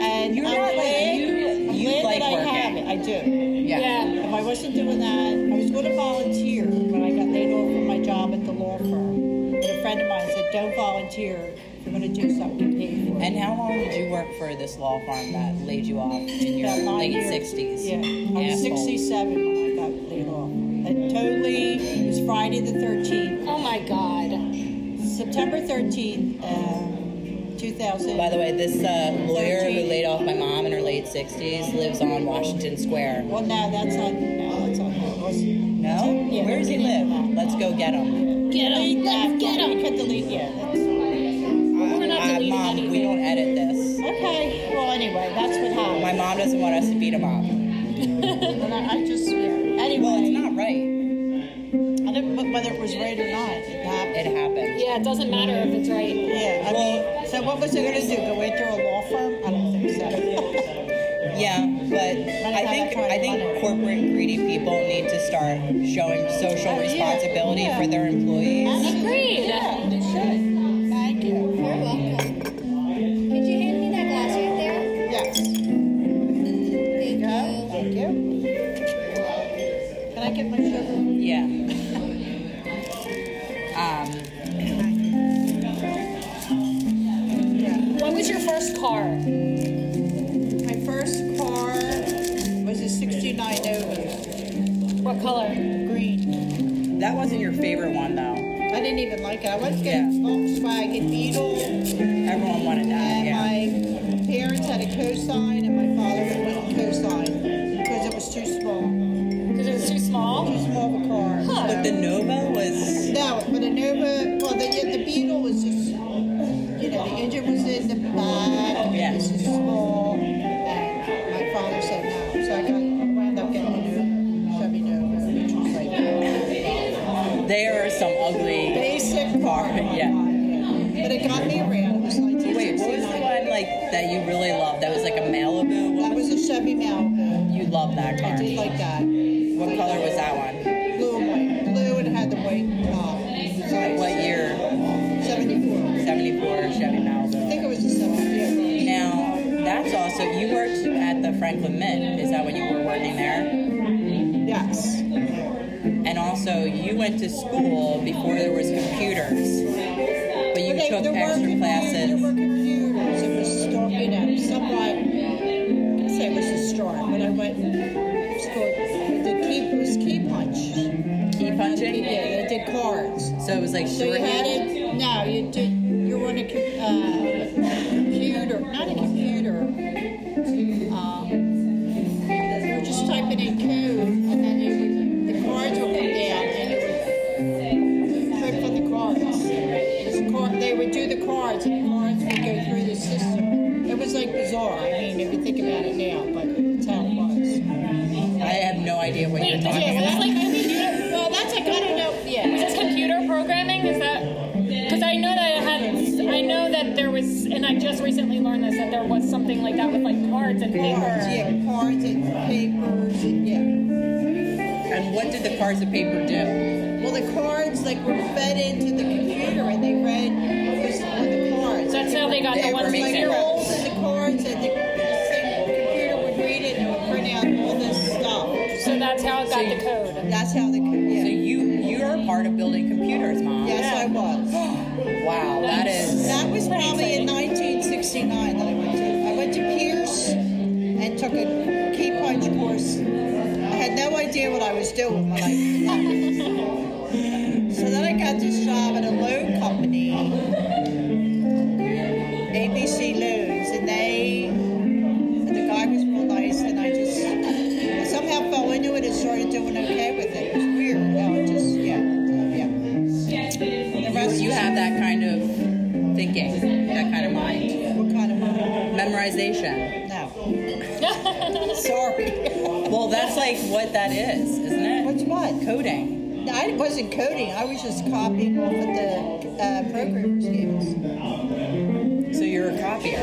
Speaker 6: And
Speaker 3: you're
Speaker 6: I'm
Speaker 3: not like-
Speaker 6: glad-
Speaker 3: you-
Speaker 6: I'm
Speaker 3: you
Speaker 6: glad
Speaker 3: like
Speaker 6: that I have
Speaker 3: working.
Speaker 6: it, I do.
Speaker 3: Yeah.
Speaker 4: Yeah.
Speaker 6: If I wasn't doing that, I was going to volunteer when I got laid off from my job at the law firm. But a friend of mine said, "Don't volunteer. If you're going to do something, pay for it."
Speaker 3: And how long did you work for this law firm that laid you off in your
Speaker 6: About nine
Speaker 3: late
Speaker 6: years.
Speaker 3: 60s?
Speaker 6: Yeah, I was
Speaker 3: Asshole.
Speaker 6: 67 when I got laid off. And totally, it was Friday the 13th,
Speaker 4: Oh my god.
Speaker 6: September 13th, uh, 2000.
Speaker 3: By the way, this uh, lawyer who
Speaker 6: Thirteen.
Speaker 3: laid off my mom in her late 60s lives on Washington Square.
Speaker 6: well, no, that's not. No, that's not. That was,
Speaker 3: No?
Speaker 6: Yeah.
Speaker 3: Where does he live? Let's go get him.
Speaker 4: Get him.
Speaker 6: Delete that.
Speaker 4: Let's get
Speaker 6: We
Speaker 4: him.
Speaker 6: could delete. Yeah. That's,
Speaker 3: We're
Speaker 4: not deleting
Speaker 3: Uh, Mom, we
Speaker 4: anything.
Speaker 3: don't edit this.
Speaker 6: okay. Well, anyway, that's what happened.
Speaker 3: My mom doesn't want us to beat him up.
Speaker 6: And I, I just. Yeah. Anyway.
Speaker 3: Well, it's not right.
Speaker 6: I don't, but whether it was right or not, it
Speaker 3: It
Speaker 6: happened.
Speaker 3: happened.
Speaker 4: Yeah, it doesn't matter if it's right.
Speaker 6: Yeah, I mean, so what was it going to do? Go wait through a law firm? I don't think so.
Speaker 3: Yeah, but I think I think corporate greedy people need to start showing social
Speaker 6: Oh, yeah.
Speaker 3: responsibility
Speaker 6: Yeah.
Speaker 3: for their employees.
Speaker 4: Agreed.
Speaker 6: Yeah, they should. Thank you.
Speaker 10: You're welcome. Could you hand me that glass right there?
Speaker 6: Yes.
Speaker 10: Thank
Speaker 6: Yeah,
Speaker 10: you.
Speaker 6: thank you. Can I get my sugar?
Speaker 3: Yeah. [laughs] Um,
Speaker 4: What was your first car?
Speaker 6: My first car was a 69 Nova,
Speaker 4: What color?
Speaker 6: green.
Speaker 3: that wasn't your favorite one though.
Speaker 6: I didn't even like it. I was getting Volkswagen Beetle.
Speaker 3: Everyone wanted that.
Speaker 6: And
Speaker 3: Yeah.
Speaker 6: my parents had a cosign, and my father wouldn't cosign because it was too small.
Speaker 4: Because it was too small.
Speaker 6: Too small of a car.
Speaker 3: But the Nova was
Speaker 6: No, but a Nova, well, the, yeah, the Beetle was just, you know, the engine was in the back.
Speaker 3: Yeah.
Speaker 6: It was just small. And my father said no. So I got, wound up getting a new Chevy Nova, which was like a
Speaker 3: there are some ugly
Speaker 6: basic car.
Speaker 3: Yeah.
Speaker 6: But it got me around. It was
Speaker 3: Wait, what was the
Speaker 6: 1969.
Speaker 3: one like that you really loved? That was like a Malibu. What
Speaker 6: That
Speaker 3: was
Speaker 6: was a Chevy Malibu.
Speaker 3: you loved that
Speaker 6: I
Speaker 3: car?
Speaker 6: did like that. What
Speaker 3: What color was that one?
Speaker 6: Blue and white. Blue and it had the white top.
Speaker 3: What year?
Speaker 6: 74.
Speaker 3: Seventy-four Chevy
Speaker 6: I think
Speaker 3: Malibu.
Speaker 6: it was a 74.
Speaker 3: Now that's also you worked at the Franklin Mint. Is that when you were working there?
Speaker 6: Yes.
Speaker 3: also you went to school before there was computers, but you
Speaker 6: Well, they-
Speaker 3: took
Speaker 6: there were
Speaker 3: extra
Speaker 6: compu-
Speaker 3: classes.
Speaker 6: There were computers. It was storm, you know, somewhat. I say it was a storm when I went to school. The key it was key punch.
Speaker 3: Key punching?
Speaker 6: Yeah, they did cards.
Speaker 3: So it was like
Speaker 6: So you had
Speaker 3: shorthand.
Speaker 6: it. No, you did. You were on a com- uh, computer, not a computer. Um, you were just typing in code, and then you would, the cards would come down, and it would click on the cards. It was a card, they would do the cards, and the cards would go through the system. It was like bizarre. I mean, if you think about it now, but that's how it was.
Speaker 3: I have no idea what you're
Speaker 6: Yeah,
Speaker 3: talking
Speaker 6: well,
Speaker 3: about.
Speaker 6: that's like well, that's like I don't know. Yeah.
Speaker 4: Is this computer programming? Is that because I know that I had I know that there was and I just recently learned this that there was something like that with like cards and
Speaker 6: Cards,
Speaker 4: paper.
Speaker 6: yeah, cards and papers, and yeah.
Speaker 3: And what did the cards of paper do?
Speaker 6: Well, the cards like were fed into the computer, and they read what was on the cards.
Speaker 4: That's how they got the
Speaker 6: There
Speaker 4: ones
Speaker 6: was
Speaker 4: that
Speaker 6: like
Speaker 4: did.
Speaker 6: rolls in the cards, and the, the same computer would read it and it would print out all this stuff.
Speaker 4: So that's how it got the code.
Speaker 6: That's how they could.
Speaker 3: So
Speaker 6: Yeah.
Speaker 3: you you're part of building computers, mom.
Speaker 6: Yes, I was.
Speaker 3: Wow, that is.
Speaker 6: That was probably in 1969 that I went to. I went to Pierce and took a key punch course. I had no idea what I was doing when I left. so then I got this job at a loan company, ABC Loans, and they, and the guy was real nice, and I just I somehow fell into it and started doing okay with it. It was weird how it just, yeah, yeah. The
Speaker 3: You,
Speaker 6: rest
Speaker 3: you
Speaker 6: was-
Speaker 3: have that kind of thinking, that kind of mind,
Speaker 6: What kind of money?
Speaker 3: memorization.
Speaker 6: No. Sorry.
Speaker 3: Well, that's like what that is, isn't
Speaker 6: What's
Speaker 3: it?
Speaker 6: what?
Speaker 3: Coding.
Speaker 6: No, I wasn't coding. I was just copying off what the uh, programmers gave us.
Speaker 3: So you're a copier.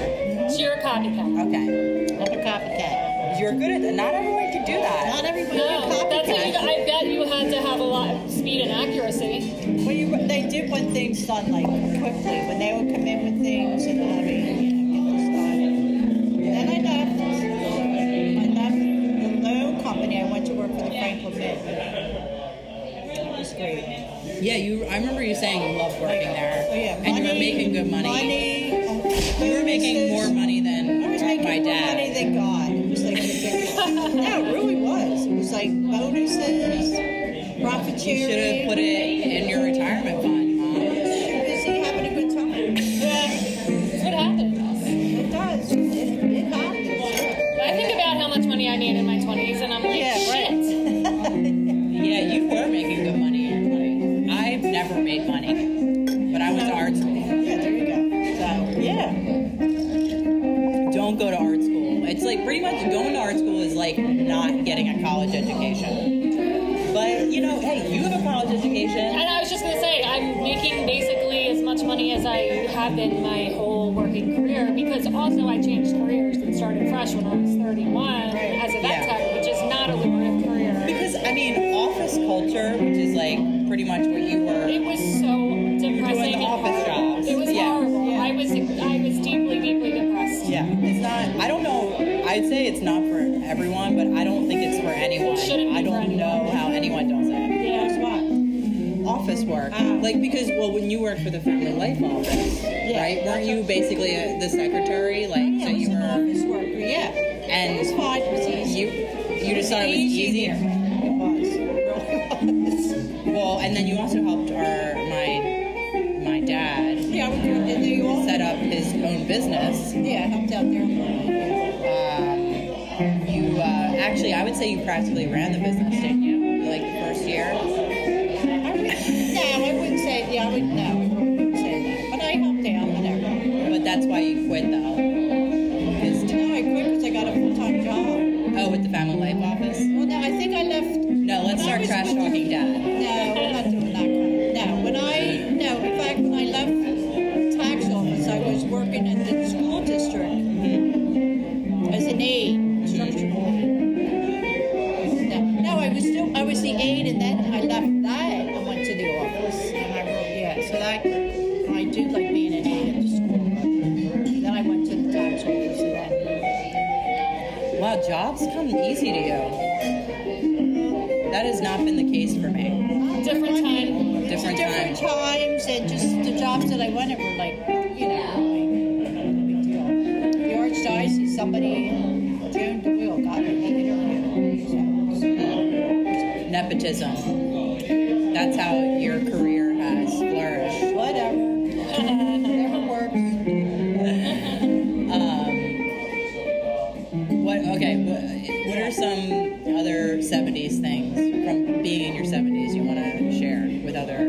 Speaker 4: So you're a copycat.
Speaker 3: Okay.
Speaker 6: I'm a copycat.
Speaker 3: You're good at that. Not everyone can do that.
Speaker 6: Not everybody
Speaker 4: No,
Speaker 6: a
Speaker 4: that's how you got,
Speaker 6: copycat.
Speaker 4: I bet you had to have a lot of speed and accuracy.
Speaker 6: Well, you, they did want things done like quickly when they would come in with things and I mean, you know, get this done. Then I left. I left the loan company. I went to work for the Franklin Mint. It was great.
Speaker 3: Yeah, you. I remember you saying you loved working there,
Speaker 6: Oh, yeah.
Speaker 3: and you were making good money.
Speaker 6: Money.
Speaker 3: You were making more money than
Speaker 6: I was making
Speaker 3: my
Speaker 6: more money
Speaker 3: dad.
Speaker 6: than God. It was like
Speaker 3: [laughs]
Speaker 6: ridiculous. no, it really was. It was like bonuses, profit
Speaker 3: You should
Speaker 6: sharing.
Speaker 3: have put it in your retirement fund, mom.
Speaker 6: Too busy having a good time.
Speaker 4: That's what happened.
Speaker 6: It does. It, it happens.
Speaker 4: I think about how much money I made in my 20s and I'm like,
Speaker 6: Yeah,
Speaker 4: shit.
Speaker 3: Yeah, you were making good money in your 20s. I've never made money, but I went to art school.
Speaker 6: Yeah, there you go. So yeah,
Speaker 3: Don't go to art school. It's like pretty much going to art school is like not getting a college education. But you know, hey, you have a college education.
Speaker 4: And I was just gonna say, I'm making basically as much money as I have been my whole working career because also I changed careers and started fresh when I was 31 as a vet
Speaker 3: Yeah.
Speaker 4: tech, which is not a lucrative career.
Speaker 3: Because I mean, office culture, which is like pretty much what you
Speaker 4: It
Speaker 3: were.
Speaker 4: was so depressing. and
Speaker 3: office
Speaker 4: horrible.
Speaker 3: jobs.
Speaker 4: It was
Speaker 3: Yeah.
Speaker 4: horrible. I was I was deeply, deeply depressed.
Speaker 3: Yeah, it's not. I don't know. I'd say it's not for everyone, but I don't think it's for anyone.
Speaker 4: Shouldn't be
Speaker 3: I
Speaker 4: for
Speaker 3: don't
Speaker 4: anyone.
Speaker 3: know how anyone does it.
Speaker 6: guess what?
Speaker 3: office work.
Speaker 6: Ah.
Speaker 3: Like because well, when you worked for the family life office, right? Weren't you basically a, the secretary? Like
Speaker 6: Yeah,
Speaker 3: so
Speaker 6: I was
Speaker 3: you
Speaker 6: an
Speaker 3: were,
Speaker 6: office worker. Yeah, it was
Speaker 3: and
Speaker 6: fine. It was easy.
Speaker 3: you you just thought it was easy.
Speaker 6: It was. It really was.
Speaker 3: Well, and then you also helped our my my dad
Speaker 6: Yeah, I would go in New York.
Speaker 3: set up his own business.
Speaker 6: Yeah, I helped out there. a little bit, yeah.
Speaker 3: Um, you uh, actually, I would say you practically ran the business, didn't you? Like the first year.
Speaker 6: I would, no, I wouldn't say. Yeah, I would. No, I wouldn't say that. But I helped out, whatever.
Speaker 3: But that's why you quit though. 'Cause-
Speaker 6: No, I quit because I got a full time job.
Speaker 3: Oh, with the family life office.
Speaker 6: Well, no, I think I left.
Speaker 3: No, let's
Speaker 6: When I
Speaker 3: start
Speaker 6: was
Speaker 3: trash
Speaker 6: with-
Speaker 3: talking dad.
Speaker 6: No, I'm not doing that. Kind of, no, when I no, in fact, when I left tax office, I was working at the school district as an aide, instructional. aide. No, no, I was still I was the aide, and then I left that and went to the office. And I really, yeah, so that I do like being an aide at the school, but then I went to the tax office and that.
Speaker 3: Wow, jobs come easy to you. That has not been the case for me.
Speaker 4: Different time.
Speaker 3: Different time.
Speaker 6: Different times and just the jobs that I wanted were like, you know, like, no big deal. The Archdiocese, somebody, Joan DeWill, got me the interview. So,
Speaker 3: Nepotism. That's how your career has flourished.
Speaker 6: whatever. Whatever works.
Speaker 3: Um, what? Okay. What, what are some other '70s things from being in your '70s you want to share with other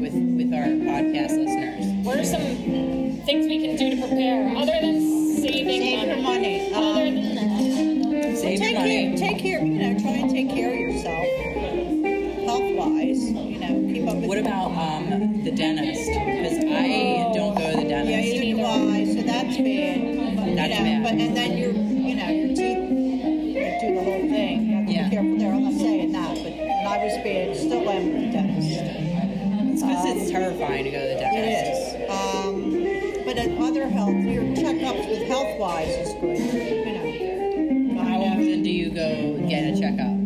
Speaker 3: with with our podcast listeners?
Speaker 4: What are some things we can do to prepare other than saving
Speaker 6: Save your
Speaker 4: money?
Speaker 6: money.
Speaker 4: Other than
Speaker 6: Um,
Speaker 4: that,
Speaker 3: Save your
Speaker 6: take
Speaker 3: money.
Speaker 6: care, take care, you know, try and take care of yourself health wise, you know, keep up with
Speaker 3: What about um, the dentist? Because I don't go to the
Speaker 6: Yeah,
Speaker 3: dentist.
Speaker 6: you do I, so that's bad. But, you
Speaker 3: That's
Speaker 6: know,
Speaker 3: bad.
Speaker 6: But and then your, you know, your teeth like, do the whole thing. You have to
Speaker 3: Yeah.
Speaker 6: be careful there. I'm not saying that, but and I was bad, still am with the dentist.
Speaker 3: It's because it's terrifying to go to the
Speaker 6: It
Speaker 3: dentist.
Speaker 6: is. Um, but in other health, your checkups with health wise is good. You know,
Speaker 3: How often do you go get a checkup?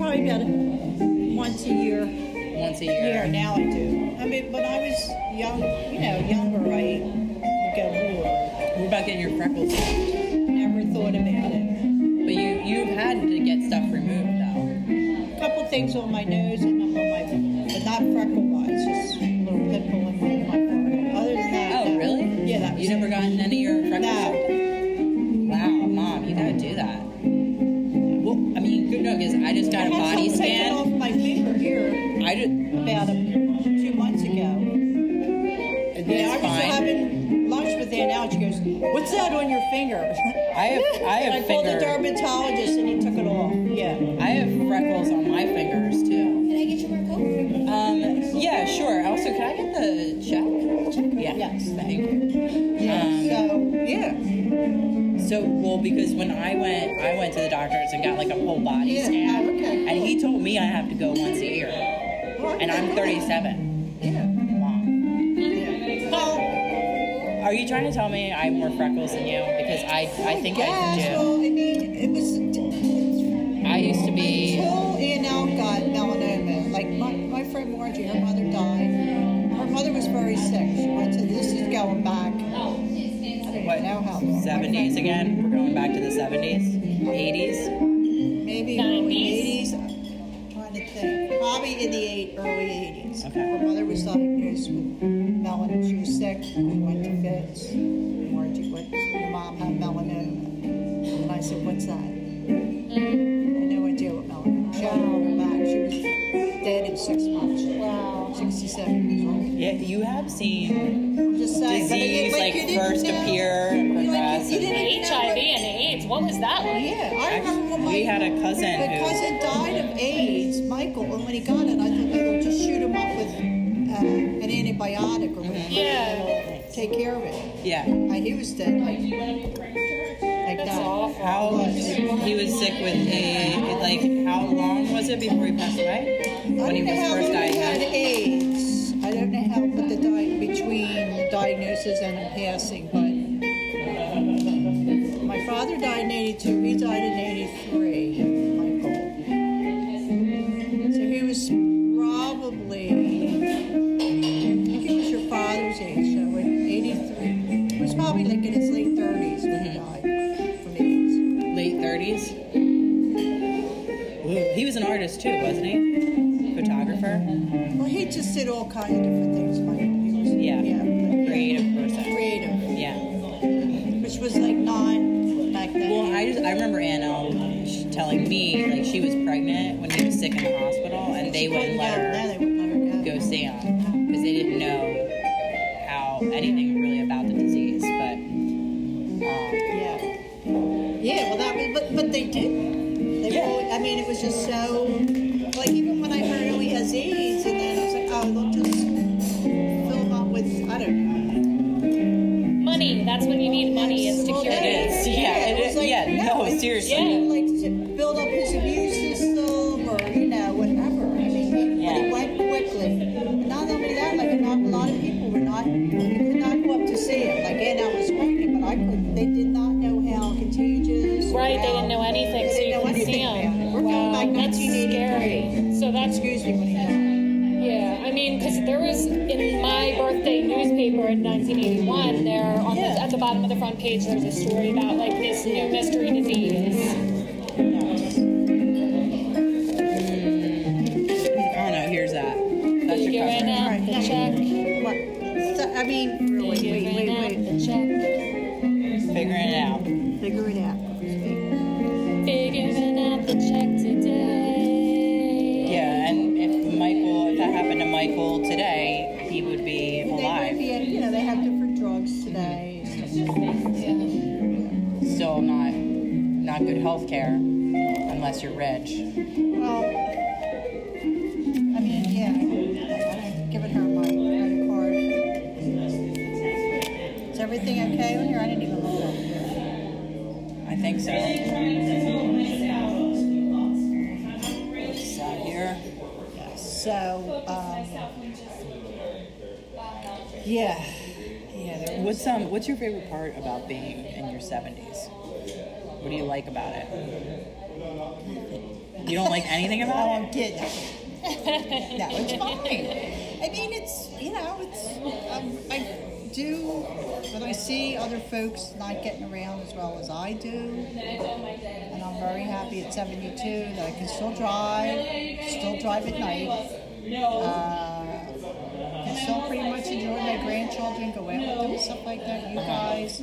Speaker 6: probably about once a year.
Speaker 3: Once a
Speaker 6: Yeah,
Speaker 3: year.
Speaker 6: now I do. I mean, when I was young, you know, younger, I would go more.
Speaker 3: What about getting your freckles? But
Speaker 6: Never thought about it.
Speaker 3: you you've had to get stuff removed though.
Speaker 6: couple things on my nose and on my, but not freckle wise, just a little pimple in my, my forehead. Other than that,
Speaker 3: Oh
Speaker 6: no.
Speaker 3: really?
Speaker 6: Yeah, that was
Speaker 3: You never gotten any of your freckles? No. Wow, mom, you gotta do that. Well, I mean, good no, because I just
Speaker 6: I
Speaker 3: got a
Speaker 6: had
Speaker 3: body
Speaker 6: something taken off
Speaker 3: scan.
Speaker 6: my finger here
Speaker 3: I did.
Speaker 6: about a, two months ago. Yeah, I
Speaker 3: It's
Speaker 6: was
Speaker 3: fine.
Speaker 6: having lunch with Aunt Al. She goes, "What's that on your finger?" [laughs]
Speaker 3: I have I
Speaker 6: and
Speaker 3: have
Speaker 6: I called the
Speaker 3: finger.
Speaker 6: dermatologist, and he took it off. Yeah.
Speaker 3: I have freckles on my fingers too.
Speaker 11: Can I get you more coke?
Speaker 3: Um, yeah, sure. Also, can I get the check? Yeah.
Speaker 6: Yes.
Speaker 3: Thank you. Um,
Speaker 6: So yeah,
Speaker 3: So well, because when I went, I went to the doctors and got like a whole body
Speaker 6: Yeah,
Speaker 3: scan,
Speaker 6: oh, okay,
Speaker 3: and
Speaker 6: cool.
Speaker 3: he told me I have to go once a year, and I'm 37.
Speaker 6: Yeah.
Speaker 3: Mom,
Speaker 6: yeah. Well,
Speaker 3: are you trying to tell me I have more freckles than you? Because I, I think
Speaker 6: yes.
Speaker 3: I do.
Speaker 6: Well, I mean, it was.
Speaker 3: I used to be.
Speaker 6: Until Ian Al got melanoma, like my, my friend Margie, her mother died. Her mother was very sick. She went to this is going back. I don't
Speaker 3: What?
Speaker 6: know how long. My
Speaker 3: 70s
Speaker 6: friend-
Speaker 3: again. We're going back to the 70s, 80s.
Speaker 6: Maybe early 80s. I'm trying to think. Probably in the eight, early 80s.
Speaker 3: Okay.
Speaker 6: Her mother was diagnosed with melanoma. She was sick. We went to Fitz. Margie went, your mom had melanoma. And I said, what's that? I had no idea what melanoma. She had it on her back. She was dead in six months. Wow. 67 years old.
Speaker 3: Yeah, you have seen
Speaker 6: I'm just saying. but it-
Speaker 3: disease like
Speaker 6: you didn't
Speaker 3: first
Speaker 6: know-
Speaker 3: appear and
Speaker 6: you,
Speaker 3: progress.
Speaker 6: like, you
Speaker 3: and-
Speaker 6: didn't know
Speaker 4: HIV
Speaker 6: what-
Speaker 4: and AIDS. What was that like?
Speaker 6: yeah, I remember when my
Speaker 3: We had a cousin
Speaker 6: my
Speaker 3: who.
Speaker 6: cousin died of AIDS, Michael, and when he got it, I thought they would just shoot him up with uh, an antibiotic or whatever.
Speaker 4: Yeah.
Speaker 6: Take care of it.
Speaker 3: Yeah,
Speaker 6: And he was dead like, like that.
Speaker 3: how he was sick with a like how long was it before he passed away?
Speaker 6: I
Speaker 3: When he
Speaker 6: don't know
Speaker 3: was
Speaker 6: how
Speaker 3: first
Speaker 6: long he had
Speaker 3: diagnosed.
Speaker 6: AIDS. I don't know how, but the di- between the diagnosis and the passing, but uh, my father died in 82, he died in 83, Michael. So he was probably, I think it was your father's age, so in 83, he was probably like in his late 30s when he died from AIDS.
Speaker 3: late 30s. Ooh, He was an artist too, wasn't he? Photographer,
Speaker 6: Well, he just did all kinds of different things, Michael. He was,
Speaker 3: Yeah.
Speaker 6: yeah
Speaker 3: creative person.
Speaker 6: creative.
Speaker 3: Yeah.
Speaker 6: which was like non back then.
Speaker 3: Well, I just I remember Anna sh- telling me like she was pregnant when he was sick in the hospital, and they wouldn't let
Speaker 6: No,
Speaker 3: her
Speaker 6: they wouldn't let her
Speaker 3: go see him because they didn't know how anything really about the disease. But um,
Speaker 6: Yeah. Yeah. Well, that was, but but they did. They
Speaker 3: Yeah.
Speaker 6: really, I mean, it was just so like even when I heard oh he has AIDS, and then I was like, oh, they'll just fill him up with I don't know.
Speaker 4: Money. That's what you need. Money is to
Speaker 6: Well,
Speaker 4: cure
Speaker 6: that
Speaker 4: it.
Speaker 3: is. Yeah, it
Speaker 6: it was
Speaker 3: is. Yeah, no,
Speaker 6: it's
Speaker 3: seriously.
Speaker 6: to, Like to build up his immune system or, you know, whatever. I mean, he, but
Speaker 3: Yeah.
Speaker 6: he went quickly. But not only that, like not, a lot of people were not, you could not go up to see him. Like Anna was pregnant, but I couldn't, they did not know how contagious. or
Speaker 4: Right, they
Speaker 6: how-
Speaker 4: didn't know anything,
Speaker 6: They
Speaker 4: so
Speaker 6: didn't
Speaker 4: you
Speaker 6: know
Speaker 4: couldn't see him.
Speaker 6: anything about it. We're going like
Speaker 5: That's
Speaker 6: 1983.
Speaker 5: scary. So that's
Speaker 6: Excuse me when he died.
Speaker 5: Yeah, I mean, because there was in my birthday newspaper in 1981. There, on
Speaker 6: Yeah.
Speaker 5: the, at the bottom of the front page, there's a story about like this new mystery disease.
Speaker 3: I don't know. Here's that. That's your
Speaker 5: Urine
Speaker 3: cover.
Speaker 5: out the
Speaker 6: Right.
Speaker 5: check.
Speaker 6: What? So, I mean, wait, wait,
Speaker 5: Urine
Speaker 6: wait,
Speaker 5: out
Speaker 6: wait.
Speaker 5: the check.
Speaker 3: Figuring it out.
Speaker 6: Figure it out.
Speaker 5: Figuring out the check today.
Speaker 3: Yeah, and if Michael, if that happened to Michael today, he would be
Speaker 6: They might
Speaker 3: alive.
Speaker 6: be, you know, they have different drugs today.
Speaker 3: Still not, not good health care unless you're rich.
Speaker 6: Well, I mean, yeah, I- I given her my credit card. Is everything okay on here? I didn't even look.
Speaker 3: I think so. Is that here?
Speaker 6: So, um, yeah,
Speaker 3: Yeah. There, what's um? What's your favorite part about being in your seventies? What do you like about it? You don't like anything
Speaker 6: I
Speaker 3: about it?
Speaker 6: won't get it. [laughs] No, it's fine. I mean, it's, you know, it's, um, I do, when I see other folks not getting around as well as I do, and I'm very happy at 72 that I can still drive, still drive at night. uh, and still pretty much enjoy my grandchildren, go out with them, stuff like that. You guys,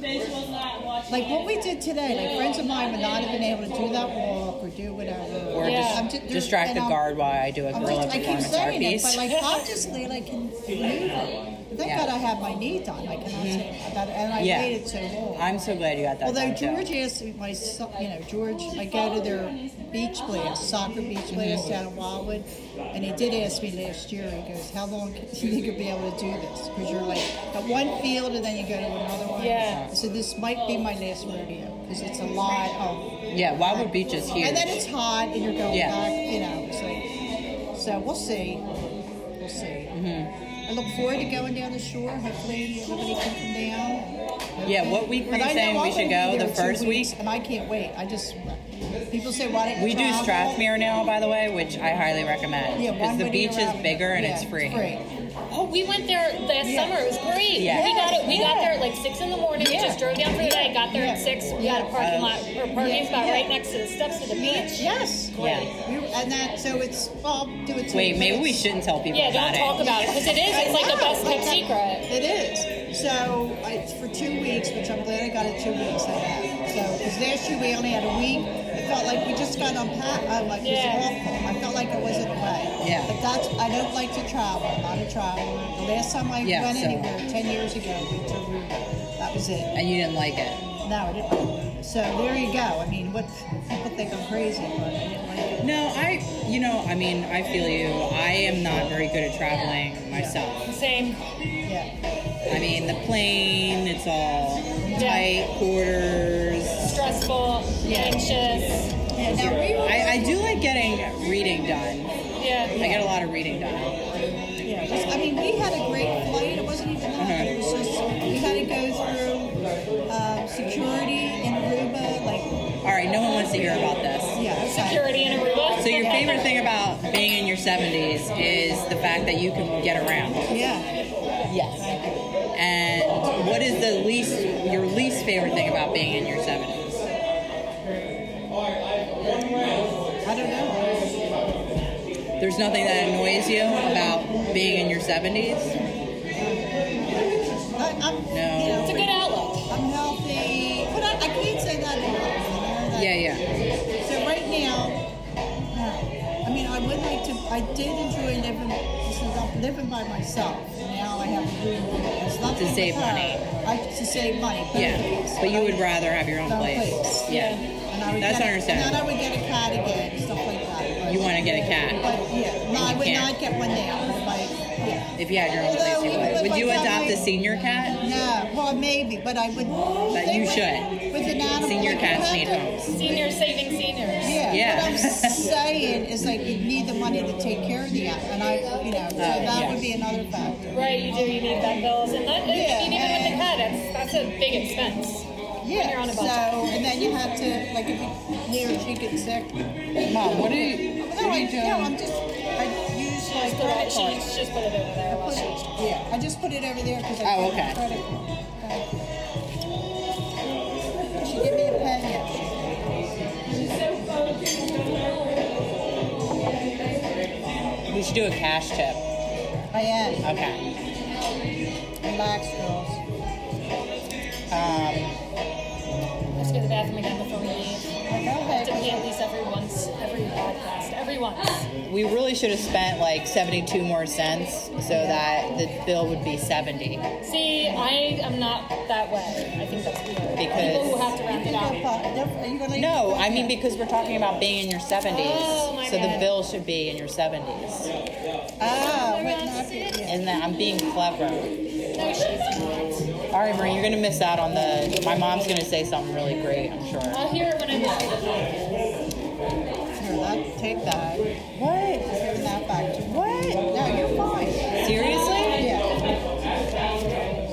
Speaker 6: like what we did today, like friends of mine would not have been able to do that walk or do whatever.
Speaker 3: Or
Speaker 5: Yeah.
Speaker 6: I'm ju- they're-
Speaker 3: Distract
Speaker 6: and
Speaker 3: the
Speaker 6: I'm-
Speaker 3: guard while I do a
Speaker 6: I'm
Speaker 3: gorilla
Speaker 6: just, I keep
Speaker 3: performance
Speaker 6: saying
Speaker 3: art
Speaker 6: it, but
Speaker 3: piece. [laughs]
Speaker 6: like consciously, like can maneuver. Thank
Speaker 3: Yeah. Mm-hmm.
Speaker 6: God I have my knee done. I cannot say that, and I
Speaker 3: Yeah.
Speaker 6: waited so long.
Speaker 3: I'm so glad you got that.
Speaker 6: Although
Speaker 3: done, too.
Speaker 6: George asked me, my son, you know, George, I go to their beach class, soccer beach
Speaker 3: Mm-hmm.
Speaker 6: class down in Wildwood, and he did ask me last year, he goes, how long do [laughs] you think you'll be able to do this? Because you're like at one field and then you go to another one.
Speaker 5: Yeah.
Speaker 6: So this might be my last rodeo because it's a lot of,
Speaker 3: Yeah, Wildwood Beach is huge.
Speaker 6: and then it's hot and you're going
Speaker 3: Yeah.
Speaker 6: back, you know, it's like, so we'll see. We'll see.
Speaker 3: Mm-hmm.
Speaker 6: I look forward to going down the shore. Hopefully, nobody can come down.
Speaker 3: Yeah, what week were
Speaker 6: But
Speaker 3: you
Speaker 6: I know
Speaker 3: saying
Speaker 6: I'm
Speaker 3: we should
Speaker 6: gonna be
Speaker 3: go?
Speaker 6: there
Speaker 3: The
Speaker 6: two
Speaker 3: first week?
Speaker 6: weeks, and I can't wait. I just people say why didn't
Speaker 3: We
Speaker 6: you
Speaker 3: do
Speaker 6: travel?
Speaker 3: Strathmere now, by the way, which I highly recommend.
Speaker 6: Yeah,
Speaker 3: Because
Speaker 6: one
Speaker 3: the
Speaker 6: way
Speaker 3: beach
Speaker 6: or
Speaker 3: is
Speaker 6: other.
Speaker 3: bigger and
Speaker 6: Yeah,
Speaker 3: it's free.
Speaker 5: Oh, we went there last
Speaker 6: Yeah.
Speaker 5: summer. It was great.
Speaker 3: Yeah.
Speaker 5: We got it. We got
Speaker 6: Yeah.
Speaker 5: there at like six in the morning.
Speaker 6: Yeah.
Speaker 5: Just drove down for the day. Got there at
Speaker 6: Yeah.
Speaker 5: six. We
Speaker 6: Yeah.
Speaker 5: got a parking lot or parking spot
Speaker 6: Yeah.
Speaker 5: right next to the steps of the beach.
Speaker 6: Yes.
Speaker 3: Yeah.
Speaker 6: You- And that so it's well do
Speaker 3: Wait,
Speaker 6: it. too,
Speaker 3: maybe
Speaker 6: but
Speaker 3: we
Speaker 6: it's-
Speaker 3: shouldn't tell people
Speaker 5: Yeah,
Speaker 3: about
Speaker 5: don't talk
Speaker 3: it.
Speaker 5: about it because it is. It's like the best kept secret.
Speaker 6: It is. So it's for two weeks, which I'm glad I got it two weeks. I have. So because last year we only had a week. It felt like we just got unpacked. I like it was
Speaker 5: Yeah.
Speaker 6: awful. I felt like I wasn't away.
Speaker 3: Yeah.
Speaker 6: But that's I don't like to travel. I'm not a traveler. The last time I
Speaker 3: Yeah,
Speaker 6: went
Speaker 3: so-
Speaker 6: anywhere ten years ago, we took That was it.
Speaker 3: And you didn't like it.
Speaker 6: No, I didn't. So there you go. I mean, what people think I'm crazy, but I didn't like it.
Speaker 3: No, I, you know, I mean, I feel you. I am not very good at traveling myself.
Speaker 5: Same.
Speaker 6: Yeah.
Speaker 3: I mean, the plane, it's all
Speaker 5: Yeah.
Speaker 3: tight quarters.
Speaker 5: Stressful. Anxious.
Speaker 6: yeah now we were,
Speaker 3: I, I do like getting reading done.
Speaker 5: Yeah.
Speaker 3: I get a lot of reading done.
Speaker 6: yeah, it was- I mean, we had a great flight. It wasn't even that. It was just we had to go through um, security in Aruba. Like,
Speaker 3: All right, no one wants to hear about this.
Speaker 6: yeah, okay.
Speaker 5: Security in Aruba.
Speaker 3: So your favorite thing about being in your 70s is the fact that you can get around.
Speaker 6: Yeah.
Speaker 3: Yes. And what is the least your least favorite thing about being in your 70s?
Speaker 6: I don't know.
Speaker 3: There's nothing that annoys you about being in your 70s?
Speaker 6: I, I'm,
Speaker 3: No.
Speaker 6: you know,
Speaker 5: It's a good outlook.
Speaker 6: I'm healthy, but I, I can't say that. enough, you know, that-
Speaker 3: Yeah, yeah.
Speaker 6: So right now, uh, I mean, I would like to. I did enjoy living. This is I'm living by myself. Now I have a room. It's not
Speaker 3: To
Speaker 6: with
Speaker 3: save
Speaker 6: her.
Speaker 3: money.
Speaker 6: I to save money. both ways.
Speaker 3: Yeah. But you would rather have your own
Speaker 6: Own
Speaker 3: place.
Speaker 6: place.
Speaker 3: Yeah.
Speaker 6: And I would
Speaker 3: That's
Speaker 6: get a- And then I
Speaker 3: understandable.
Speaker 6: would get a cat again, stuff like that. But,
Speaker 3: You want to get a cat.
Speaker 6: But yeah, no, I
Speaker 3: you
Speaker 6: would
Speaker 3: can't.
Speaker 6: not get one now. Like, yeah.
Speaker 3: If you had your own place, you would. Would you adopt a senior cat?
Speaker 6: No, well maybe, but I would. But
Speaker 3: you should.
Speaker 6: With an animal,
Speaker 3: Senior
Speaker 6: like, you
Speaker 3: cats
Speaker 6: have
Speaker 3: need
Speaker 6: to-
Speaker 3: homes.
Speaker 5: Seniors saving seniors.
Speaker 6: yeah.
Speaker 3: Yeah.
Speaker 6: What
Speaker 3: [laughs]
Speaker 6: I'm saying is like you need the money to take care of the app, and I, you know, so that
Speaker 3: Oh, yeah.
Speaker 6: would be another factor.
Speaker 5: Right, you do. You need vet bills, and that. I mean,
Speaker 6: Yeah.
Speaker 5: even with the pet, that's, that's a big expense.
Speaker 6: Yeah.
Speaker 5: on a
Speaker 6: So
Speaker 5: budget.
Speaker 6: and then you have to like if he or she gets sick,
Speaker 3: Mom, what do you
Speaker 6: no, I don't. No, I'm just, I use my
Speaker 5: Put it,
Speaker 6: credit
Speaker 5: she
Speaker 6: card.
Speaker 5: just, just put it over there while she's
Speaker 6: Yeah, I just put it over there because I
Speaker 3: Oh,
Speaker 6: got my
Speaker 3: okay.
Speaker 6: credit card. She gave me a pen yet.
Speaker 3: We should do a cash tip.
Speaker 6: I am.
Speaker 3: Okay.
Speaker 6: Relax, girls.
Speaker 3: Um,
Speaker 5: Let's go to the bathroom again before we leave.
Speaker 6: Like, okay.
Speaker 5: To pee at least every once, every podcast, every once.
Speaker 3: we really should have spent like 72 more cents so that the bill would be 70.
Speaker 5: See, I am not that way. I think that's weird. People who have to round it
Speaker 6: They're
Speaker 5: out.
Speaker 6: fi- they're- Are you gonna leave?
Speaker 3: No, I mean because we're talking about being in your 70s.
Speaker 5: Oh, my
Speaker 3: so the
Speaker 5: bad.
Speaker 3: bill should be in your 70s.
Speaker 6: Ah, but not be- yeah.
Speaker 3: And that I'm being clever.
Speaker 5: No, she's not.
Speaker 3: All right, Marie, you're going to miss out on the. My mom's going to say something really great, I'm sure.
Speaker 5: I'll hear it when I listen to the podcast.
Speaker 6: Here, that- Take that.
Speaker 3: What?
Speaker 6: Give that back to
Speaker 3: What?
Speaker 6: No, you're fine.
Speaker 3: Seriously?
Speaker 5: [laughs]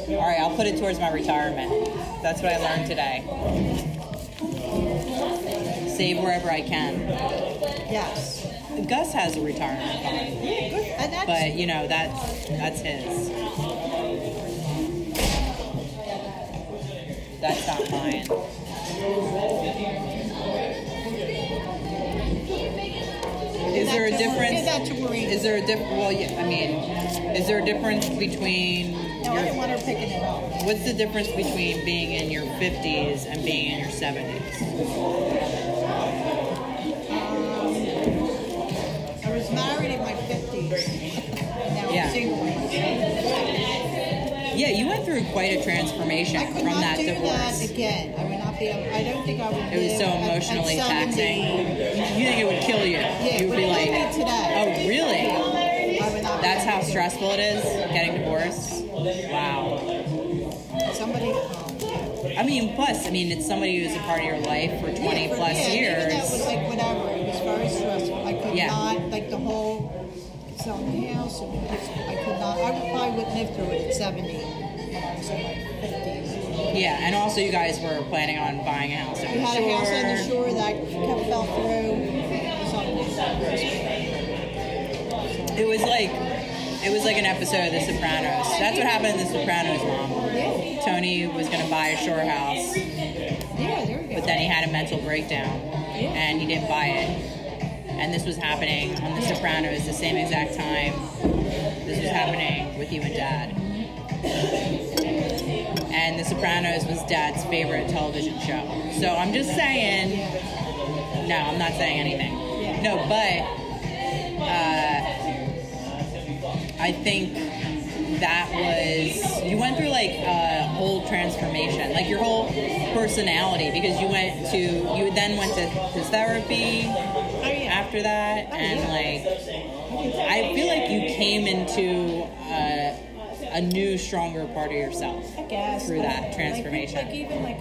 Speaker 6: Yeah.
Speaker 3: All right, I'll put it towards my retirement. That's what I learned today. Save wherever I can.
Speaker 6: Yes.
Speaker 3: Gus has a retirement fund,
Speaker 6: Yeah, good. And that's
Speaker 3: but you know that's that's his. That's not mine. Is there a
Speaker 6: Give
Speaker 3: difference?
Speaker 6: that to Maureen. Give that to Maureen.
Speaker 3: Is there a diff? Well, yeah. I mean, is there a difference between
Speaker 6: No, I didn't want her picking it up.
Speaker 3: What's the difference between being in your 50s and being in your 70s?
Speaker 6: I was married in my 50s. Now
Speaker 3: Yeah.
Speaker 6: I'm single.
Speaker 3: Yeah, you went through quite a transformation
Speaker 6: I could
Speaker 3: from
Speaker 6: not
Speaker 3: that
Speaker 6: do that
Speaker 3: divorce.
Speaker 6: again. I would not be able, I don't think I would
Speaker 3: It was so
Speaker 6: live at- at
Speaker 3: emotionally
Speaker 6: 70.
Speaker 3: taxing. You think it would kill you?
Speaker 6: Yeah,
Speaker 3: You'd
Speaker 6: but
Speaker 3: be
Speaker 6: it
Speaker 3: like,
Speaker 6: would be today.
Speaker 3: oh, really?
Speaker 6: I would not be
Speaker 3: That's
Speaker 6: able
Speaker 3: how
Speaker 6: to do it.
Speaker 3: stressful it is getting divorced. Wow.
Speaker 6: Somebody, um,
Speaker 3: I mean, plus, I mean, it's somebody who's a part of your life for 20
Speaker 6: yeah, for-
Speaker 3: plus
Speaker 6: yeah, Even that was
Speaker 3: years.
Speaker 6: like whatever. It was very stressful. I could
Speaker 3: Yeah.
Speaker 6: not like the whole selling the house. And it was- I could not. I would- probably wouldn't live through it at seventy. When I was in my fifties.
Speaker 3: Yeah, and also you guys were planning on buying a house on
Speaker 6: We
Speaker 3: the
Speaker 6: had a house on the
Speaker 3: shore.
Speaker 6: shore that kept fell through.
Speaker 3: It was like, it was like an episode of The Sopranos. That's what happened in The Sopranos, Mom.
Speaker 6: Yeah,
Speaker 3: Tony was going to buy a shore house,
Speaker 6: yeah, there we go.
Speaker 3: but then he had a mental breakdown and he didn't buy it. And this was happening on The Sopranos the same exact time this was happening with you and Dad. And The Sopranos was Dad's favorite television show. So I'm just saying, no, I'm not saying anything. No, but uh, I think that was you went through like a whole transformation like your whole personality because you went to you then went to, to therapy
Speaker 10: Oh,
Speaker 3: after that and like i feel like you came into a, a new stronger part of yourself
Speaker 10: I guess.
Speaker 3: through that
Speaker 10: Like-
Speaker 3: transformation.
Speaker 10: Like, even like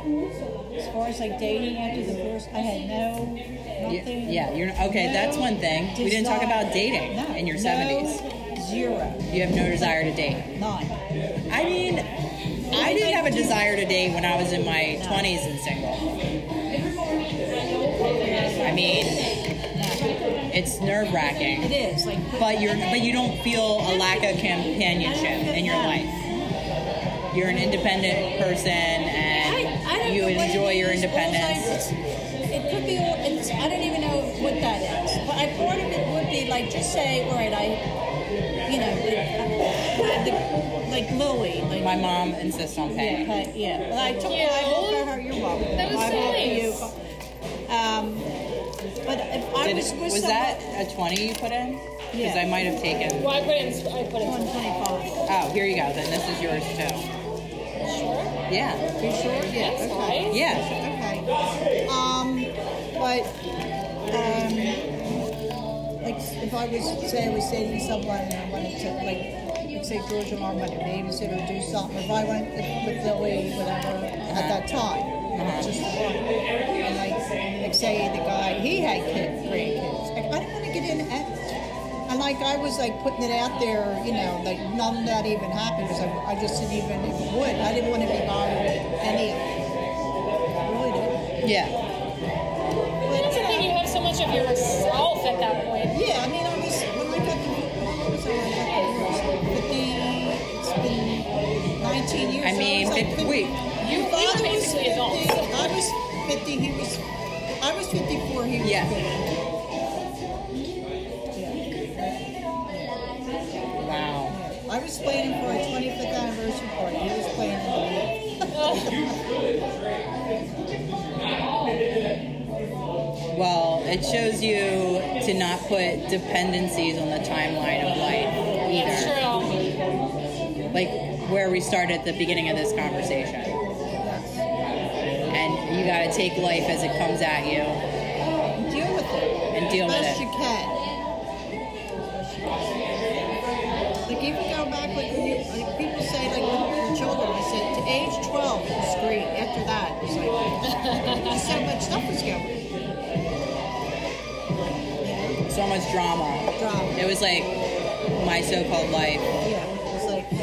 Speaker 10: as far as like dating after the divorce, I had no
Speaker 3: Y-
Speaker 10: nothing.
Speaker 3: yeah you're okay that's one thing we didn't talk
Speaker 10: desire-
Speaker 3: about dating
Speaker 10: No,
Speaker 3: in your
Speaker 10: no,
Speaker 3: 70s
Speaker 10: Zero.
Speaker 3: you have no desire to date
Speaker 10: None.
Speaker 3: i mean i didn't have a desire to date when i was in my 20s and single i mean it's nerve-wracking
Speaker 10: It is like
Speaker 3: but you're but you don't feel a lack of companionship in your life. You're an independent person
Speaker 10: I, I don't
Speaker 3: and you
Speaker 10: know what
Speaker 3: enjoy
Speaker 10: it
Speaker 3: your
Speaker 10: is.
Speaker 3: independence.
Speaker 10: Bullseyes, it's- It could be. all- It's, I don't even know what that is. But I, part of it would be like just say, all right, I, you know, like, I- like Lily, like
Speaker 3: My mom insists on
Speaker 10: yeah,
Speaker 3: paying.
Speaker 10: hi- yeah. Well, I took Bible for her. You're welcome.
Speaker 5: That was
Speaker 10: Bible for
Speaker 5: nice.
Speaker 10: you. Um, but if I
Speaker 3: Did,
Speaker 10: was with
Speaker 3: was
Speaker 10: someone,
Speaker 3: that a 20 you put in? Because
Speaker 10: Yeah.
Speaker 3: I might have taken.
Speaker 5: Well, I put in, I put in.
Speaker 10: 125.
Speaker 3: Oh, here you go. Then this is yours too.
Speaker 5: Sure.
Speaker 3: Yeah.
Speaker 6: You sure? Yeah.
Speaker 5: That's
Speaker 6: okay.
Speaker 5: nice.
Speaker 3: Yeah.
Speaker 6: Okay. Um, but um, like if I was say I was dating someone and I wanted to like let's say Georgia Mom wanted to babysit or do something, if I went with Lily, whatever, at that time, just and like like say the guy he had kids, grandkids, like I didn't want to get in at. And like I was like putting it out there, you know, like none of that even happened because I, I just didn't even if it would. I didn't want to be bothered with any of it. I really didn't.
Speaker 3: Yeah.
Speaker 5: That's the thing, you have so much of yourself at that point.
Speaker 6: Yeah, "Oh, 19 years
Speaker 3: I
Speaker 6: old.
Speaker 3: mean,
Speaker 6: was like,
Speaker 3: fif-
Speaker 6: "Fifty-
Speaker 3: wait.
Speaker 6: Your father was
Speaker 12: basically
Speaker 6: 50,
Speaker 12: adults.
Speaker 6: I was 50, he was, I was 54, he was
Speaker 3: Yeah.
Speaker 6: 50.
Speaker 3: Wow.
Speaker 6: I was planning for a 25th anniversary party, he was planning
Speaker 3: Well, it shows you to not put dependencies on the timeline of life
Speaker 4: That's
Speaker 3: either.
Speaker 4: true.
Speaker 3: Like where we started at the beginning of this conversation. And you gotta take life as it comes at you
Speaker 6: to deal with it.
Speaker 3: and deal with
Speaker 6: Best you
Speaker 3: it.
Speaker 6: can. Like even go back, like when you, like people say, like when you're children, I said to age 12, it's great. After that, it's like, [laughs] there's so much stuff was going
Speaker 3: So much drama.
Speaker 6: on.
Speaker 3: It was like my so called life
Speaker 6: Yeah, it was like on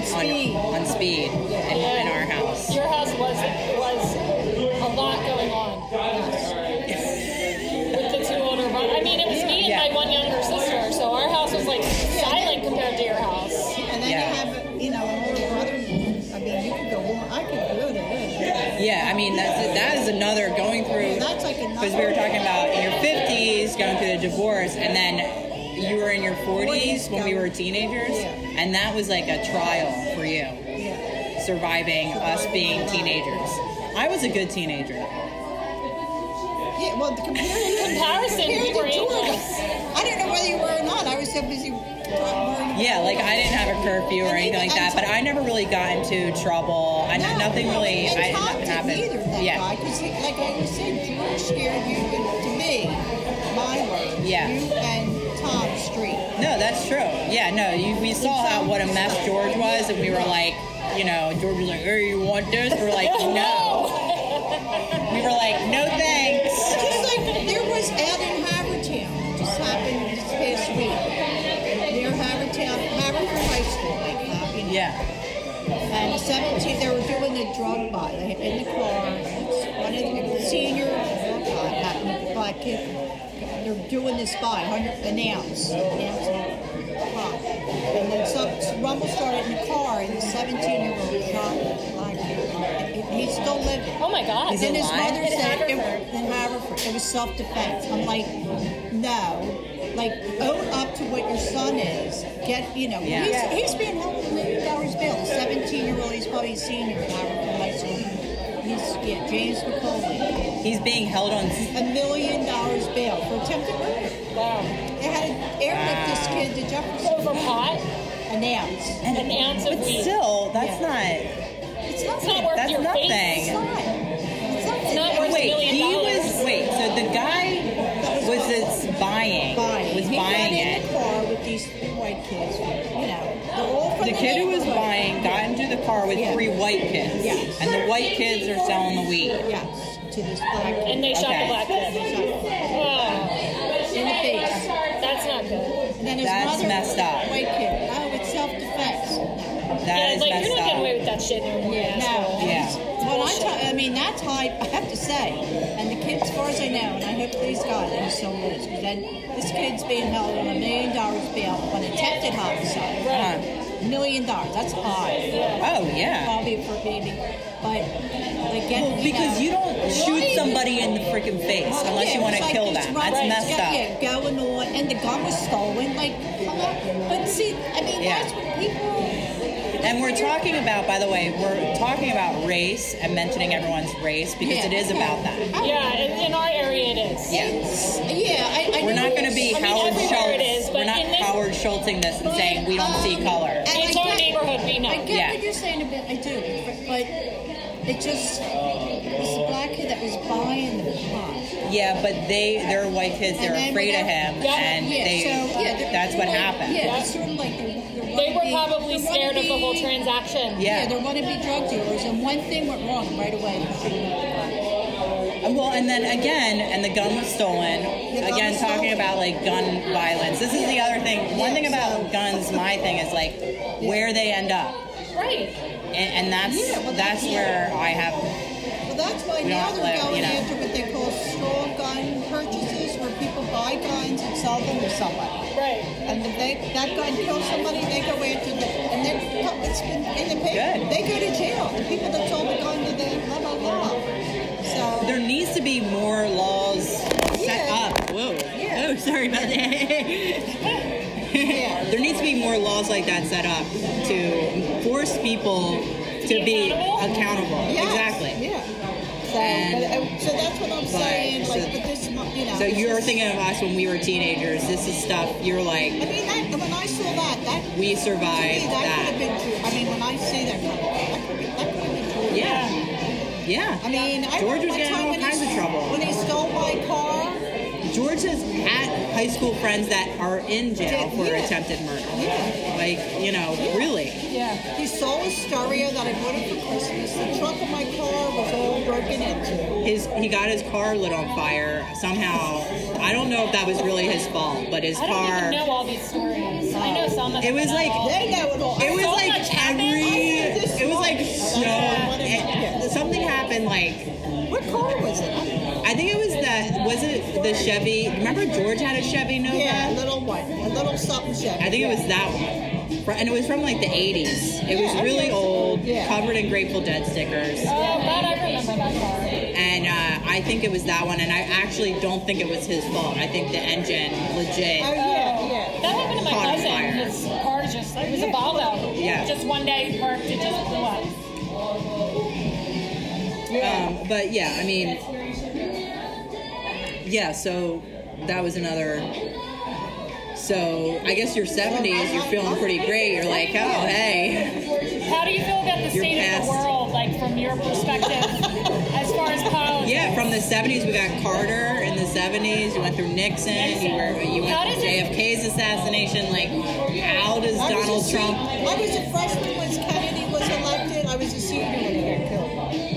Speaker 3: on,
Speaker 6: speed.
Speaker 3: on speed in, in our house.
Speaker 4: Your house was was a lot going on with the two older brothers. I mean, it was me and
Speaker 3: Yeah.
Speaker 4: my one younger sister, so our house was like silent compared to your house.
Speaker 6: And then
Speaker 3: Yeah.
Speaker 6: you have, you know, an older brother. I mean, you could go on. I could go to this.
Speaker 3: Yeah, I mean that's that is another going through
Speaker 6: That's like another.
Speaker 3: because we were talking about in your 50s going through the divorce and then you were in your 40s when we were teenagers
Speaker 6: Yeah.
Speaker 3: and that was like a trial for you
Speaker 6: Yeah.
Speaker 3: surviving us being teenagers i was a good teenager
Speaker 6: yeah. Well, the
Speaker 3: [laughs]
Speaker 6: comparison.
Speaker 4: Comparison, we were
Speaker 6: compared to Georgia.
Speaker 4: aimless.
Speaker 6: I don't know whether you were or not. I was so busy. worrying-
Speaker 3: yeah like i didn't have a curfew or
Speaker 6: And
Speaker 3: anything
Speaker 6: even-
Speaker 3: like that
Speaker 6: and
Speaker 3: but
Speaker 6: Tom-
Speaker 3: i never really got into trouble i
Speaker 6: No,
Speaker 3: nothing
Speaker 6: no,
Speaker 3: really
Speaker 6: and
Speaker 3: I,
Speaker 6: Tom
Speaker 3: nothing
Speaker 6: didn't
Speaker 3: happened
Speaker 6: Either, that
Speaker 3: yeah
Speaker 6: guy, 'cause he, like I was saying, George scared you to, to me. My word.
Speaker 3: Yeah.
Speaker 6: You and Tom Street.
Speaker 3: No, that's true. Yeah, no, you, we saw how what a mess George was, and we were like, you know, George was like, "Hey, you want this?" We were
Speaker 4: [laughs]
Speaker 3: like, "No." We were like, "No, thanks."
Speaker 6: Just like there was out in Havertown, just happened this past week. Near Havertown, Haverford High School, like that, you know.
Speaker 3: Yeah,
Speaker 6: And 17, they were doing the drug buy they had in the car. It's One of the it was senior drug buy happened. Black kid. They're doing this buy, 100 an ounce. An ounce of pot. And then some, Rumble started in the car, and the 17 year old shot the black kid. And he- He's still living.
Speaker 4: Oh my god.
Speaker 3: Is
Speaker 6: Then
Speaker 3: it
Speaker 6: his
Speaker 3: live?
Speaker 6: mother
Speaker 4: In
Speaker 6: said it,
Speaker 4: Haverford.
Speaker 6: in Haverford, it was self defense. I'm like, no. Like, own up to what your son is. Get, you know,
Speaker 3: Yeah.
Speaker 6: he's, he's being held for million dollars bill. 17 year old, he's probably a senior in Haverford High School. He's, yeah, James McCauley.
Speaker 3: he's being held on.
Speaker 6: A million dollars bail for attempted murder.
Speaker 4: Wow.
Speaker 6: They had to airlift this kid to Jefferson.
Speaker 4: Over pot,
Speaker 6: An ounce.
Speaker 4: an ounce of
Speaker 3: But
Speaker 4: weed.
Speaker 3: still, that's not.
Speaker 6: It's
Speaker 4: it's
Speaker 6: nothing.
Speaker 4: not worth
Speaker 3: That's
Speaker 4: your
Speaker 3: nothing.
Speaker 6: It's
Speaker 4: face.
Speaker 6: not. It's nothing.
Speaker 4: Not worth-
Speaker 3: Wait,
Speaker 4: Million
Speaker 3: he
Speaker 4: dollars.
Speaker 3: was. Wait, so the guy was this buying?
Speaker 6: buying.
Speaker 3: Was
Speaker 6: he got
Speaker 3: buying
Speaker 6: in the
Speaker 3: it?
Speaker 6: car with these three white kids. You know, they're all from
Speaker 3: The kid who was
Speaker 6: neighborhood.
Speaker 3: buying got into the car with
Speaker 6: Yeah.
Speaker 3: three white kids,
Speaker 6: Yes.
Speaker 3: and the white kids are selling the weed.
Speaker 6: Yes, to this black kid.
Speaker 4: And they shot
Speaker 3: Okay.
Speaker 4: the black kid. Oh,
Speaker 6: in the face.
Speaker 4: that's not good.
Speaker 6: And then his
Speaker 3: That's
Speaker 6: mother,
Speaker 3: messed up.
Speaker 6: White kid. Oh, it's self-defense.
Speaker 3: That
Speaker 4: Yeah,
Speaker 3: is
Speaker 4: like you're
Speaker 3: messed
Speaker 4: not getting
Speaker 3: up.
Speaker 4: away with that shit anymore.
Speaker 6: Yeah, no.
Speaker 3: Yeah.
Speaker 6: Well, I, t- I mean, that's high. I have to say. And the kid, as far as I know, and I hope please God that he still lives, because then this kid's being held on a million dollars bail on attempted homicide.
Speaker 3: Right.
Speaker 6: Million dollars. That's high.
Speaker 3: Oh yeah.
Speaker 6: probably for baby, but like uh, get,
Speaker 3: Well, because you don't shoot somebody in the freaking face unless you want to kill them. That's messed up.
Speaker 6: Yeah, going on, and the gun was stolen. Like, hello? but see, I mean,
Speaker 3: Yeah.
Speaker 6: that's what people.
Speaker 3: And we're talking about, by the way, we're talking about race and mentioning everyone's race because it
Speaker 6: Yeah,
Speaker 3: is
Speaker 6: okay.
Speaker 3: about that.
Speaker 6: Oh,
Speaker 4: Yeah, in, in our area it is.
Speaker 6: it's- Yeah, I, I
Speaker 3: We're not
Speaker 6: know
Speaker 3: going to
Speaker 6: it's-
Speaker 3: be
Speaker 4: I mean,
Speaker 3: Howard
Speaker 4: everywhere
Speaker 3: Schultz.
Speaker 4: it is, but
Speaker 3: we're not
Speaker 4: in this-
Speaker 3: Howard Schultzing this and saying we don't see
Speaker 6: Um,
Speaker 3: color.
Speaker 6: and
Speaker 4: It's
Speaker 6: I
Speaker 4: our
Speaker 6: get-
Speaker 4: neighborhood, we know.
Speaker 6: I get
Speaker 3: Yeah.
Speaker 6: what you're saying a bit. I do, but- but it just this black kid that was buying the pot.
Speaker 3: Yeah, but they they're white kids. They're
Speaker 6: And then
Speaker 3: afraid of
Speaker 6: without-
Speaker 3: him,
Speaker 4: Yeah,
Speaker 3: and
Speaker 6: Yeah,
Speaker 3: they
Speaker 6: so yeah, they're-
Speaker 3: that's what
Speaker 6: they're like-
Speaker 3: happened.
Speaker 6: Yeah, it's sort of like they're, they're
Speaker 4: They were
Speaker 6: wannabe-
Speaker 4: probably
Speaker 6: they're
Speaker 4: scared of the whole
Speaker 6: wannabe-
Speaker 4: transaction.
Speaker 3: Yeah.
Speaker 6: Yeah, they're wannabe drug dealers, and one thing went wrong right away.
Speaker 3: Well, and then again, and the gun was stolen.
Speaker 6: gun
Speaker 3: again,
Speaker 6: was
Speaker 3: talking
Speaker 6: stolen.
Speaker 3: about like gun violence. This is the other thing. One
Speaker 6: Yeah,
Speaker 3: thing about
Speaker 6: so-
Speaker 3: guns, my thing is like where they end up,
Speaker 4: Right.
Speaker 3: and, and that's
Speaker 6: Yeah, well,
Speaker 3: that's
Speaker 6: that's-
Speaker 3: where I have.
Speaker 6: Well, that's why
Speaker 3: We
Speaker 6: now
Speaker 3: don't
Speaker 6: they're
Speaker 3: let-
Speaker 6: going
Speaker 3: you know.
Speaker 6: after what they call straw gun purchases, where people buy guns and sell sell them to somebody.
Speaker 13: Right.
Speaker 6: And if they, that gun kills somebody, they go into the, and they're, it's been in the paper.
Speaker 3: Good.
Speaker 6: They go to jail. The people that sold the gun to the blah, blah, blah. So,
Speaker 3: There needs to be more laws set
Speaker 6: Yeah.
Speaker 3: up. Whoa.
Speaker 6: Yeah.
Speaker 3: Oh, sorry about that.
Speaker 6: yeah.
Speaker 3: there needs to be more laws like that set up to force people to be accountable.
Speaker 6: Yeah,
Speaker 3: Exactly.
Speaker 6: Yeah. So,
Speaker 3: And-
Speaker 6: but, uh, so that's what I'm
Speaker 3: but-
Speaker 6: saying. Like,
Speaker 3: so-
Speaker 6: but this, mo- you know.
Speaker 3: So
Speaker 6: it's
Speaker 3: you're
Speaker 6: just-
Speaker 3: thinking of us when we were teenagers. This is stuff you're
Speaker 6: I
Speaker 3: like,
Speaker 6: mean, that, when I saw that, that
Speaker 3: we
Speaker 6: to me,
Speaker 3: survived
Speaker 6: that could have
Speaker 3: that.
Speaker 6: been true. I mean, when I see that kind of thing, that could have been, that could have been true.
Speaker 3: Yeah.
Speaker 6: I
Speaker 3: Yeah.
Speaker 6: mean, I
Speaker 3: George was
Speaker 6: remember one
Speaker 3: getting
Speaker 6: time
Speaker 3: all
Speaker 6: when
Speaker 3: kinds
Speaker 6: he,
Speaker 3: of trouble.
Speaker 6: when he stole my car.
Speaker 3: George has had high school friends that are in jail for
Speaker 6: Yeah.
Speaker 3: attempted murder.
Speaker 6: Yeah.
Speaker 3: Like, you know, really.
Speaker 6: Yeah. He stole a stereo that I bought him for Christmas. The trunk of my car was all broken into.
Speaker 3: His he got his car lit on fire somehow. I don't know if that was really his fault, but his
Speaker 4: I don't
Speaker 3: car
Speaker 4: even know all these stories. I know so much.
Speaker 3: It was
Speaker 4: but not
Speaker 3: like-
Speaker 4: all.
Speaker 6: They know it all.
Speaker 3: It was
Speaker 4: So
Speaker 3: like
Speaker 4: much happened.
Speaker 3: every.
Speaker 6: I heard this
Speaker 3: It was like
Speaker 6: story.
Speaker 3: so. it- something happened. Like
Speaker 6: What car was it? I don't know.
Speaker 3: I think it was the was it the Chevy? Remember George had a Chevy Nova.
Speaker 6: Yeah, a little one. A little something Chevy.
Speaker 3: I think it was that one, Fr- and it was from like the 80s. It was
Speaker 6: Yeah, I
Speaker 3: really
Speaker 6: know.
Speaker 3: old,
Speaker 6: Yeah.
Speaker 3: covered in Grateful Dead stickers,
Speaker 4: Oh God, I remember that car.
Speaker 3: and uh, I think it was that one. And I actually don't think it was his fault. I think the engine legit.
Speaker 6: Oh, yeah, yeah.
Speaker 4: That happened to my
Speaker 3: Caught on
Speaker 4: cousin.
Speaker 3: fire.
Speaker 4: His car just it was a Volvo.
Speaker 3: Yeah.
Speaker 4: Just one day he parked, it just blew up.
Speaker 3: Um, but yeah, I mean, yeah. So that was another. So I guess your 70s, you're feeling pretty great. You're like, oh hey,
Speaker 4: How do you feel about the
Speaker 3: You're
Speaker 4: state of
Speaker 3: past.
Speaker 4: the world, like from
Speaker 3: [laughs]
Speaker 4: your perspective, as far as politics?
Speaker 3: yeah. From the 70s, we got Carter. In the 70s, you went through Nixon. You, were, you
Speaker 4: How
Speaker 3: went
Speaker 4: does
Speaker 3: through
Speaker 4: it-
Speaker 3: JFK's assassination. Like, how does
Speaker 6: I was a
Speaker 3: Donald
Speaker 6: se-
Speaker 3: Trump?
Speaker 6: I was a freshman when Kennedy was elected. I was a senior when he got killed.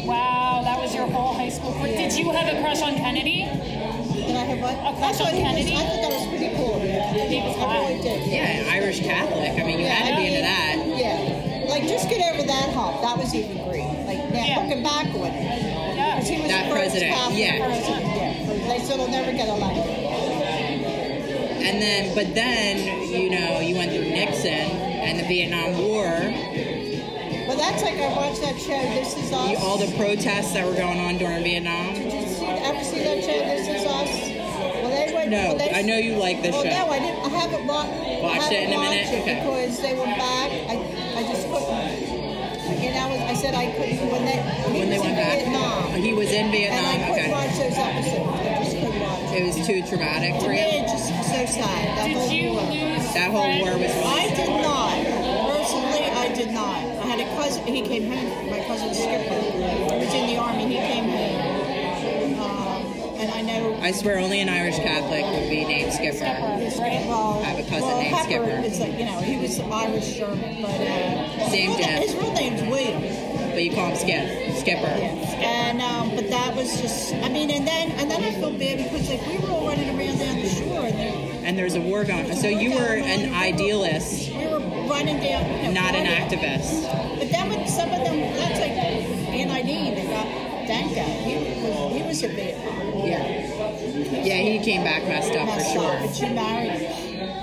Speaker 4: Wow, that was your whole high school. career. Did you have a crush on Kennedy?
Speaker 6: Did I have what?
Speaker 4: A crush
Speaker 6: That's
Speaker 4: on
Speaker 6: what he was-
Speaker 4: Kennedy?
Speaker 6: I thought that was pretty cool.
Speaker 4: He was
Speaker 6: I really
Speaker 4: hot.
Speaker 6: did.
Speaker 3: Yeah, an Irish Catholic. I mean, you had to be into that.
Speaker 6: Yeah. Like, just get over that hump. That was even great. Like, now,
Speaker 4: Yeah.
Speaker 6: looking back on it.
Speaker 4: Yeah.
Speaker 6: Because he was
Speaker 3: That
Speaker 6: the first
Speaker 3: president,
Speaker 6: Catholic
Speaker 3: yeah.
Speaker 6: president. Yeah. They said he'll never get elected.
Speaker 3: And then, but then, you know, you went through Nixon and the Vietnam War.
Speaker 6: But that's like, I watched that show, This Is Us.
Speaker 3: You- all the protests that were going on during Vietnam.
Speaker 6: Did you see, ever see that show, This Is Us? Well, they went,
Speaker 3: No,
Speaker 6: well, they,
Speaker 3: I know you like this
Speaker 6: well,
Speaker 3: show.
Speaker 6: no, I didn't. I haven't wa-
Speaker 3: Watch
Speaker 6: I haven't
Speaker 3: it in a
Speaker 6: watched
Speaker 3: minute?
Speaker 6: it
Speaker 3: Okay.
Speaker 6: Because they went back. I, I just couldn't. And I was, I said I couldn't when they he
Speaker 3: When they
Speaker 6: was
Speaker 3: went
Speaker 6: in
Speaker 3: back, Oh,
Speaker 6: Vietnam,
Speaker 3: he was in
Speaker 6: and I
Speaker 3: Vietnam.
Speaker 6: couldn't
Speaker 3: Okay,
Speaker 6: watch those episodes. I just couldn't watch.
Speaker 3: it was too traumatic for
Speaker 6: Yeah,
Speaker 3: you.
Speaker 6: it's just so sad. That
Speaker 4: Did
Speaker 6: whole
Speaker 4: you
Speaker 6: war.
Speaker 4: lose?
Speaker 3: That whole war was.
Speaker 6: I did not. Personally, I did not. I had a cousin. He came home. My cousin Skipper who was in the army. He came home, um, and I know.
Speaker 3: I swear, only an Irish Catholic would be named Skipper.
Speaker 4: Friends, right?
Speaker 6: Well,
Speaker 3: I have a cousin
Speaker 6: well,
Speaker 3: named
Speaker 6: Pepper
Speaker 3: Skipper.
Speaker 6: is like you know he was Irish German, but uh,
Speaker 3: Same
Speaker 6: his, real,
Speaker 3: dad.
Speaker 6: his real name's William.
Speaker 3: But you call him Skip, Skipper.
Speaker 6: Yes. And um, but that was just I mean, and then and then I feel bad because like we were all running around down the shore and then
Speaker 3: And there's a war going. So you were an idealist,
Speaker 6: we were running down. You know,
Speaker 3: not an
Speaker 6: running.
Speaker 3: activist.
Speaker 6: But then when some of them, that's like Aunt Eileen that got Danko. He was he was a Vietnam
Speaker 3: Yeah. Yeah, he came back messed up for
Speaker 6: messed up,
Speaker 3: sure.
Speaker 6: but she married him.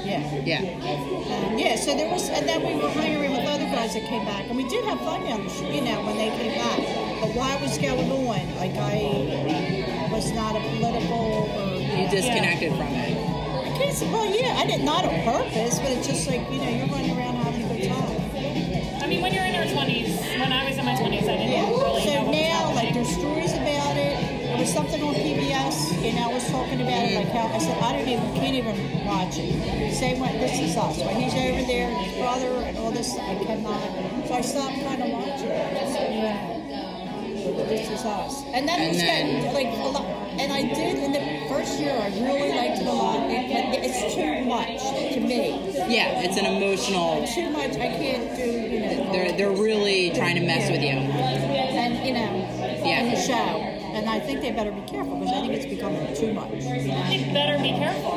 Speaker 6: Yeah.
Speaker 3: Yeah.
Speaker 6: Um, yeah, so there was, and then we were hiring with other guys that came back, and we did have fun down the sh- you know, when they came back. But why was going on? Like I was not a political. Or,
Speaker 3: You disconnected from it.
Speaker 6: I guess, well, yeah, I did not on purpose, but it's just like you know, you're running around having a good time.
Speaker 4: I mean, when you're in your 20s, when I was in my 20s, I didn't
Speaker 6: Yeah.
Speaker 4: really know what was
Speaker 6: So now,
Speaker 4: happening.
Speaker 6: like, there's stories about it. There was something on PBS, and I was talking about it, like how I said I don't even can't even watch it. Same when this is us when he's over there, and his brother, and all this, I cannot. So I stopped trying to watch it. This is us. And then,
Speaker 3: And
Speaker 6: it's
Speaker 3: then-
Speaker 6: got, like a lot. And I did in the first year. I really liked it a lot, and- but it's too much to me.
Speaker 3: Yeah, it's an emotional.
Speaker 6: Too much. I can't do. You know.
Speaker 3: They're they're really trying to mess with you.
Speaker 6: and you know,
Speaker 3: Yeah.
Speaker 6: in the show. And I think they better be careful because I think it's becoming too much.
Speaker 4: You better be careful.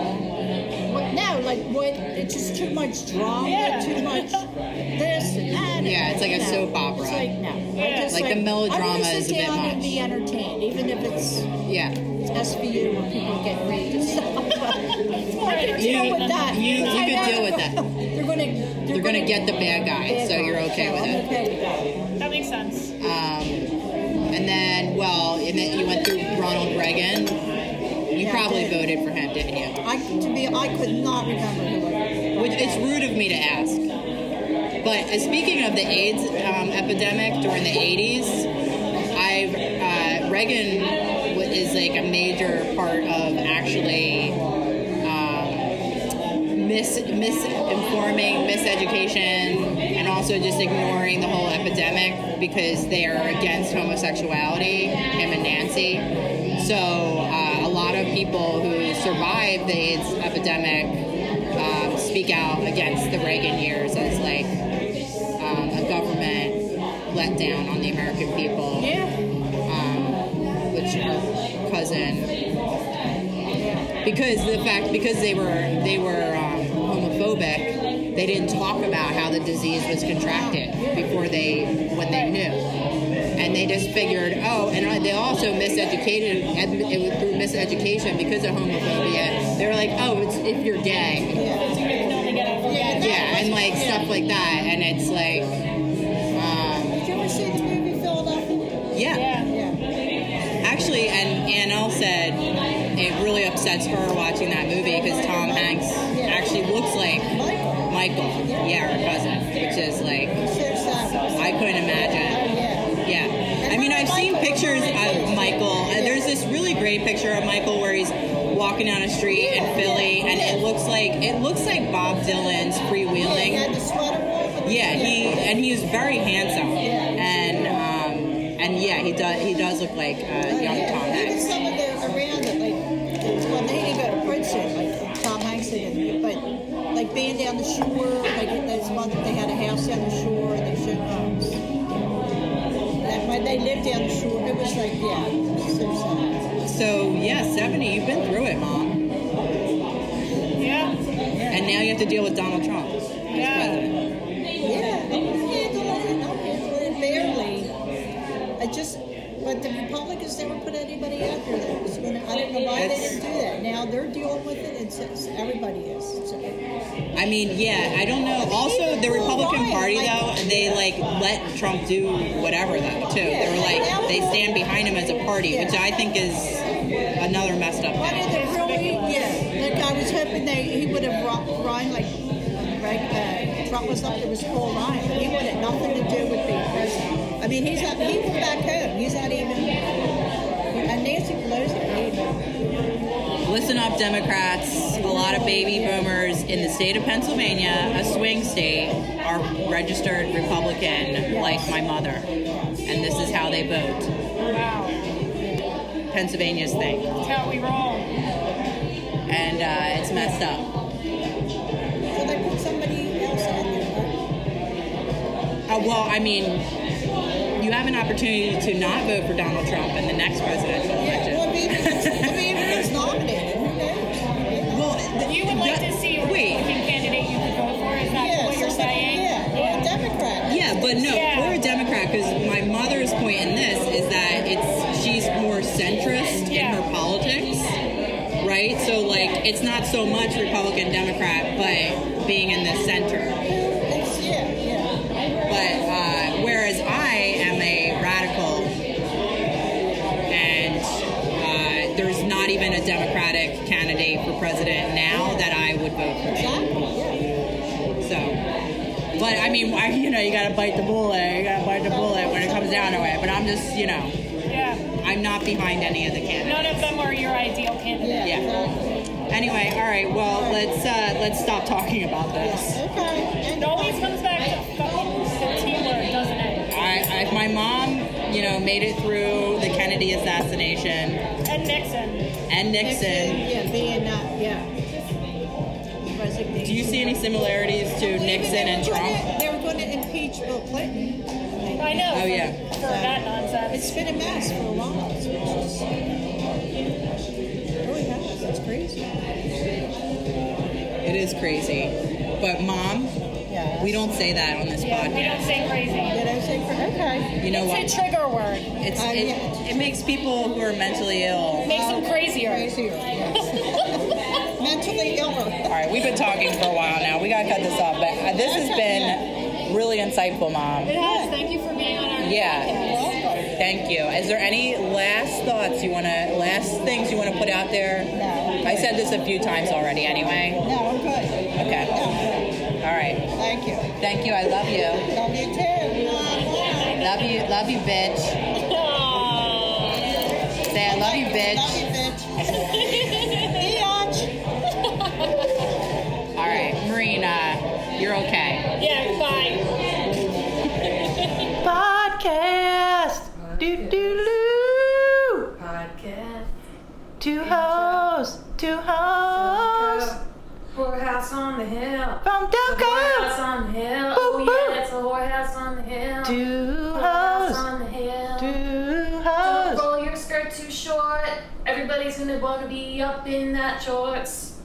Speaker 6: What, no, like what? It's just too much drama,
Speaker 4: Yeah.
Speaker 6: too much this and that.
Speaker 3: Yeah, it's like a
Speaker 6: No,
Speaker 3: soap opera.
Speaker 6: It's like no, I
Speaker 4: Yeah.
Speaker 6: just
Speaker 3: Like, the melodrama
Speaker 6: I wanna sit
Speaker 3: is a bit
Speaker 6: down
Speaker 3: much.
Speaker 6: and be entertained, even if it's
Speaker 3: Yeah.
Speaker 6: SVU when people get raped and stuff. [laughs]
Speaker 3: You,
Speaker 6: deal with that.
Speaker 3: you, you
Speaker 6: I
Speaker 3: can
Speaker 6: know.
Speaker 3: deal with that.
Speaker 6: [laughs] They're gonna
Speaker 3: They're gonna get the bad guy, so you're okay with it.
Speaker 6: I'm okay with that.
Speaker 4: That makes sense.
Speaker 3: Um, and then, well, and then you went through Ronald Reagan. You
Speaker 6: Yeah, I
Speaker 3: probably
Speaker 6: did.
Speaker 3: voted for him, didn't you?
Speaker 6: I to be I could not remember who it
Speaker 3: Which it's rude of me to ask. But uh, speaking of the AIDS um, epidemic during the 80s, I uh, Reagan wa- is like a major part of actually um, mis- misinforming, miseducation, and also just ignoring the whole epidemic because they are against homosexuality, him and Nancy. So uh, a lot of people who survived the AIDS epidemic um, speak out against the Reagan years as like um, a government letdown on the American people
Speaker 6: Yeah.
Speaker 3: um, which our cousin because the fact because they were they were um, homophobic they didn't talk about how the disease was contracted before they when they knew and they just figured oh and they also miseducated and it was through miseducation because of homophobia they were like oh it's if you're gay
Speaker 6: Yeah.
Speaker 3: yeah and like stuff like that and it's like um,
Speaker 6: Did you ever see the movie Philadelphia?
Speaker 3: yeah.
Speaker 6: Yeah.
Speaker 3: Actually, and Annelle said it really upsets her watching that movie because Tom Hanks actually looks like
Speaker 6: Michael.
Speaker 3: Michael, yeah, her cousin, which is like
Speaker 6: There's that.
Speaker 3: I couldn't imagine.
Speaker 6: Yeah.
Speaker 3: Yeah, I mean I've seen pictures of Michael. Uh, There's this really great picture of Michael where he's walking down a street in Philly, and it looks like it looks like Bob Dylan's
Speaker 6: Yeah, he
Speaker 3: freewheeling.
Speaker 6: had the sweater on. but-
Speaker 3: Yeah, he and he was very handsome, and um, and yeah, he does he does look like uh, young
Speaker 6: Oh, yeah.
Speaker 3: Tom Hanks.
Speaker 6: Even some of the around it, like when they didn't go to Princeton, like Tom Hanks did, but like being down the shore, like there's one that they had a house down the shore and they showed homes. And when they lived down the shore, it was like yeah, it was so sad.
Speaker 3: So yeah, seventy. You've been through it, mom,
Speaker 4: Yeah.
Speaker 3: and now you have to deal with Donald Trump as president.
Speaker 6: Yeah, I'm handling it, I'm handling it barely. I just. But the Republicans never put anybody out there that was going to. I don't know why
Speaker 3: That's-
Speaker 6: they didn't do that. Now they're dealing with it, and since everybody is. So.
Speaker 3: I mean, yeah, I don't know. Also, the Republican Party though, they like let Trump do whatever though too. They were like they stand behind him as a party, which I think is another messed up
Speaker 6: Why
Speaker 3: thing.
Speaker 6: did they really? Yeah, like I was hoping they he would have ru- run like right. Uh, Trump was up there was Paul Ryan, but he wanted nothing to do with being president. I mean, he's not he from back home. He's not even. And Nancy Pelosi, either.
Speaker 3: Listen up, Democrats. A lot of baby boomers in the state of Pennsylvania, a swing state, are registered Republican, like my mother. And this is how they vote.
Speaker 4: Wow.
Speaker 3: Pennsylvania's thing.
Speaker 4: That's how we roll.
Speaker 3: And uh, it's messed up.
Speaker 6: so they put somebody else out there.
Speaker 3: Uh, well, I mean, you have an opportunity to not vote for Donald Trump in the next presidential
Speaker 6: Yeah, well, I mean, I mean, if
Speaker 3: election.
Speaker 6: he's nominated, who knows?
Speaker 3: well, th-
Speaker 4: You would like
Speaker 3: that-
Speaker 4: to see a
Speaker 3: Wait.
Speaker 4: Republican candidate you could vote for? Is that
Speaker 6: Yeah,
Speaker 4: what you're
Speaker 6: somebody-
Speaker 4: saying?
Speaker 6: Yeah, or a Democrat.
Speaker 3: Yeah, but no,
Speaker 4: Yeah.
Speaker 3: we're a Democrat because my mother's point in this is that it's she's more centrist
Speaker 4: Yeah.
Speaker 3: in her politics, right? So like it's not so much Republican Democrat, but being in the center.
Speaker 6: It's, yeah, yeah.
Speaker 3: But uh, whereas I am a radical, and uh, there's not even a Democratic candidate for president now that I would vote for.
Speaker 6: Exactly, yeah.
Speaker 3: So, but I mean, I, you know, you gotta bite the bullet. You gotta bite the bullet when it comes down to it. But I'm just, you know,
Speaker 4: Yeah.
Speaker 3: I'm not behind any of the candidates.
Speaker 4: None of them are your ideal candidate.
Speaker 3: Yeah. Anyway, all right. Well, let's uh, let's stop talking about this.
Speaker 6: Okay.
Speaker 4: It always comes back to fucking the teamwork, doesn't it?
Speaker 3: I, I, my mom, you know, made it through the Kennedy assassination
Speaker 4: And Nixon.
Speaker 3: and Nixon.
Speaker 6: Yeah, being not, yeah. Resignation.
Speaker 3: Do you see any similarities to Nixon and Trump?
Speaker 6: They were going to impeach Bill Clinton.
Speaker 4: I know.
Speaker 3: Oh,
Speaker 4: for-
Speaker 3: yeah.
Speaker 4: For that nonsense.
Speaker 6: It's been a mess for a while. It's just- It really has. It's crazy.
Speaker 3: It is crazy, but mom,
Speaker 6: Yeah.
Speaker 3: we don't say that on this
Speaker 4: Yeah, we don't
Speaker 3: podcast.
Speaker 4: say crazy.
Speaker 6: You know, say for, okay.
Speaker 3: You know what?
Speaker 4: It's a trigger word.
Speaker 3: It's,
Speaker 6: Uh,
Speaker 3: it,
Speaker 6: yeah.
Speaker 3: it makes people who are mentally ill
Speaker 4: [laughs] Makes them crazier.
Speaker 6: Crazier. yes. mentally ill.
Speaker 3: All right, we've been talking for a while now. We gotta cut this off, but uh, this has been really insightful, Mom.
Speaker 14: Yes, thank you for being on our
Speaker 3: Yeah.
Speaker 6: Welcome.
Speaker 3: Thank you. Is there any last thoughts you wanna, last things you wanna put out there?
Speaker 6: No.
Speaker 3: I said this a few times already. Anyway.
Speaker 6: No, I'm good.
Speaker 3: Okay. All right.
Speaker 6: Thank you.
Speaker 3: Thank you. I love you.
Speaker 6: Love you too.
Speaker 3: Love you. Love you, bitch. Say I love you,
Speaker 6: Love
Speaker 3: bitch.
Speaker 6: you, bitch. [laughs] Biatch.
Speaker 3: All right, Marina, you're okay.
Speaker 14: Yeah, bye.
Speaker 1: Podcast. Do do loo.
Speaker 2: Podcast.
Speaker 1: Two hoes. Two hoes.
Speaker 2: Whorehouse on the hill.
Speaker 1: From
Speaker 2: Whorehouse
Speaker 1: Delco.
Speaker 2: on the hill.
Speaker 1: Boop,
Speaker 2: Oh
Speaker 1: boop.
Speaker 2: yeah, that's a whorehouse on the hill.
Speaker 1: Two
Speaker 2: Whorehouse
Speaker 1: hoes.
Speaker 2: on the hill.
Speaker 1: Two
Speaker 2: Don't
Speaker 1: hoes.
Speaker 2: roll your skirt too short. Everybody's gonna wanna be up in that shorts.